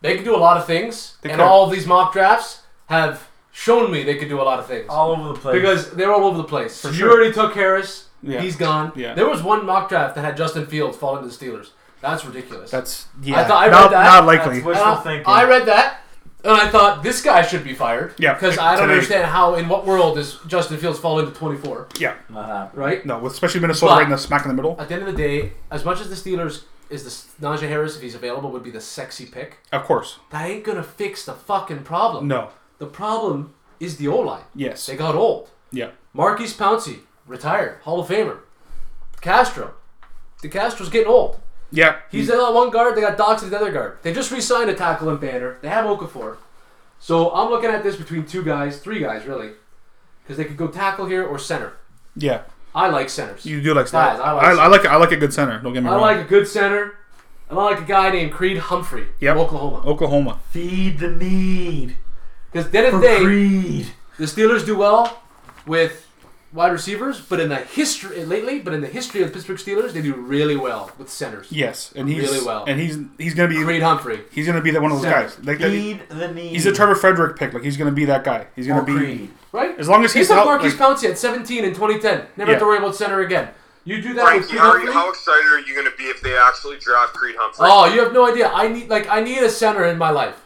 [SPEAKER 5] they can do a lot of things, and
[SPEAKER 2] could.
[SPEAKER 5] all of these mock drafts have shown me they could do a lot of things.
[SPEAKER 3] all over the place.
[SPEAKER 5] Because they're all over the place. you
[SPEAKER 2] sure.
[SPEAKER 5] already took Harris.
[SPEAKER 2] Yeah.
[SPEAKER 5] He's gone.
[SPEAKER 2] Yeah.
[SPEAKER 5] There was one mock draft that had Justin Fields fall into the Steelers. That's ridiculous.
[SPEAKER 2] That's yeah.
[SPEAKER 5] I thought I read
[SPEAKER 2] not,
[SPEAKER 5] that.
[SPEAKER 2] not
[SPEAKER 3] That's
[SPEAKER 2] likely.
[SPEAKER 3] wishful
[SPEAKER 5] And I-
[SPEAKER 3] thinking.
[SPEAKER 5] I read that and I thought this guy should be fired.
[SPEAKER 2] Yeah,
[SPEAKER 5] Because I don't
[SPEAKER 2] today.
[SPEAKER 5] understand how in what world does Justin Fields fall into 24,
[SPEAKER 2] yeah.
[SPEAKER 3] Not happening.
[SPEAKER 5] right?
[SPEAKER 2] No, especially Minnesota
[SPEAKER 5] But-
[SPEAKER 2] right in the smack in the middle.
[SPEAKER 5] At the end of the day, as much as the Steelers is the Najee Harris if he's available would be the sexy pick.
[SPEAKER 2] Of course.
[SPEAKER 5] That ain't gonna fix the fucking problem.
[SPEAKER 2] No.
[SPEAKER 5] The problem is the O line.
[SPEAKER 2] Yes.
[SPEAKER 5] They got old.
[SPEAKER 2] Yeah.
[SPEAKER 5] Marquise Pouncey, retired, Hall of Famer. Castro. The Castro's getting old.
[SPEAKER 2] Yeah.
[SPEAKER 5] He's the other one guard. They got Dox at the other guard. They just re-signed a tackle and banner. They have Okafor. So I'm looking at this between two guys, three guys really, because they could go tackle here or center.
[SPEAKER 2] yeah.
[SPEAKER 5] I like centers.
[SPEAKER 2] You do like
[SPEAKER 5] Guys,
[SPEAKER 2] that.
[SPEAKER 5] I
[SPEAKER 2] I,
[SPEAKER 5] like
[SPEAKER 2] I, like I like a good center. Don't get me
[SPEAKER 5] I
[SPEAKER 2] wrong.
[SPEAKER 5] like a good center. And I like a guy named Creed Humphrey
[SPEAKER 2] Yep. Oh.
[SPEAKER 5] from Oklahoma.
[SPEAKER 2] Oklahoma.
[SPEAKER 3] Feed the need
[SPEAKER 5] Because then
[SPEAKER 3] for
[SPEAKER 5] and day,
[SPEAKER 3] greed.
[SPEAKER 5] the Steelers do well with wide receivers, but in the history lately, but in the history of the Pittsburgh Steelers, they do really well with centers.
[SPEAKER 2] Yes, and he's
[SPEAKER 5] Really well.
[SPEAKER 2] and he's he's gonna be
[SPEAKER 5] Creed Humphrey.
[SPEAKER 2] he's gonna be that one of those
[SPEAKER 5] Center.
[SPEAKER 2] guys. Like that,
[SPEAKER 3] Feed the need.
[SPEAKER 2] he's a Trevor Frederick pick. Like he's gonna be that guy. He's gonna
[SPEAKER 3] Or
[SPEAKER 2] be
[SPEAKER 3] greed.
[SPEAKER 5] Right?
[SPEAKER 2] As long as he's
[SPEAKER 5] they took
[SPEAKER 2] out,
[SPEAKER 5] Marquise
[SPEAKER 2] like-
[SPEAKER 5] Pouncey at 17 in 2010. Never
[SPEAKER 2] Yeah.
[SPEAKER 5] have to worry about center again. You do that
[SPEAKER 6] Frankie,
[SPEAKER 5] with Creed
[SPEAKER 6] how, are you,
[SPEAKER 5] Humphrey.
[SPEAKER 6] how excited are you going to be if they actually draft Creed Humphrey?
[SPEAKER 5] Oh, you have no idea. I need like I need a center in my life.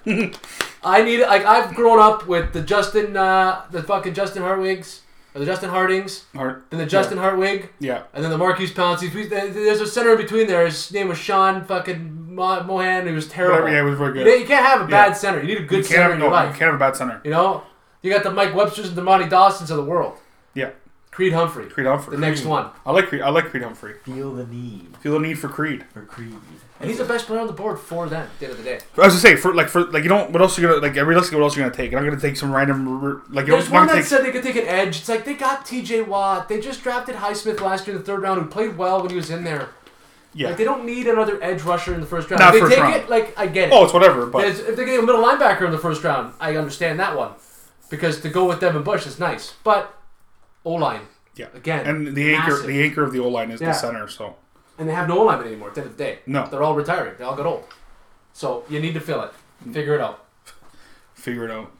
[SPEAKER 5] I need like I've grown up with the Justin uh, the fucking Justin Hartwigs or the Justin Hardings,
[SPEAKER 2] Hart-
[SPEAKER 5] then the Justin Hartwig,
[SPEAKER 2] Yeah.
[SPEAKER 5] and then the Marquise Pouncey. We- there- There's a center in between there. His name was Sean fucking Mo- Mohan. He was terrible.
[SPEAKER 2] Whatever, yeah, he was very good.
[SPEAKER 5] You, you can't have a bad
[SPEAKER 2] Yeah.
[SPEAKER 5] center. You need a
[SPEAKER 2] You
[SPEAKER 5] good
[SPEAKER 2] can't
[SPEAKER 5] center
[SPEAKER 2] have,
[SPEAKER 5] in
[SPEAKER 2] no,
[SPEAKER 5] your
[SPEAKER 2] you
[SPEAKER 5] life.
[SPEAKER 2] can't have a bad center.
[SPEAKER 5] You know, you got the Mike Websters and the Monty Dawsons of the world.
[SPEAKER 2] Yeah.
[SPEAKER 5] Creed Humphrey.
[SPEAKER 2] Creed Humphrey.
[SPEAKER 5] The next
[SPEAKER 2] Creed.
[SPEAKER 5] one.
[SPEAKER 2] I like Creed. I like Creed Humphrey.
[SPEAKER 3] Feel the need
[SPEAKER 2] Feel the need for Creed.
[SPEAKER 3] for greed.
[SPEAKER 5] And he's the best player on the board for them. At the end of the day.
[SPEAKER 2] I was gonna say for like for like you don't. What else you gonna like? Realistically, what else you gonna take? You're not gonna take some random r- like you
[SPEAKER 5] There's
[SPEAKER 2] don't
[SPEAKER 5] one
[SPEAKER 2] want
[SPEAKER 5] that
[SPEAKER 2] to take.
[SPEAKER 5] said they could take an edge. It's like they got T.J. Watt. They just drafted Highsmith last year in the third round, who played well when he was in there.
[SPEAKER 2] Yeah.
[SPEAKER 5] Like they don't need another edge rusher in the first round.
[SPEAKER 2] Not
[SPEAKER 5] if they
[SPEAKER 2] first
[SPEAKER 5] take
[SPEAKER 2] round.
[SPEAKER 5] it, like I get it.
[SPEAKER 2] Oh, it's whatever. But
[SPEAKER 5] There's- if they get a middle linebacker in the first round, I understand that one because to go with Devin Bush is nice. But O line,
[SPEAKER 2] yeah,
[SPEAKER 5] again,
[SPEAKER 2] and the anchor
[SPEAKER 5] massive.
[SPEAKER 2] the anchor of the O line is
[SPEAKER 5] Yeah.
[SPEAKER 2] the center. So
[SPEAKER 5] and they have no O lineman anymore. At the end of the day,
[SPEAKER 2] No.
[SPEAKER 5] they're all retiring. They all got old. So you need to fill it. Figure it out.
[SPEAKER 2] figure it out.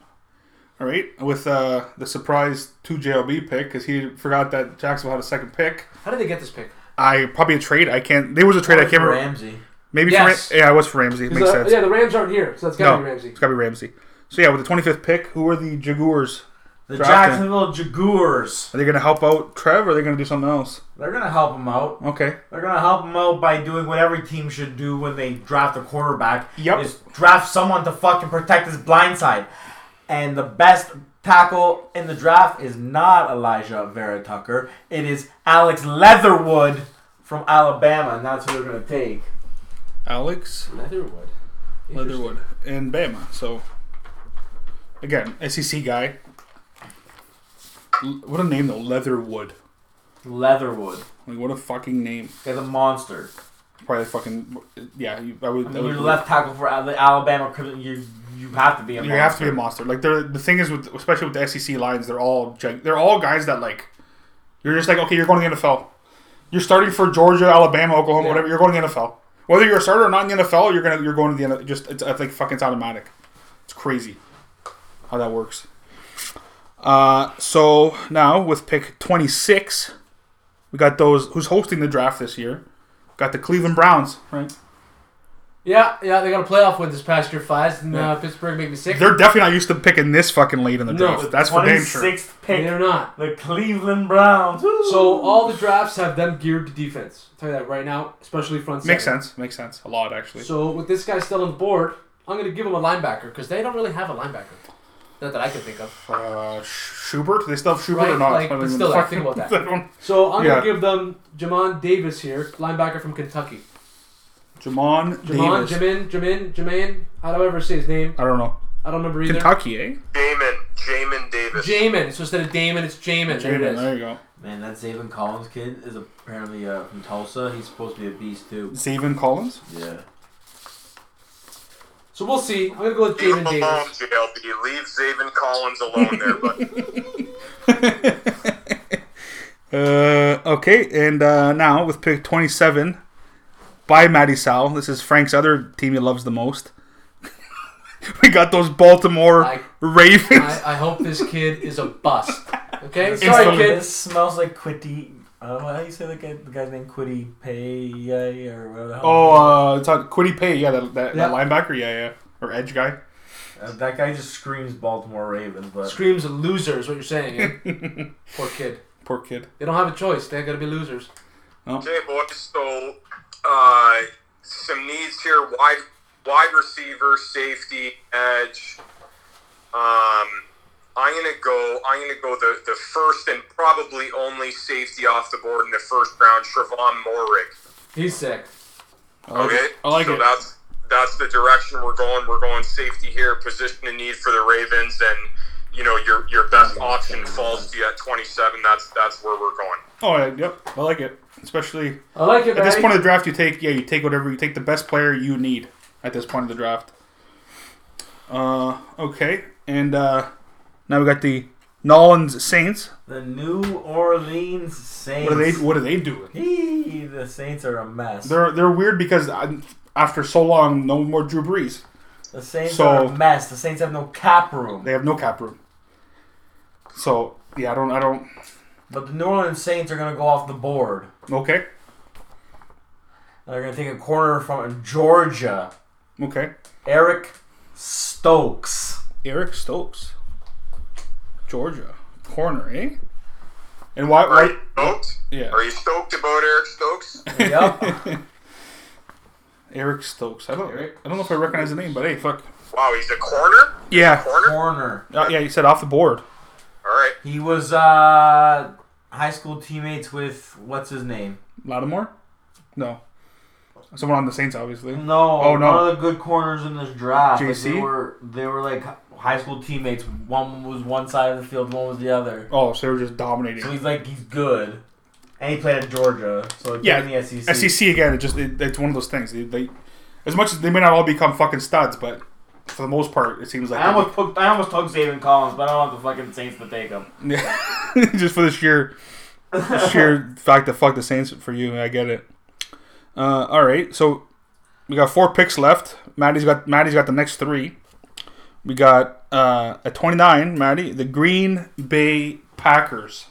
[SPEAKER 2] All right, with uh, the surprise two JLB pick because he forgot that Jacksonville had a second pick.
[SPEAKER 5] How did they get this pick?
[SPEAKER 2] I probably a trade. I can't. There was a trade. I can't remember.
[SPEAKER 3] Ramsey.
[SPEAKER 2] Maybe
[SPEAKER 5] Oh, Yes.
[SPEAKER 2] for Ram- yeah, it was for Ramsey. It makes
[SPEAKER 5] Uh,
[SPEAKER 2] sense.
[SPEAKER 5] Yeah, the Rams aren't here, so that's gotta
[SPEAKER 2] no,
[SPEAKER 5] be Ramsey.
[SPEAKER 2] it's got to be Ramsey. So yeah, with the 25th pick, who are the Jaguars?
[SPEAKER 3] The
[SPEAKER 2] Drafting.
[SPEAKER 3] Jacksonville Jaguars.
[SPEAKER 2] Are they going to help out Trev, or are they going to do something else?
[SPEAKER 3] They're gonna help him out.
[SPEAKER 2] Okay.
[SPEAKER 3] They're gonna help him out by doing what every team should do when they draft a quarterback.
[SPEAKER 2] Yep.
[SPEAKER 3] Is draft someone to fucking protect his blind side. And the best tackle in the draft is not Elijah Vera Tucker. It is Alex Leatherwood from Alabama, and that's who they're gonna take.
[SPEAKER 2] Alex
[SPEAKER 5] Leatherwood.
[SPEAKER 2] Leatherwood and Bama. So again, SEC guy. L- What a name though, Leatherwood.
[SPEAKER 3] Leatherwood.
[SPEAKER 2] Like what a fucking name.
[SPEAKER 3] He's a monster.
[SPEAKER 2] Probably fucking yeah. You, I would.
[SPEAKER 3] I
[SPEAKER 2] that
[SPEAKER 3] mean,
[SPEAKER 2] would
[SPEAKER 3] you're left tackle for Al- Alabama. Crimson- You you have to be a
[SPEAKER 2] you
[SPEAKER 3] monster.
[SPEAKER 2] have to be a monster. Like they're the thing is with especially with the SEC lines, they're all gen- they're all guys that like you're just like okay, you're going to the NFL. You're starting for Georgia, Alabama, Oklahoma,
[SPEAKER 5] Yeah.
[SPEAKER 2] whatever. You're going to the NFL. Whether you're a starter or not in the NFL, you're gonna you're going to the NFL. Just it's, it's like fucking it's automatic. It's crazy how that works. Uh, so now with pick 26, we got those who's hosting the draft this year. Got the Cleveland Browns, right?
[SPEAKER 5] Yeah, yeah, they got a playoff win this past year, Fives, and uh, Pittsburgh made me sick.
[SPEAKER 2] They're definitely not used to picking this fucking late in the
[SPEAKER 5] No,
[SPEAKER 2] draft. That's for damn sure.
[SPEAKER 3] 26th pick.
[SPEAKER 5] They're not.
[SPEAKER 3] The Cleveland Browns. Woo!
[SPEAKER 5] So all the drafts have them geared to defense. I'll tell you that right now, especially front seven.
[SPEAKER 2] Makes sense. Makes sense. A lot actually.
[SPEAKER 5] So with this guy still on the board, I'm going to give him a linebacker because they don't really have a linebacker. Not that I can think of.
[SPEAKER 2] uh, Sh- Schubert. They still have Schubert
[SPEAKER 5] Right,
[SPEAKER 2] or not?
[SPEAKER 5] like,
[SPEAKER 2] I don't
[SPEAKER 5] but
[SPEAKER 2] even
[SPEAKER 5] still,
[SPEAKER 2] fucking-
[SPEAKER 5] think about that.
[SPEAKER 2] I don't-
[SPEAKER 5] So I'm
[SPEAKER 2] Yeah.
[SPEAKER 5] going to give them Jamon Davis here, linebacker from Kentucky.
[SPEAKER 2] Jamon,
[SPEAKER 5] Jamon,
[SPEAKER 2] Davis.
[SPEAKER 5] Jamin, Jamin, Jamin, however I say his name.
[SPEAKER 2] I don't know.
[SPEAKER 5] I don't remember either.
[SPEAKER 2] Kentucky, eh?
[SPEAKER 6] Jamin, Jamin Davis.
[SPEAKER 5] Jamin. So instead of Damon, it's Jamin. There it
[SPEAKER 2] Jamin,
[SPEAKER 5] is.
[SPEAKER 2] there you go.
[SPEAKER 7] Man, that Zayvon Collins kid is apparently uh, from Tulsa. He's supposed to be a beast too.
[SPEAKER 2] Zaven Collins.
[SPEAKER 7] Yeah.
[SPEAKER 5] So we'll see. I'm going to go with
[SPEAKER 6] Leave him
[SPEAKER 5] Jamin
[SPEAKER 6] alone,
[SPEAKER 5] Davis.
[SPEAKER 6] JLB. Leave Zaven Collins alone there, buddy.
[SPEAKER 2] Uh, okay, and uh, now with pick 27 by Matty Sal. This is Frank's other team he loves the most. We got those Baltimore
[SPEAKER 5] I-
[SPEAKER 2] Ravens.
[SPEAKER 5] I, I hope this kid is a bust. Okay, sorry,
[SPEAKER 2] Instantly.
[SPEAKER 5] kid.
[SPEAKER 3] This smells like Quitty. Uh, how do you say the, guy, the guy's name? Quitty Pay or whatever the hell.
[SPEAKER 2] oh, uh, it's on Quiddy Pay. Yeah, that, that,
[SPEAKER 5] Yeah.
[SPEAKER 2] that linebacker. Yeah, yeah. Or edge guy.
[SPEAKER 3] Uh, that guy just screams Baltimore Ravens, but
[SPEAKER 5] Screams a loser is what you're saying. Yeah? Poor kid.
[SPEAKER 2] Poor kid.
[SPEAKER 5] They don't have a choice. They gotta be losers.
[SPEAKER 6] Okay, boys. So, uh, some needs here: wide, wide receiver, safety, edge. Um, I'm gonna go. I'm gonna go the, the first and probably only safety off the board in the first round, Trevon Morrig.
[SPEAKER 5] He's sick.
[SPEAKER 2] I like
[SPEAKER 6] Okay,
[SPEAKER 2] it. I like
[SPEAKER 6] so
[SPEAKER 2] it.
[SPEAKER 6] that's that's the direction we're going. We're going safety here, position of need for the Ravens, and you know your your best option falls to you at 27. That's that's where we're going.
[SPEAKER 2] Oh, yeah, yep. I like it. Especially
[SPEAKER 5] I like it,
[SPEAKER 2] at this
[SPEAKER 5] Matty.
[SPEAKER 2] point of the draft, you take yeah, you take whatever you take the best player you need at this point of the draft. Uh, okay, and uh, now we got the Nolans Saints.
[SPEAKER 3] the New Orleans Saints.
[SPEAKER 2] What are they? What are they doing?
[SPEAKER 3] Hee, the Saints are a mess.
[SPEAKER 2] They're they're weird because i after so long, no more Drew Brees.
[SPEAKER 3] the Saints
[SPEAKER 2] so-
[SPEAKER 3] are a mess. The Saints have no cap room.
[SPEAKER 2] They have no cap room. So yeah, I don't. I don't.
[SPEAKER 3] But the New Orleans Saints are going to go off the board.
[SPEAKER 2] Okay.
[SPEAKER 3] They're going to take a corner from Georgia.
[SPEAKER 2] Okay.
[SPEAKER 3] Eric Stokes.
[SPEAKER 2] Eric Stokes, Georgia corner, eh? And why? why
[SPEAKER 6] Stoked?
[SPEAKER 2] yeah.
[SPEAKER 6] Are you stoked about Eric Stokes?
[SPEAKER 3] Yep.
[SPEAKER 2] Eric Stokes. I don't. I don't know if I recognize the name, but hey, fuck.
[SPEAKER 6] Wow, he's a corner.
[SPEAKER 2] Yeah.
[SPEAKER 6] Corner.
[SPEAKER 3] corner.
[SPEAKER 2] Uh, yeah, you said off the board.
[SPEAKER 6] All right.
[SPEAKER 3] He was uh, high school teammates with what's his name?
[SPEAKER 2] Lattimore? No. Someone on the Saints, obviously.
[SPEAKER 3] No,
[SPEAKER 2] Oh, no.
[SPEAKER 3] one of the good corners in this draft. like,
[SPEAKER 2] JC?
[SPEAKER 3] they were they were like high school teammates. One was one side of the field, one was the other.
[SPEAKER 2] Oh, so they were just dominating.
[SPEAKER 3] So he's like he's good, and he played at Georgia. So yeah,
[SPEAKER 2] Yeah, E
[SPEAKER 3] in the E SEC.
[SPEAKER 2] SEC again. It just it, it's one of those things. They, they, as much as they may not all become fucking studs, but for the most part, it seems like
[SPEAKER 3] I almost took I almost took Zayvon Collins, but I don't want the fucking Saints to take him.
[SPEAKER 2] just for the sheer the sheer fact that fuck the Saints for you. I get it. Uh, all right, so we got four picks left. Maddie's got Maddie's got the next three. We got uh, at twenty nine, Maddie, the Green Bay Packers.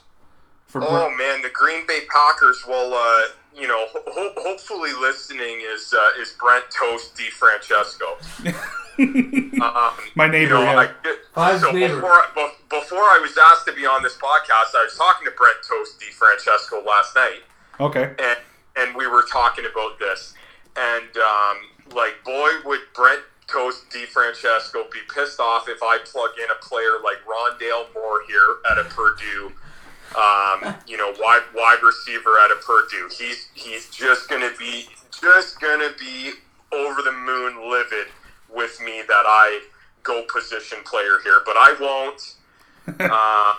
[SPEAKER 2] For
[SPEAKER 6] Oh man, the Green Bay Packers. Well, uh, you know, ho- ho- hopefully listening is uh, is Brent Toast Di Francesco. um,
[SPEAKER 2] my neighbor,
[SPEAKER 6] You know,
[SPEAKER 2] yeah.
[SPEAKER 6] I did-
[SPEAKER 5] Five's
[SPEAKER 6] so
[SPEAKER 5] neighbor.
[SPEAKER 6] Before I, bef- before I was asked to be on this podcast, I was talking to Brent Toast Francesco last night,
[SPEAKER 2] okay.
[SPEAKER 6] and and we were talking about this, and um, like, boy, would Brent Toast Francesco be pissed off if I plug in a player like Rondale Moore here at a Purdue. Um, you know, wide wide receiver out of Purdue. He's he's just gonna be just gonna be over the moon livid with me that I go position player here, but I won't. Uh,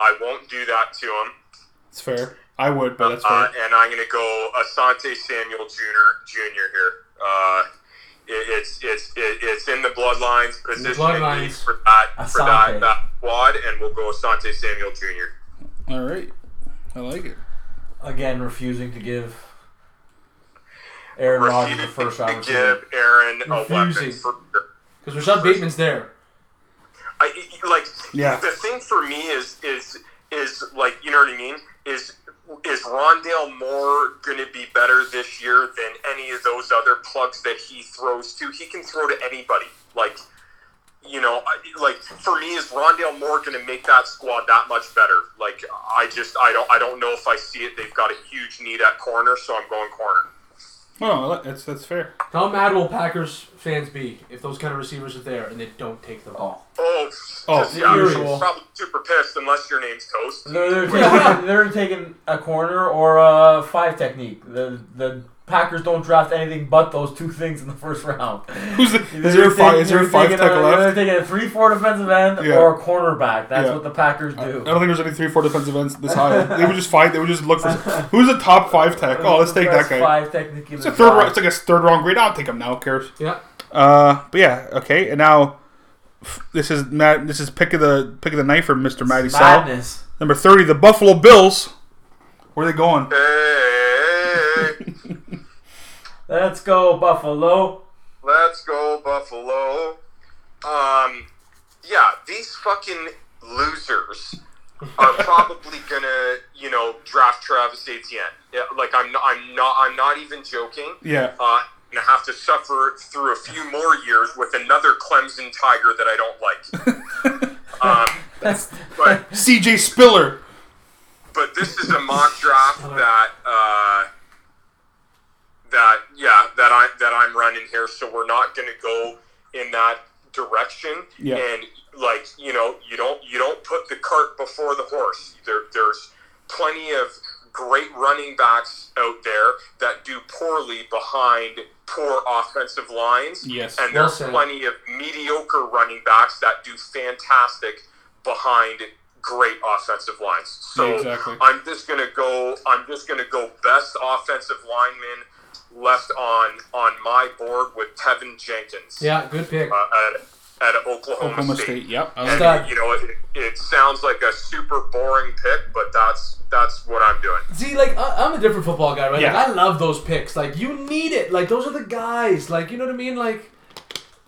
[SPEAKER 6] I won't do that to him.
[SPEAKER 2] It's fair. I would, but that's
[SPEAKER 6] Uh,
[SPEAKER 2] fair.
[SPEAKER 6] and I'm going to go Asante Samuel Jr. Jr. here. Uh, it, it's it's it, it's in the bloodlines position
[SPEAKER 5] bloodlines.
[SPEAKER 6] needs for that for
[SPEAKER 3] Asante.
[SPEAKER 6] that, that quad, and we'll go Asante Samuel Jr.
[SPEAKER 2] All right, I like it.
[SPEAKER 3] Again, refusing to give Aaron Rodgers the
[SPEAKER 6] Refusing
[SPEAKER 3] first
[SPEAKER 6] to
[SPEAKER 3] opportunity.
[SPEAKER 6] give Aaron a weapon
[SPEAKER 5] Refusing.
[SPEAKER 6] for.
[SPEAKER 5] Because Rashad Bateman's there.
[SPEAKER 6] I, like
[SPEAKER 2] Yeah.
[SPEAKER 6] the thing for me is is is like you know what I mean is is Rondale Moore going to be better this year than any of those other plugs that he throws to? He can throw to anybody. Like you know, I- like for me, is Rondale Moore going to make that squad that much better? Like I just I don't I don't know if I see it. They've got a huge need at corner, so I'm going corner.
[SPEAKER 2] No, no, that's that's fair.
[SPEAKER 5] How mad will Packers fans be if those kind of receivers are there and they don't take them?
[SPEAKER 3] Oh.
[SPEAKER 6] Oh,
[SPEAKER 2] Oh,
[SPEAKER 6] just- yeah, I'm
[SPEAKER 3] usual.
[SPEAKER 6] probably super pissed unless your name's Toast.
[SPEAKER 3] They're, they're, taking, they're taking a corner or a five technique. The the Packers don't draft anything but those two things in the first round.
[SPEAKER 2] Who's the, is there a five? Is there a five tech
[SPEAKER 3] They're
[SPEAKER 2] left?
[SPEAKER 3] taking a three four defensive end
[SPEAKER 2] Yeah.
[SPEAKER 3] or a cornerback. That's
[SPEAKER 2] Yeah. Uh,
[SPEAKER 3] what the Packers do.
[SPEAKER 2] I don't think there's any three, four defensive ends this high. they would just fight. They would just look for who's the top five tech. Oh, let's take that
[SPEAKER 3] Best
[SPEAKER 2] guy.
[SPEAKER 3] Five technique. in
[SPEAKER 2] It's a
[SPEAKER 3] the
[SPEAKER 2] third.
[SPEAKER 3] draft.
[SPEAKER 2] round- It's like a third round grade. I'll take him now. Who cares?
[SPEAKER 5] Yeah.
[SPEAKER 2] Uh, but yeah, okay. And now f- this is Matt. This is pick of the pick of the night for Mr. Matty Sal.
[SPEAKER 3] Madness.
[SPEAKER 2] Number thirty, the Buffalo Bills. Where are they going?
[SPEAKER 6] Hey.
[SPEAKER 3] Let's go Buffalo.
[SPEAKER 6] Let's go Buffalo. um, yeah, these fucking losers are probably gonna, you know, draft Travis Etienne. Yeah, like I'm, not, I'm not, I'm not even joking.
[SPEAKER 2] Yeah.
[SPEAKER 6] Uh, and have to suffer through a few more years with another Clemson Tiger that I don't like. um,
[SPEAKER 3] That's
[SPEAKER 6] but
[SPEAKER 2] CJ Spiller.
[SPEAKER 6] but this is a mock draft that uh, that yeah that I that I'm running here. So we're not going to go in that direction.
[SPEAKER 2] Yeah.
[SPEAKER 6] And like you know, you don't you don't put the cart before the horse. There, there's plenty of great running backs out there that do poorly behind poor offensive lines.
[SPEAKER 2] Yes.
[SPEAKER 6] And there's
[SPEAKER 5] said.
[SPEAKER 6] plenty of mediocre running backs that do fantastic behind great offensive lines. So
[SPEAKER 2] Yeah, exactly.
[SPEAKER 6] I'm just gonna go. I'm just gonna go best offensive lineman left on on my board with Tevin Jenkins.
[SPEAKER 5] Yeah, good pick.
[SPEAKER 6] Uh, at, at Oklahoma,
[SPEAKER 2] Oklahoma
[SPEAKER 6] State.
[SPEAKER 2] State. Yep. I like
[SPEAKER 6] And,
[SPEAKER 2] that.
[SPEAKER 6] you know, it, it sounds like a super boring pick, but that's that's what I'm doing.
[SPEAKER 5] See, like I, I'm a different football guy, right?
[SPEAKER 2] Yeah.
[SPEAKER 5] Like I love those picks. Like you need it. Like those are the guys. Like you know what I mean? Like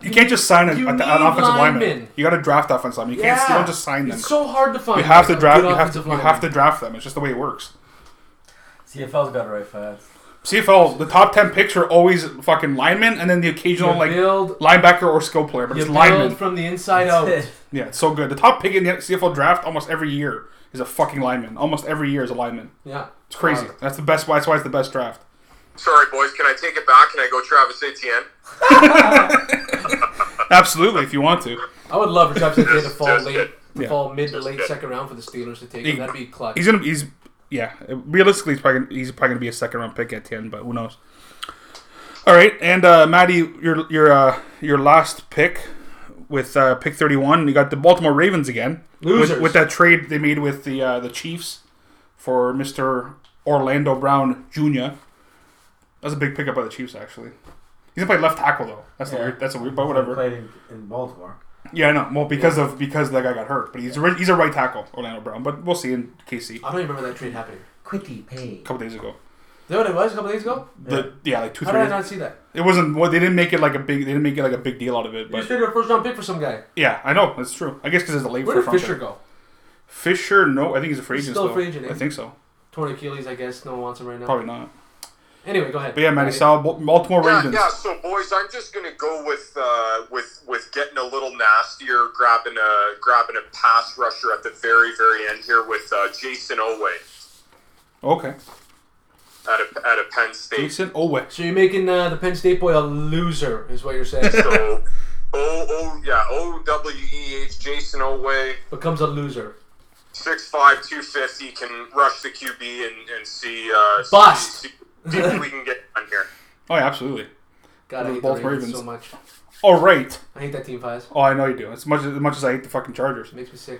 [SPEAKER 2] You can't just sign a,
[SPEAKER 5] You
[SPEAKER 2] an
[SPEAKER 5] need
[SPEAKER 2] offensive lineman.
[SPEAKER 5] linemen.
[SPEAKER 2] You got to draft offensive linemen. You can't. You don't just sign them.
[SPEAKER 5] It's so hard to find.
[SPEAKER 2] you have to
[SPEAKER 5] a
[SPEAKER 2] draft.
[SPEAKER 5] good
[SPEAKER 2] You have to.
[SPEAKER 5] offensive
[SPEAKER 2] You have to
[SPEAKER 5] lineman.
[SPEAKER 2] draft them. It's just the way it works.
[SPEAKER 3] CFL's got it right fast.
[SPEAKER 2] CFL, the top ten picks are always fucking linemen, and then the occasional
[SPEAKER 5] You
[SPEAKER 2] like
[SPEAKER 5] build-
[SPEAKER 2] linebacker or skill player, but
[SPEAKER 5] You
[SPEAKER 2] it's
[SPEAKER 5] build
[SPEAKER 2] linemen.
[SPEAKER 5] from the inside out.
[SPEAKER 2] Yeah, it's so good. The top pick in the CFL draft almost every year is a fucking lineman. Almost every year is a lineman.
[SPEAKER 5] Yeah. Um,
[SPEAKER 2] It's crazy. That's the best. That's why it's the best draft.
[SPEAKER 6] Sorry, boys. Can I take it back? Can I go Travis Etienne?
[SPEAKER 2] Absolutely, if you want to.
[SPEAKER 5] I would love for Travis Etienne to fall
[SPEAKER 6] Just
[SPEAKER 5] late,
[SPEAKER 6] good.
[SPEAKER 5] to
[SPEAKER 2] Yeah.
[SPEAKER 5] fall mid to late
[SPEAKER 6] good.
[SPEAKER 5] second round for the Steelers to take
[SPEAKER 2] He-
[SPEAKER 5] him. That'd be clutch.
[SPEAKER 2] He's gonna. He's yeah. Realistically, he's probably gonna, he's probably gonna be a second round pick at ten, but who knows? All right, and uh, Maddie, your your uh, your last pick with uh, pick thirty one. You got the Baltimore Ravens again with,
[SPEAKER 5] Losers.
[SPEAKER 2] with that trade they made with the uh, the Chiefs for Mister Orlando Brown Jr. That's a big pickup by the Chiefs, actually. He's gonna play left tackle though. That's a
[SPEAKER 3] Yeah.
[SPEAKER 2] weird. That's a weird, but whatever.
[SPEAKER 3] Played in, in Baltimore.
[SPEAKER 2] Yeah, I know. Well, because of because that guy got hurt, but he's a, ri- he's a right tackle, Orlando Brown. But we'll see in KC a
[SPEAKER 5] I don't even remember that trade happening.
[SPEAKER 3] Quickly pay.
[SPEAKER 2] couple days ago.
[SPEAKER 5] Is that what it was a couple days ago?
[SPEAKER 2] The, yeah, like two
[SPEAKER 5] How
[SPEAKER 2] three.
[SPEAKER 5] did I
[SPEAKER 2] Days.
[SPEAKER 5] not see that?
[SPEAKER 2] It wasn't. Well, they didn't make it like a big. They didn't make it like a big deal out of it.
[SPEAKER 5] You just
[SPEAKER 2] But
[SPEAKER 5] traded a first round pick for some guy.
[SPEAKER 2] yeah, I know that's true. I guess because it's a late
[SPEAKER 5] Where
[SPEAKER 2] for
[SPEAKER 5] did Fisher go?
[SPEAKER 2] Fisher, no, I think he's a free
[SPEAKER 5] He's
[SPEAKER 2] agent.
[SPEAKER 5] still a
[SPEAKER 2] though.
[SPEAKER 5] free agent, eh?
[SPEAKER 2] I think so.
[SPEAKER 5] Torn Achilles, I guess. No one wants him right now.
[SPEAKER 2] Probably not.
[SPEAKER 5] Anyway, go ahead.
[SPEAKER 2] But yeah, Matty Sal, Bal- Baltimore
[SPEAKER 6] Yeah,
[SPEAKER 2] Ravens.
[SPEAKER 6] yeah. So, boys, I'm just gonna go with uh, with with getting a little nastier, grabbing a grabbing a pass rusher at the very very end here with uh, Jason Oway
[SPEAKER 2] Okay,
[SPEAKER 6] at a at a Penn State.
[SPEAKER 2] Jason Owe.
[SPEAKER 5] So you're making uh, the Penn State boy a loser, is what you're saying.
[SPEAKER 6] So O O yeah O W E H Jason Oway
[SPEAKER 5] Becomes a loser.
[SPEAKER 6] six five two fifty can rush the QB and and see uh,
[SPEAKER 5] Bust.
[SPEAKER 6] See, see if we can get on here.
[SPEAKER 2] Oh yeah, absolutely.
[SPEAKER 5] God, I
[SPEAKER 2] Those
[SPEAKER 5] hate the
[SPEAKER 2] Baltimore
[SPEAKER 5] Ravens
[SPEAKER 2] Ravens.
[SPEAKER 5] so much.
[SPEAKER 2] All right.
[SPEAKER 5] I hate that team, Fives.
[SPEAKER 2] Oh, I know you do. As much as, as much as I hate the fucking Chargers.
[SPEAKER 5] It makes me sick.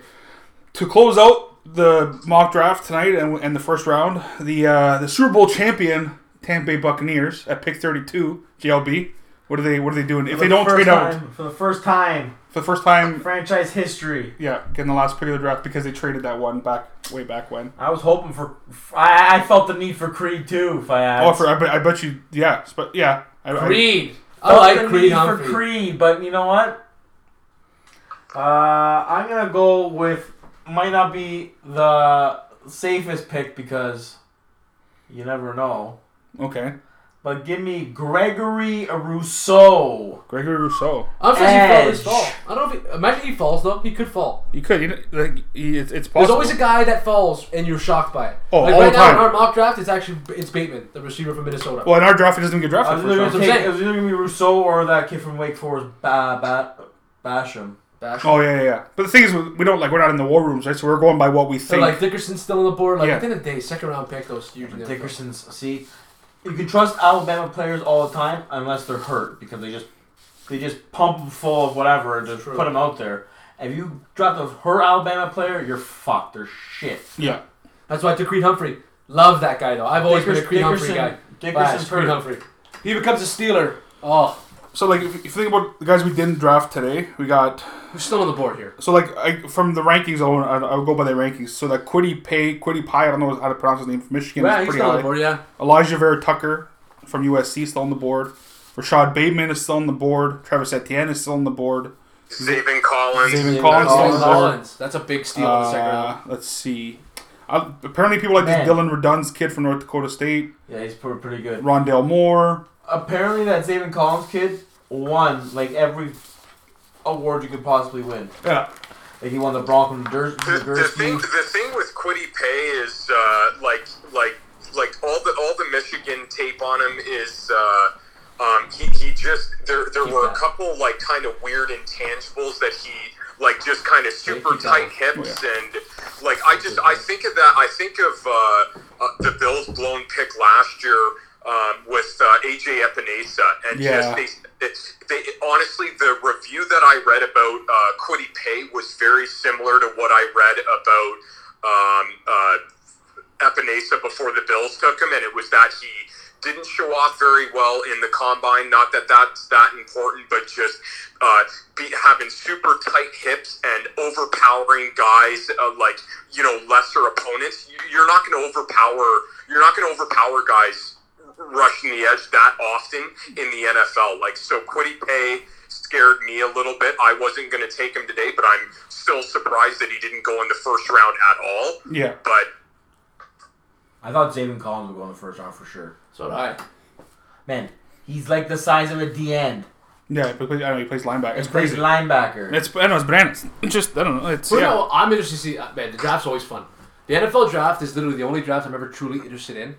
[SPEAKER 2] to close out the mock draft tonight and, and the first round, the uh, the Super Bowl champion Tampa Bay Buccaneers at pick 32, JLB. What are they What are they doing if they don't trade out
[SPEAKER 3] For the first time,
[SPEAKER 2] for the first time?
[SPEAKER 3] franchise history.
[SPEAKER 2] Yeah, getting the last pick of the draft because they traded that one back way back when.
[SPEAKER 3] I was hoping for. I, I felt the need for Creed too. If I asked.
[SPEAKER 2] Oh, for, I, bet, I bet you. Yeah, but yeah, I, I-
[SPEAKER 5] Creed. I
[SPEAKER 3] Felt
[SPEAKER 5] like
[SPEAKER 3] the
[SPEAKER 5] Creed
[SPEAKER 3] need for
[SPEAKER 5] Humphrey.
[SPEAKER 3] Creed, but you know what? Uh, I'm gonna go with might not be the safest pick because you never know.
[SPEAKER 2] okay,
[SPEAKER 3] But give me Gregory Rousseau.
[SPEAKER 2] Gregory Rousseau.
[SPEAKER 5] I'm sure he fell this
[SPEAKER 3] Edge.
[SPEAKER 5] fall. I don't know if he, imagine he falls though. He could fall.
[SPEAKER 2] You could, you know, like, he, it's, it's
[SPEAKER 5] There's
[SPEAKER 2] possible.
[SPEAKER 5] always a guy that falls and you're shocked by it.
[SPEAKER 2] Oh,
[SPEAKER 5] like
[SPEAKER 2] all
[SPEAKER 5] right
[SPEAKER 2] the
[SPEAKER 5] now
[SPEAKER 2] time.
[SPEAKER 5] in our mock draft, it's actually it's Bateman, the receiver from Minnesota.
[SPEAKER 2] well, in our draft, he doesn't get
[SPEAKER 3] I
[SPEAKER 2] drafted.
[SPEAKER 3] was
[SPEAKER 2] First
[SPEAKER 3] either
[SPEAKER 2] round.
[SPEAKER 5] That's what
[SPEAKER 3] gonna take-
[SPEAKER 5] I'm saying.
[SPEAKER 3] it was either gonna be Rousseau or that kid from Wake Forest, ba- ba- Basham.
[SPEAKER 5] Bash.
[SPEAKER 2] Oh yeah, yeah, yeah. But the thing is, we don't like we're not in the war rooms, right? So we're going by what we
[SPEAKER 5] So
[SPEAKER 2] think.
[SPEAKER 5] like Dickerson's still on the board. Like
[SPEAKER 2] Yeah.
[SPEAKER 5] at the end of the day, second round pick though is huge. in the NFL.
[SPEAKER 3] Dickerson's. See, you can trust Alabama players all the time unless they're hurt because they just they just pump them full of whatever and just
[SPEAKER 5] True.
[SPEAKER 3] put them out there. If you drop a hurt Alabama player, you're fucked. They're shit.
[SPEAKER 2] yeah.
[SPEAKER 5] That's why I took Creed Humphrey. Love that guy though. I've always been a Creed
[SPEAKER 3] Dickerson,
[SPEAKER 5] Humphrey guy.
[SPEAKER 3] Dickerson's
[SPEAKER 5] Bash, Creed
[SPEAKER 3] hurt.
[SPEAKER 5] Humphrey. He becomes a Steeler. Oh,
[SPEAKER 2] So like, if if you think about the guys we didn't draft today, we got
[SPEAKER 5] we're still on the board here.
[SPEAKER 2] so like I, from the rankings alone, I, I would go by the rankings. So that Quiddy Pay, Quiddy Pie, I don't know how to pronounce his name. From Michigan,
[SPEAKER 5] Yeah,
[SPEAKER 2] is
[SPEAKER 5] he's
[SPEAKER 2] pretty
[SPEAKER 5] still on
[SPEAKER 2] high.
[SPEAKER 5] the board. Yeah.
[SPEAKER 2] Elijah Vera Tucker from USC still on the board. Rashad Bateman is still on the board. Travis Etienne is still on the board.
[SPEAKER 6] Zabin Collins.
[SPEAKER 2] Zayvon Collins,
[SPEAKER 5] Collins, Collins.
[SPEAKER 2] Collins.
[SPEAKER 5] That's a big steal in the second round.
[SPEAKER 2] Uh, let's see. Uh, apparently, people like
[SPEAKER 3] Man.
[SPEAKER 2] this Dylan Redun's kid from North Dakota State,
[SPEAKER 3] Yeah, he's pr- pretty good.
[SPEAKER 2] Rondell Moore.
[SPEAKER 3] Apparently, that Zayvon Collins kid won like every award you could possibly win.
[SPEAKER 2] Yeah.
[SPEAKER 3] Like he won the Bronco Nagurski.
[SPEAKER 6] the, the thing the thing with Quiddy Pay is uh, like like like all the all the Michigan tape on him is uh, um, he, he just there there were a
[SPEAKER 3] that.
[SPEAKER 6] couple like kind of weird intangibles that he like just kind of super
[SPEAKER 3] keep that. Oh,
[SPEAKER 6] tight hips and like I just I think of that I think of uh, uh, the Bills blown pick last year um, with uh, AJ Epinesa and
[SPEAKER 2] Yeah.
[SPEAKER 6] just they it, they, honestly, the review that I read about uh, Quiddy Pay was very similar to what I read about um, uh, Epinesa before the Bills took him, and it was that he didn't show off very well in the combine. Not that that's that important, but just uh, be, having super tight hips and overpowering guys, uh, like you know, lesser opponents. You- You're not going to overpower. You're not going to overpower guys rushing the edge that often in the NFL. Like, so Quiddy Pay scared me a little bit. I wasn't going to take him today, but I'm still surprised that he didn't go in the first round at all.
[SPEAKER 2] Yeah.
[SPEAKER 6] But
[SPEAKER 3] I thought Zayvon Collins would go in the first round for sure.
[SPEAKER 5] So did I.
[SPEAKER 3] Man, he's like the size of a D end.
[SPEAKER 2] Yeah, he plays, I don't know, he plays linebacker. It's
[SPEAKER 3] He plays
[SPEAKER 2] crazy.
[SPEAKER 3] linebacker.
[SPEAKER 2] it's, I don't know, it's bananas. It's just, I don't know. It's,
[SPEAKER 5] But
[SPEAKER 2] yeah.
[SPEAKER 5] no, I'm interested to see. uh, Man, the draft's always fun. The NFL draft is literally the only draft I'm ever truly interested in.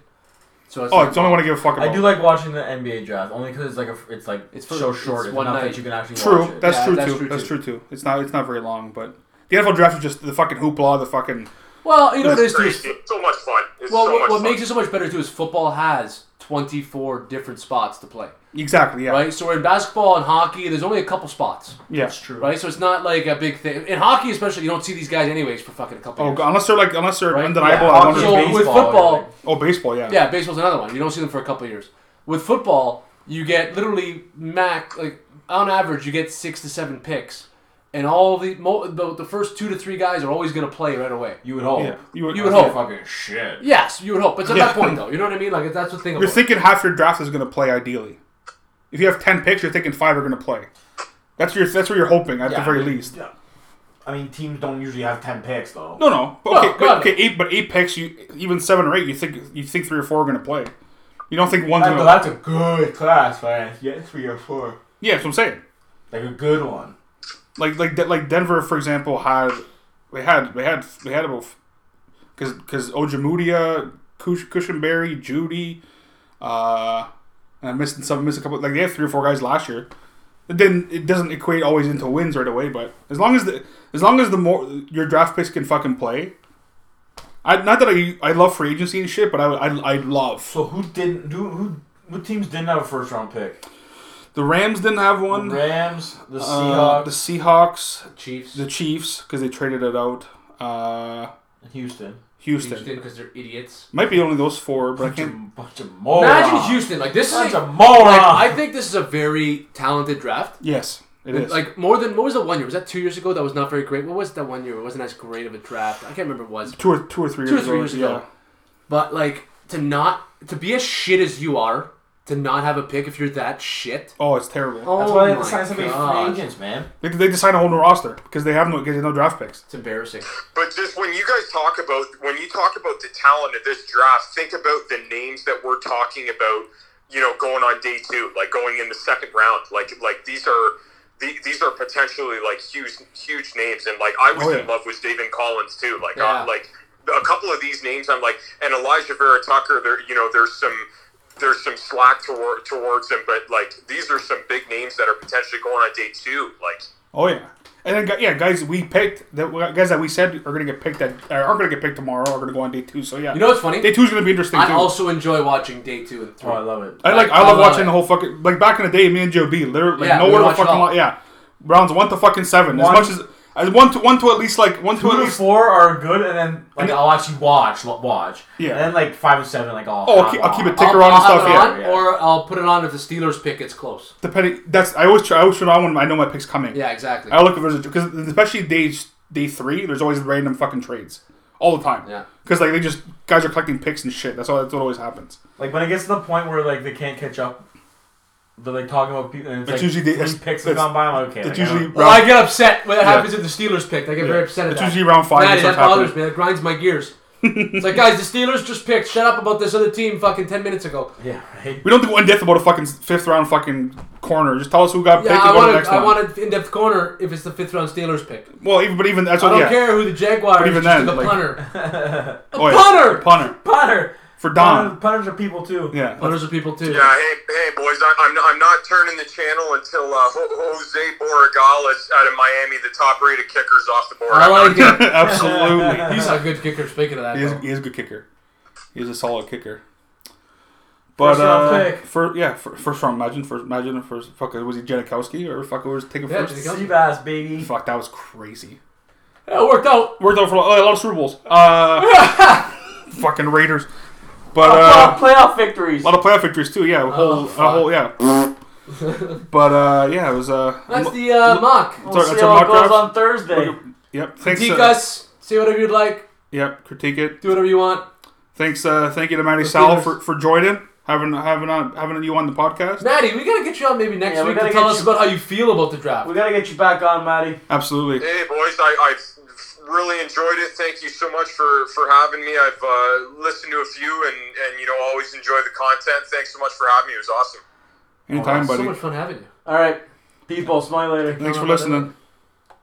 [SPEAKER 5] So it's
[SPEAKER 2] Oh,
[SPEAKER 5] like-
[SPEAKER 2] it's the only one I give a fuck about.
[SPEAKER 3] I do like watching the NBA draft only because it's like a, it's like
[SPEAKER 5] It's
[SPEAKER 3] it's
[SPEAKER 5] for-
[SPEAKER 3] so
[SPEAKER 5] it's
[SPEAKER 3] short. It's,
[SPEAKER 5] one
[SPEAKER 3] enough
[SPEAKER 5] night.
[SPEAKER 3] that you can actually
[SPEAKER 2] True.
[SPEAKER 3] watch it.
[SPEAKER 2] That's
[SPEAKER 5] Yeah,
[SPEAKER 2] true
[SPEAKER 5] that's
[SPEAKER 2] too.
[SPEAKER 5] true,
[SPEAKER 2] that's
[SPEAKER 5] too.
[SPEAKER 2] true too. It's not. It's not very long, but the NFL draft is just the fucking hoopla, the fucking
[SPEAKER 5] well, you know what it is
[SPEAKER 6] it's
[SPEAKER 5] too. is-
[SPEAKER 6] crazy. It's so much fun. It's
[SPEAKER 5] Well,
[SPEAKER 6] so
[SPEAKER 5] what,
[SPEAKER 6] much
[SPEAKER 5] what
[SPEAKER 6] fun.
[SPEAKER 5] makes it so much better too is football has 24 different spots to play,
[SPEAKER 2] exactly. Yeah.
[SPEAKER 5] right? So in basketball and hockey, there's only a couple spots,
[SPEAKER 2] Yeah.
[SPEAKER 3] true.
[SPEAKER 5] right? So it's not like a big thing. In hockey, especially, you don't see these guys anyways for fucking a couple.
[SPEAKER 2] Oh,
[SPEAKER 5] years,
[SPEAKER 2] God, unless they're like unless they're
[SPEAKER 5] right?
[SPEAKER 2] undeniable.
[SPEAKER 3] Yeah,
[SPEAKER 2] I
[SPEAKER 3] hockey,
[SPEAKER 2] wonder.
[SPEAKER 5] So with
[SPEAKER 3] baseball,
[SPEAKER 5] football,
[SPEAKER 3] like-
[SPEAKER 2] oh, baseball. Yeah.
[SPEAKER 5] Yeah, baseball's another one. You don't see them for a couple of years. With football, you get literally mac like on average you get six to seven picks, and all the mo- the, the first two to three guys are always going to play right away.
[SPEAKER 3] You would hope.
[SPEAKER 2] Yeah. You would,
[SPEAKER 5] You would
[SPEAKER 3] Oh
[SPEAKER 5] hope.
[SPEAKER 3] fucking shit.
[SPEAKER 5] Yes, you would hope. But to
[SPEAKER 2] Yeah.
[SPEAKER 5] that point though, you know what I mean? Like that's the thing.
[SPEAKER 2] You're
[SPEAKER 5] About it.
[SPEAKER 2] thinking half your draft is going to play ideally. If you have ten picks, you're thinking five are going to play. That's your. That's what you're hoping at the
[SPEAKER 3] Yeah,
[SPEAKER 2] very
[SPEAKER 3] I mean,
[SPEAKER 2] least.
[SPEAKER 3] yeah. I mean, teams don't usually have ten picks though.
[SPEAKER 2] No, no. But
[SPEAKER 5] No,
[SPEAKER 2] okay, but,
[SPEAKER 5] God.
[SPEAKER 2] okay, eight. But eight picks, you even seven or eight, you think you think three or four are going to play. You don't think one's
[SPEAKER 3] That-
[SPEAKER 2] going to.
[SPEAKER 3] that's a good class, man. Yeah, three or four.
[SPEAKER 2] Yeah, that's what I'm saying.
[SPEAKER 3] Like a good one.
[SPEAKER 2] like like De- like Denver for example had they had they had they had about because because Ojemudia, Cush, Cushionberry, Judy, uh, and I missed some missed a couple like they had three or four guys last year. It didn't it doesn't equate always into wins right away, but as long as the as long as the more your draft picks can fucking play. I, not that I, I love free agency and shit, but I, I, I love
[SPEAKER 3] So who didn't? Who who? What teams didn't have a first round pick?
[SPEAKER 2] the Rams didn't have one.
[SPEAKER 3] Rams, the
[SPEAKER 2] Uh,
[SPEAKER 3] Seahawks,
[SPEAKER 2] the Seahawks,
[SPEAKER 5] Chiefs,
[SPEAKER 2] the Chiefs because they traded it out. Uh,
[SPEAKER 3] Houston.
[SPEAKER 2] Houston.
[SPEAKER 5] Houston because they're idiots.
[SPEAKER 2] Might be only those four, but I can't.
[SPEAKER 3] Bunch of morons.
[SPEAKER 5] Imagine Houston. Like this
[SPEAKER 3] Bunch
[SPEAKER 5] is.
[SPEAKER 3] of
[SPEAKER 5] A,
[SPEAKER 3] morons.
[SPEAKER 5] like, I think this is a very talented draft.
[SPEAKER 2] Yes, it is.
[SPEAKER 5] Like more than what was the one year? Was that two years ago? That was not very great. What was that one year? It wasn't as great of a draft. I can't remember. What it was
[SPEAKER 2] two or two or three
[SPEAKER 5] two or
[SPEAKER 2] years
[SPEAKER 5] three
[SPEAKER 2] ago.
[SPEAKER 5] years ago. But like to not to be as shit as you are, to not have a pick if you're that shit.
[SPEAKER 2] Oh, it's terrible.
[SPEAKER 5] Oh
[SPEAKER 3] That's why they have to
[SPEAKER 5] my
[SPEAKER 3] sign so many
[SPEAKER 5] God.
[SPEAKER 3] free agents, man.
[SPEAKER 2] They, they just signed a whole new roster because they have no because they have no draft picks.
[SPEAKER 5] It's embarrassing.
[SPEAKER 6] But just when you guys talk about when you talk about the talent of this draft, think about the names that we're talking about. You know, going on day two, like going in the second round, like like these are the, these are potentially like huge huge names, and like I was
[SPEAKER 2] Oh, yeah.
[SPEAKER 6] in love with David Collins too. Like
[SPEAKER 5] Yeah.
[SPEAKER 6] I, like a couple of these names, I'm like, and Elijah Vera Tucker. There, you know, there's some. There's some slack toward, towards him, but like these are some big names that are potentially going on day two. Like
[SPEAKER 2] Oh yeah, and then gu- yeah, guys we picked that guys that we said are gonna get picked that are not gonna get picked tomorrow are gonna go on day two. So yeah,
[SPEAKER 5] You know what's funny?
[SPEAKER 2] day two's gonna be interesting
[SPEAKER 5] I
[SPEAKER 2] too.
[SPEAKER 5] also enjoy watching day two and three.
[SPEAKER 3] Oh, I love it.
[SPEAKER 2] I like I,
[SPEAKER 5] I
[SPEAKER 2] love
[SPEAKER 5] love
[SPEAKER 2] watching
[SPEAKER 5] it.
[SPEAKER 2] the whole fucking like back in the day, me and Joe B. Literally, like
[SPEAKER 5] Yeah, we
[SPEAKER 2] nowhere
[SPEAKER 5] would
[SPEAKER 2] to
[SPEAKER 5] watch it
[SPEAKER 2] fucking
[SPEAKER 5] all.
[SPEAKER 2] lot. Yeah, Browns one to fucking seven.
[SPEAKER 3] One-
[SPEAKER 2] as much as as one to one to at least like one to
[SPEAKER 3] Two
[SPEAKER 2] at
[SPEAKER 3] and
[SPEAKER 2] least
[SPEAKER 3] four are good, and then like
[SPEAKER 2] And then-
[SPEAKER 3] I'll actually watch, lo- watch.
[SPEAKER 2] Yeah.
[SPEAKER 3] And then like five and seven, like I'll.
[SPEAKER 2] Oh, I'll keep- I'll keep a tick-
[SPEAKER 5] I'll-
[SPEAKER 2] Ticker on
[SPEAKER 5] I'll
[SPEAKER 2] and
[SPEAKER 5] have
[SPEAKER 2] stuff,
[SPEAKER 5] it
[SPEAKER 2] yeah.
[SPEAKER 5] on, Or I'll put it on if the Steelers pick gets close.
[SPEAKER 2] depending. That's I always try. I always turn on when I know my pick's coming.
[SPEAKER 5] Yeah, exactly.
[SPEAKER 2] I look if there's a because especially day day three, there's always random fucking trades all the time.
[SPEAKER 5] Yeah.
[SPEAKER 2] Because like they just guys are collecting picks and shit. That's all. That's what always happens.
[SPEAKER 3] Like when it gets to the point where like they can't catch up, They're like talking about people, and it's,
[SPEAKER 2] It's
[SPEAKER 3] like
[SPEAKER 2] usually the-
[SPEAKER 3] three
[SPEAKER 2] it's-
[SPEAKER 3] picks have
[SPEAKER 2] it's-
[SPEAKER 3] gone by. I'm like, okay.
[SPEAKER 2] It's
[SPEAKER 3] like, I don't-
[SPEAKER 2] usually
[SPEAKER 5] Well, I get upset when that
[SPEAKER 2] Yeah.
[SPEAKER 5] happens if the Steelers picked. I get very upset at
[SPEAKER 2] It's
[SPEAKER 5] that.
[SPEAKER 2] usually round five
[SPEAKER 5] That,
[SPEAKER 2] it
[SPEAKER 5] is-
[SPEAKER 2] starts
[SPEAKER 5] that
[SPEAKER 2] happening.
[SPEAKER 5] bothers me. That grinds my gears. it's like, guys, the Steelers just picked. Shut up about this other team fucking 10 minutes ago.
[SPEAKER 3] yeah, right.
[SPEAKER 2] We don't go in depth about a fucking fifth round fucking corner. Just tell us who got
[SPEAKER 5] Yeah,
[SPEAKER 2] picked and
[SPEAKER 5] I
[SPEAKER 2] go to
[SPEAKER 5] want,
[SPEAKER 2] the
[SPEAKER 5] a,
[SPEAKER 2] next
[SPEAKER 5] I
[SPEAKER 2] one.
[SPEAKER 5] want an in depth corner if it's the fifth round Steelers pick.
[SPEAKER 2] Well, even but even that's
[SPEAKER 5] I
[SPEAKER 2] what
[SPEAKER 5] don't
[SPEAKER 2] yeah.
[SPEAKER 5] care who the Jaguars
[SPEAKER 2] But even
[SPEAKER 5] is,
[SPEAKER 2] then,
[SPEAKER 5] just the
[SPEAKER 2] like-
[SPEAKER 5] punter.
[SPEAKER 2] Oh, yeah.
[SPEAKER 5] punter!
[SPEAKER 2] punter
[SPEAKER 3] Punter.
[SPEAKER 2] for
[SPEAKER 3] Punter-
[SPEAKER 2] Don.
[SPEAKER 3] Punters are people too.
[SPEAKER 2] Yeah,
[SPEAKER 5] Punters are people too.
[SPEAKER 6] Yeah, hey, hey, boys, I, I'm, I'm not turning the channel until uh, Ho- Jose Borregales out of Miami, the top-rated kickers off the board.
[SPEAKER 5] I like it.
[SPEAKER 2] absolutely.
[SPEAKER 5] He's a good kicker, speaking of that.
[SPEAKER 2] He is,
[SPEAKER 5] though.
[SPEAKER 2] he is a good kicker. He's a solid kicker. But
[SPEAKER 3] First round
[SPEAKER 2] uh,
[SPEAKER 3] pick.
[SPEAKER 2] for yeah, for, first round. Imagine first. Imagine first. Fuck, was he Janikowski or fuck? Was taking
[SPEAKER 5] Yeah,
[SPEAKER 2] first?
[SPEAKER 5] Janikowski.
[SPEAKER 3] Seabass, baby.
[SPEAKER 2] Fuck, that was crazy.
[SPEAKER 5] Yeah, it worked out.
[SPEAKER 2] Worked out for oh, a lot of Super Bowls. Uh, fucking Raiders. But
[SPEAKER 3] A lot
[SPEAKER 2] uh,
[SPEAKER 3] of playoff victories.
[SPEAKER 2] a lot of playoff victories too. Yeah, a whole, a whole yeah. but uh, yeah, it was uh.
[SPEAKER 5] That's the uh, mock.
[SPEAKER 3] We'll
[SPEAKER 2] it's our-
[SPEAKER 3] see
[SPEAKER 2] it's our
[SPEAKER 3] how
[SPEAKER 2] mock
[SPEAKER 3] it goes
[SPEAKER 2] draft.
[SPEAKER 3] on Thursday.
[SPEAKER 2] yep. Thanks.
[SPEAKER 5] Critique
[SPEAKER 2] uh,
[SPEAKER 5] us. Say whatever you'd like.
[SPEAKER 2] Yep. Critique it.
[SPEAKER 5] Do whatever you want.
[SPEAKER 2] Thanks. Uh, thank you to Matty
[SPEAKER 5] The
[SPEAKER 2] Sal
[SPEAKER 5] Steelers.
[SPEAKER 2] for, for joining, having having on having you on the podcast.
[SPEAKER 5] Maddie, we gotta get you on maybe next
[SPEAKER 3] Yeah, we
[SPEAKER 5] week to
[SPEAKER 3] gotta
[SPEAKER 5] tell
[SPEAKER 3] get
[SPEAKER 5] us
[SPEAKER 3] you-
[SPEAKER 5] about how you feel about the draft.
[SPEAKER 3] We gotta get you back on, Maddie.
[SPEAKER 2] Absolutely.
[SPEAKER 6] Hey, boys, I, I've really enjoyed it. Thank you so much for, for having me. I've uh, listened to a few and, and, you know, always enjoy the content. Thanks so much for having me. It was awesome.
[SPEAKER 2] Anytime,
[SPEAKER 5] Oh, so
[SPEAKER 2] buddy.
[SPEAKER 5] much fun having you.
[SPEAKER 3] All right, people. Smile later.
[SPEAKER 2] Thanks for listening.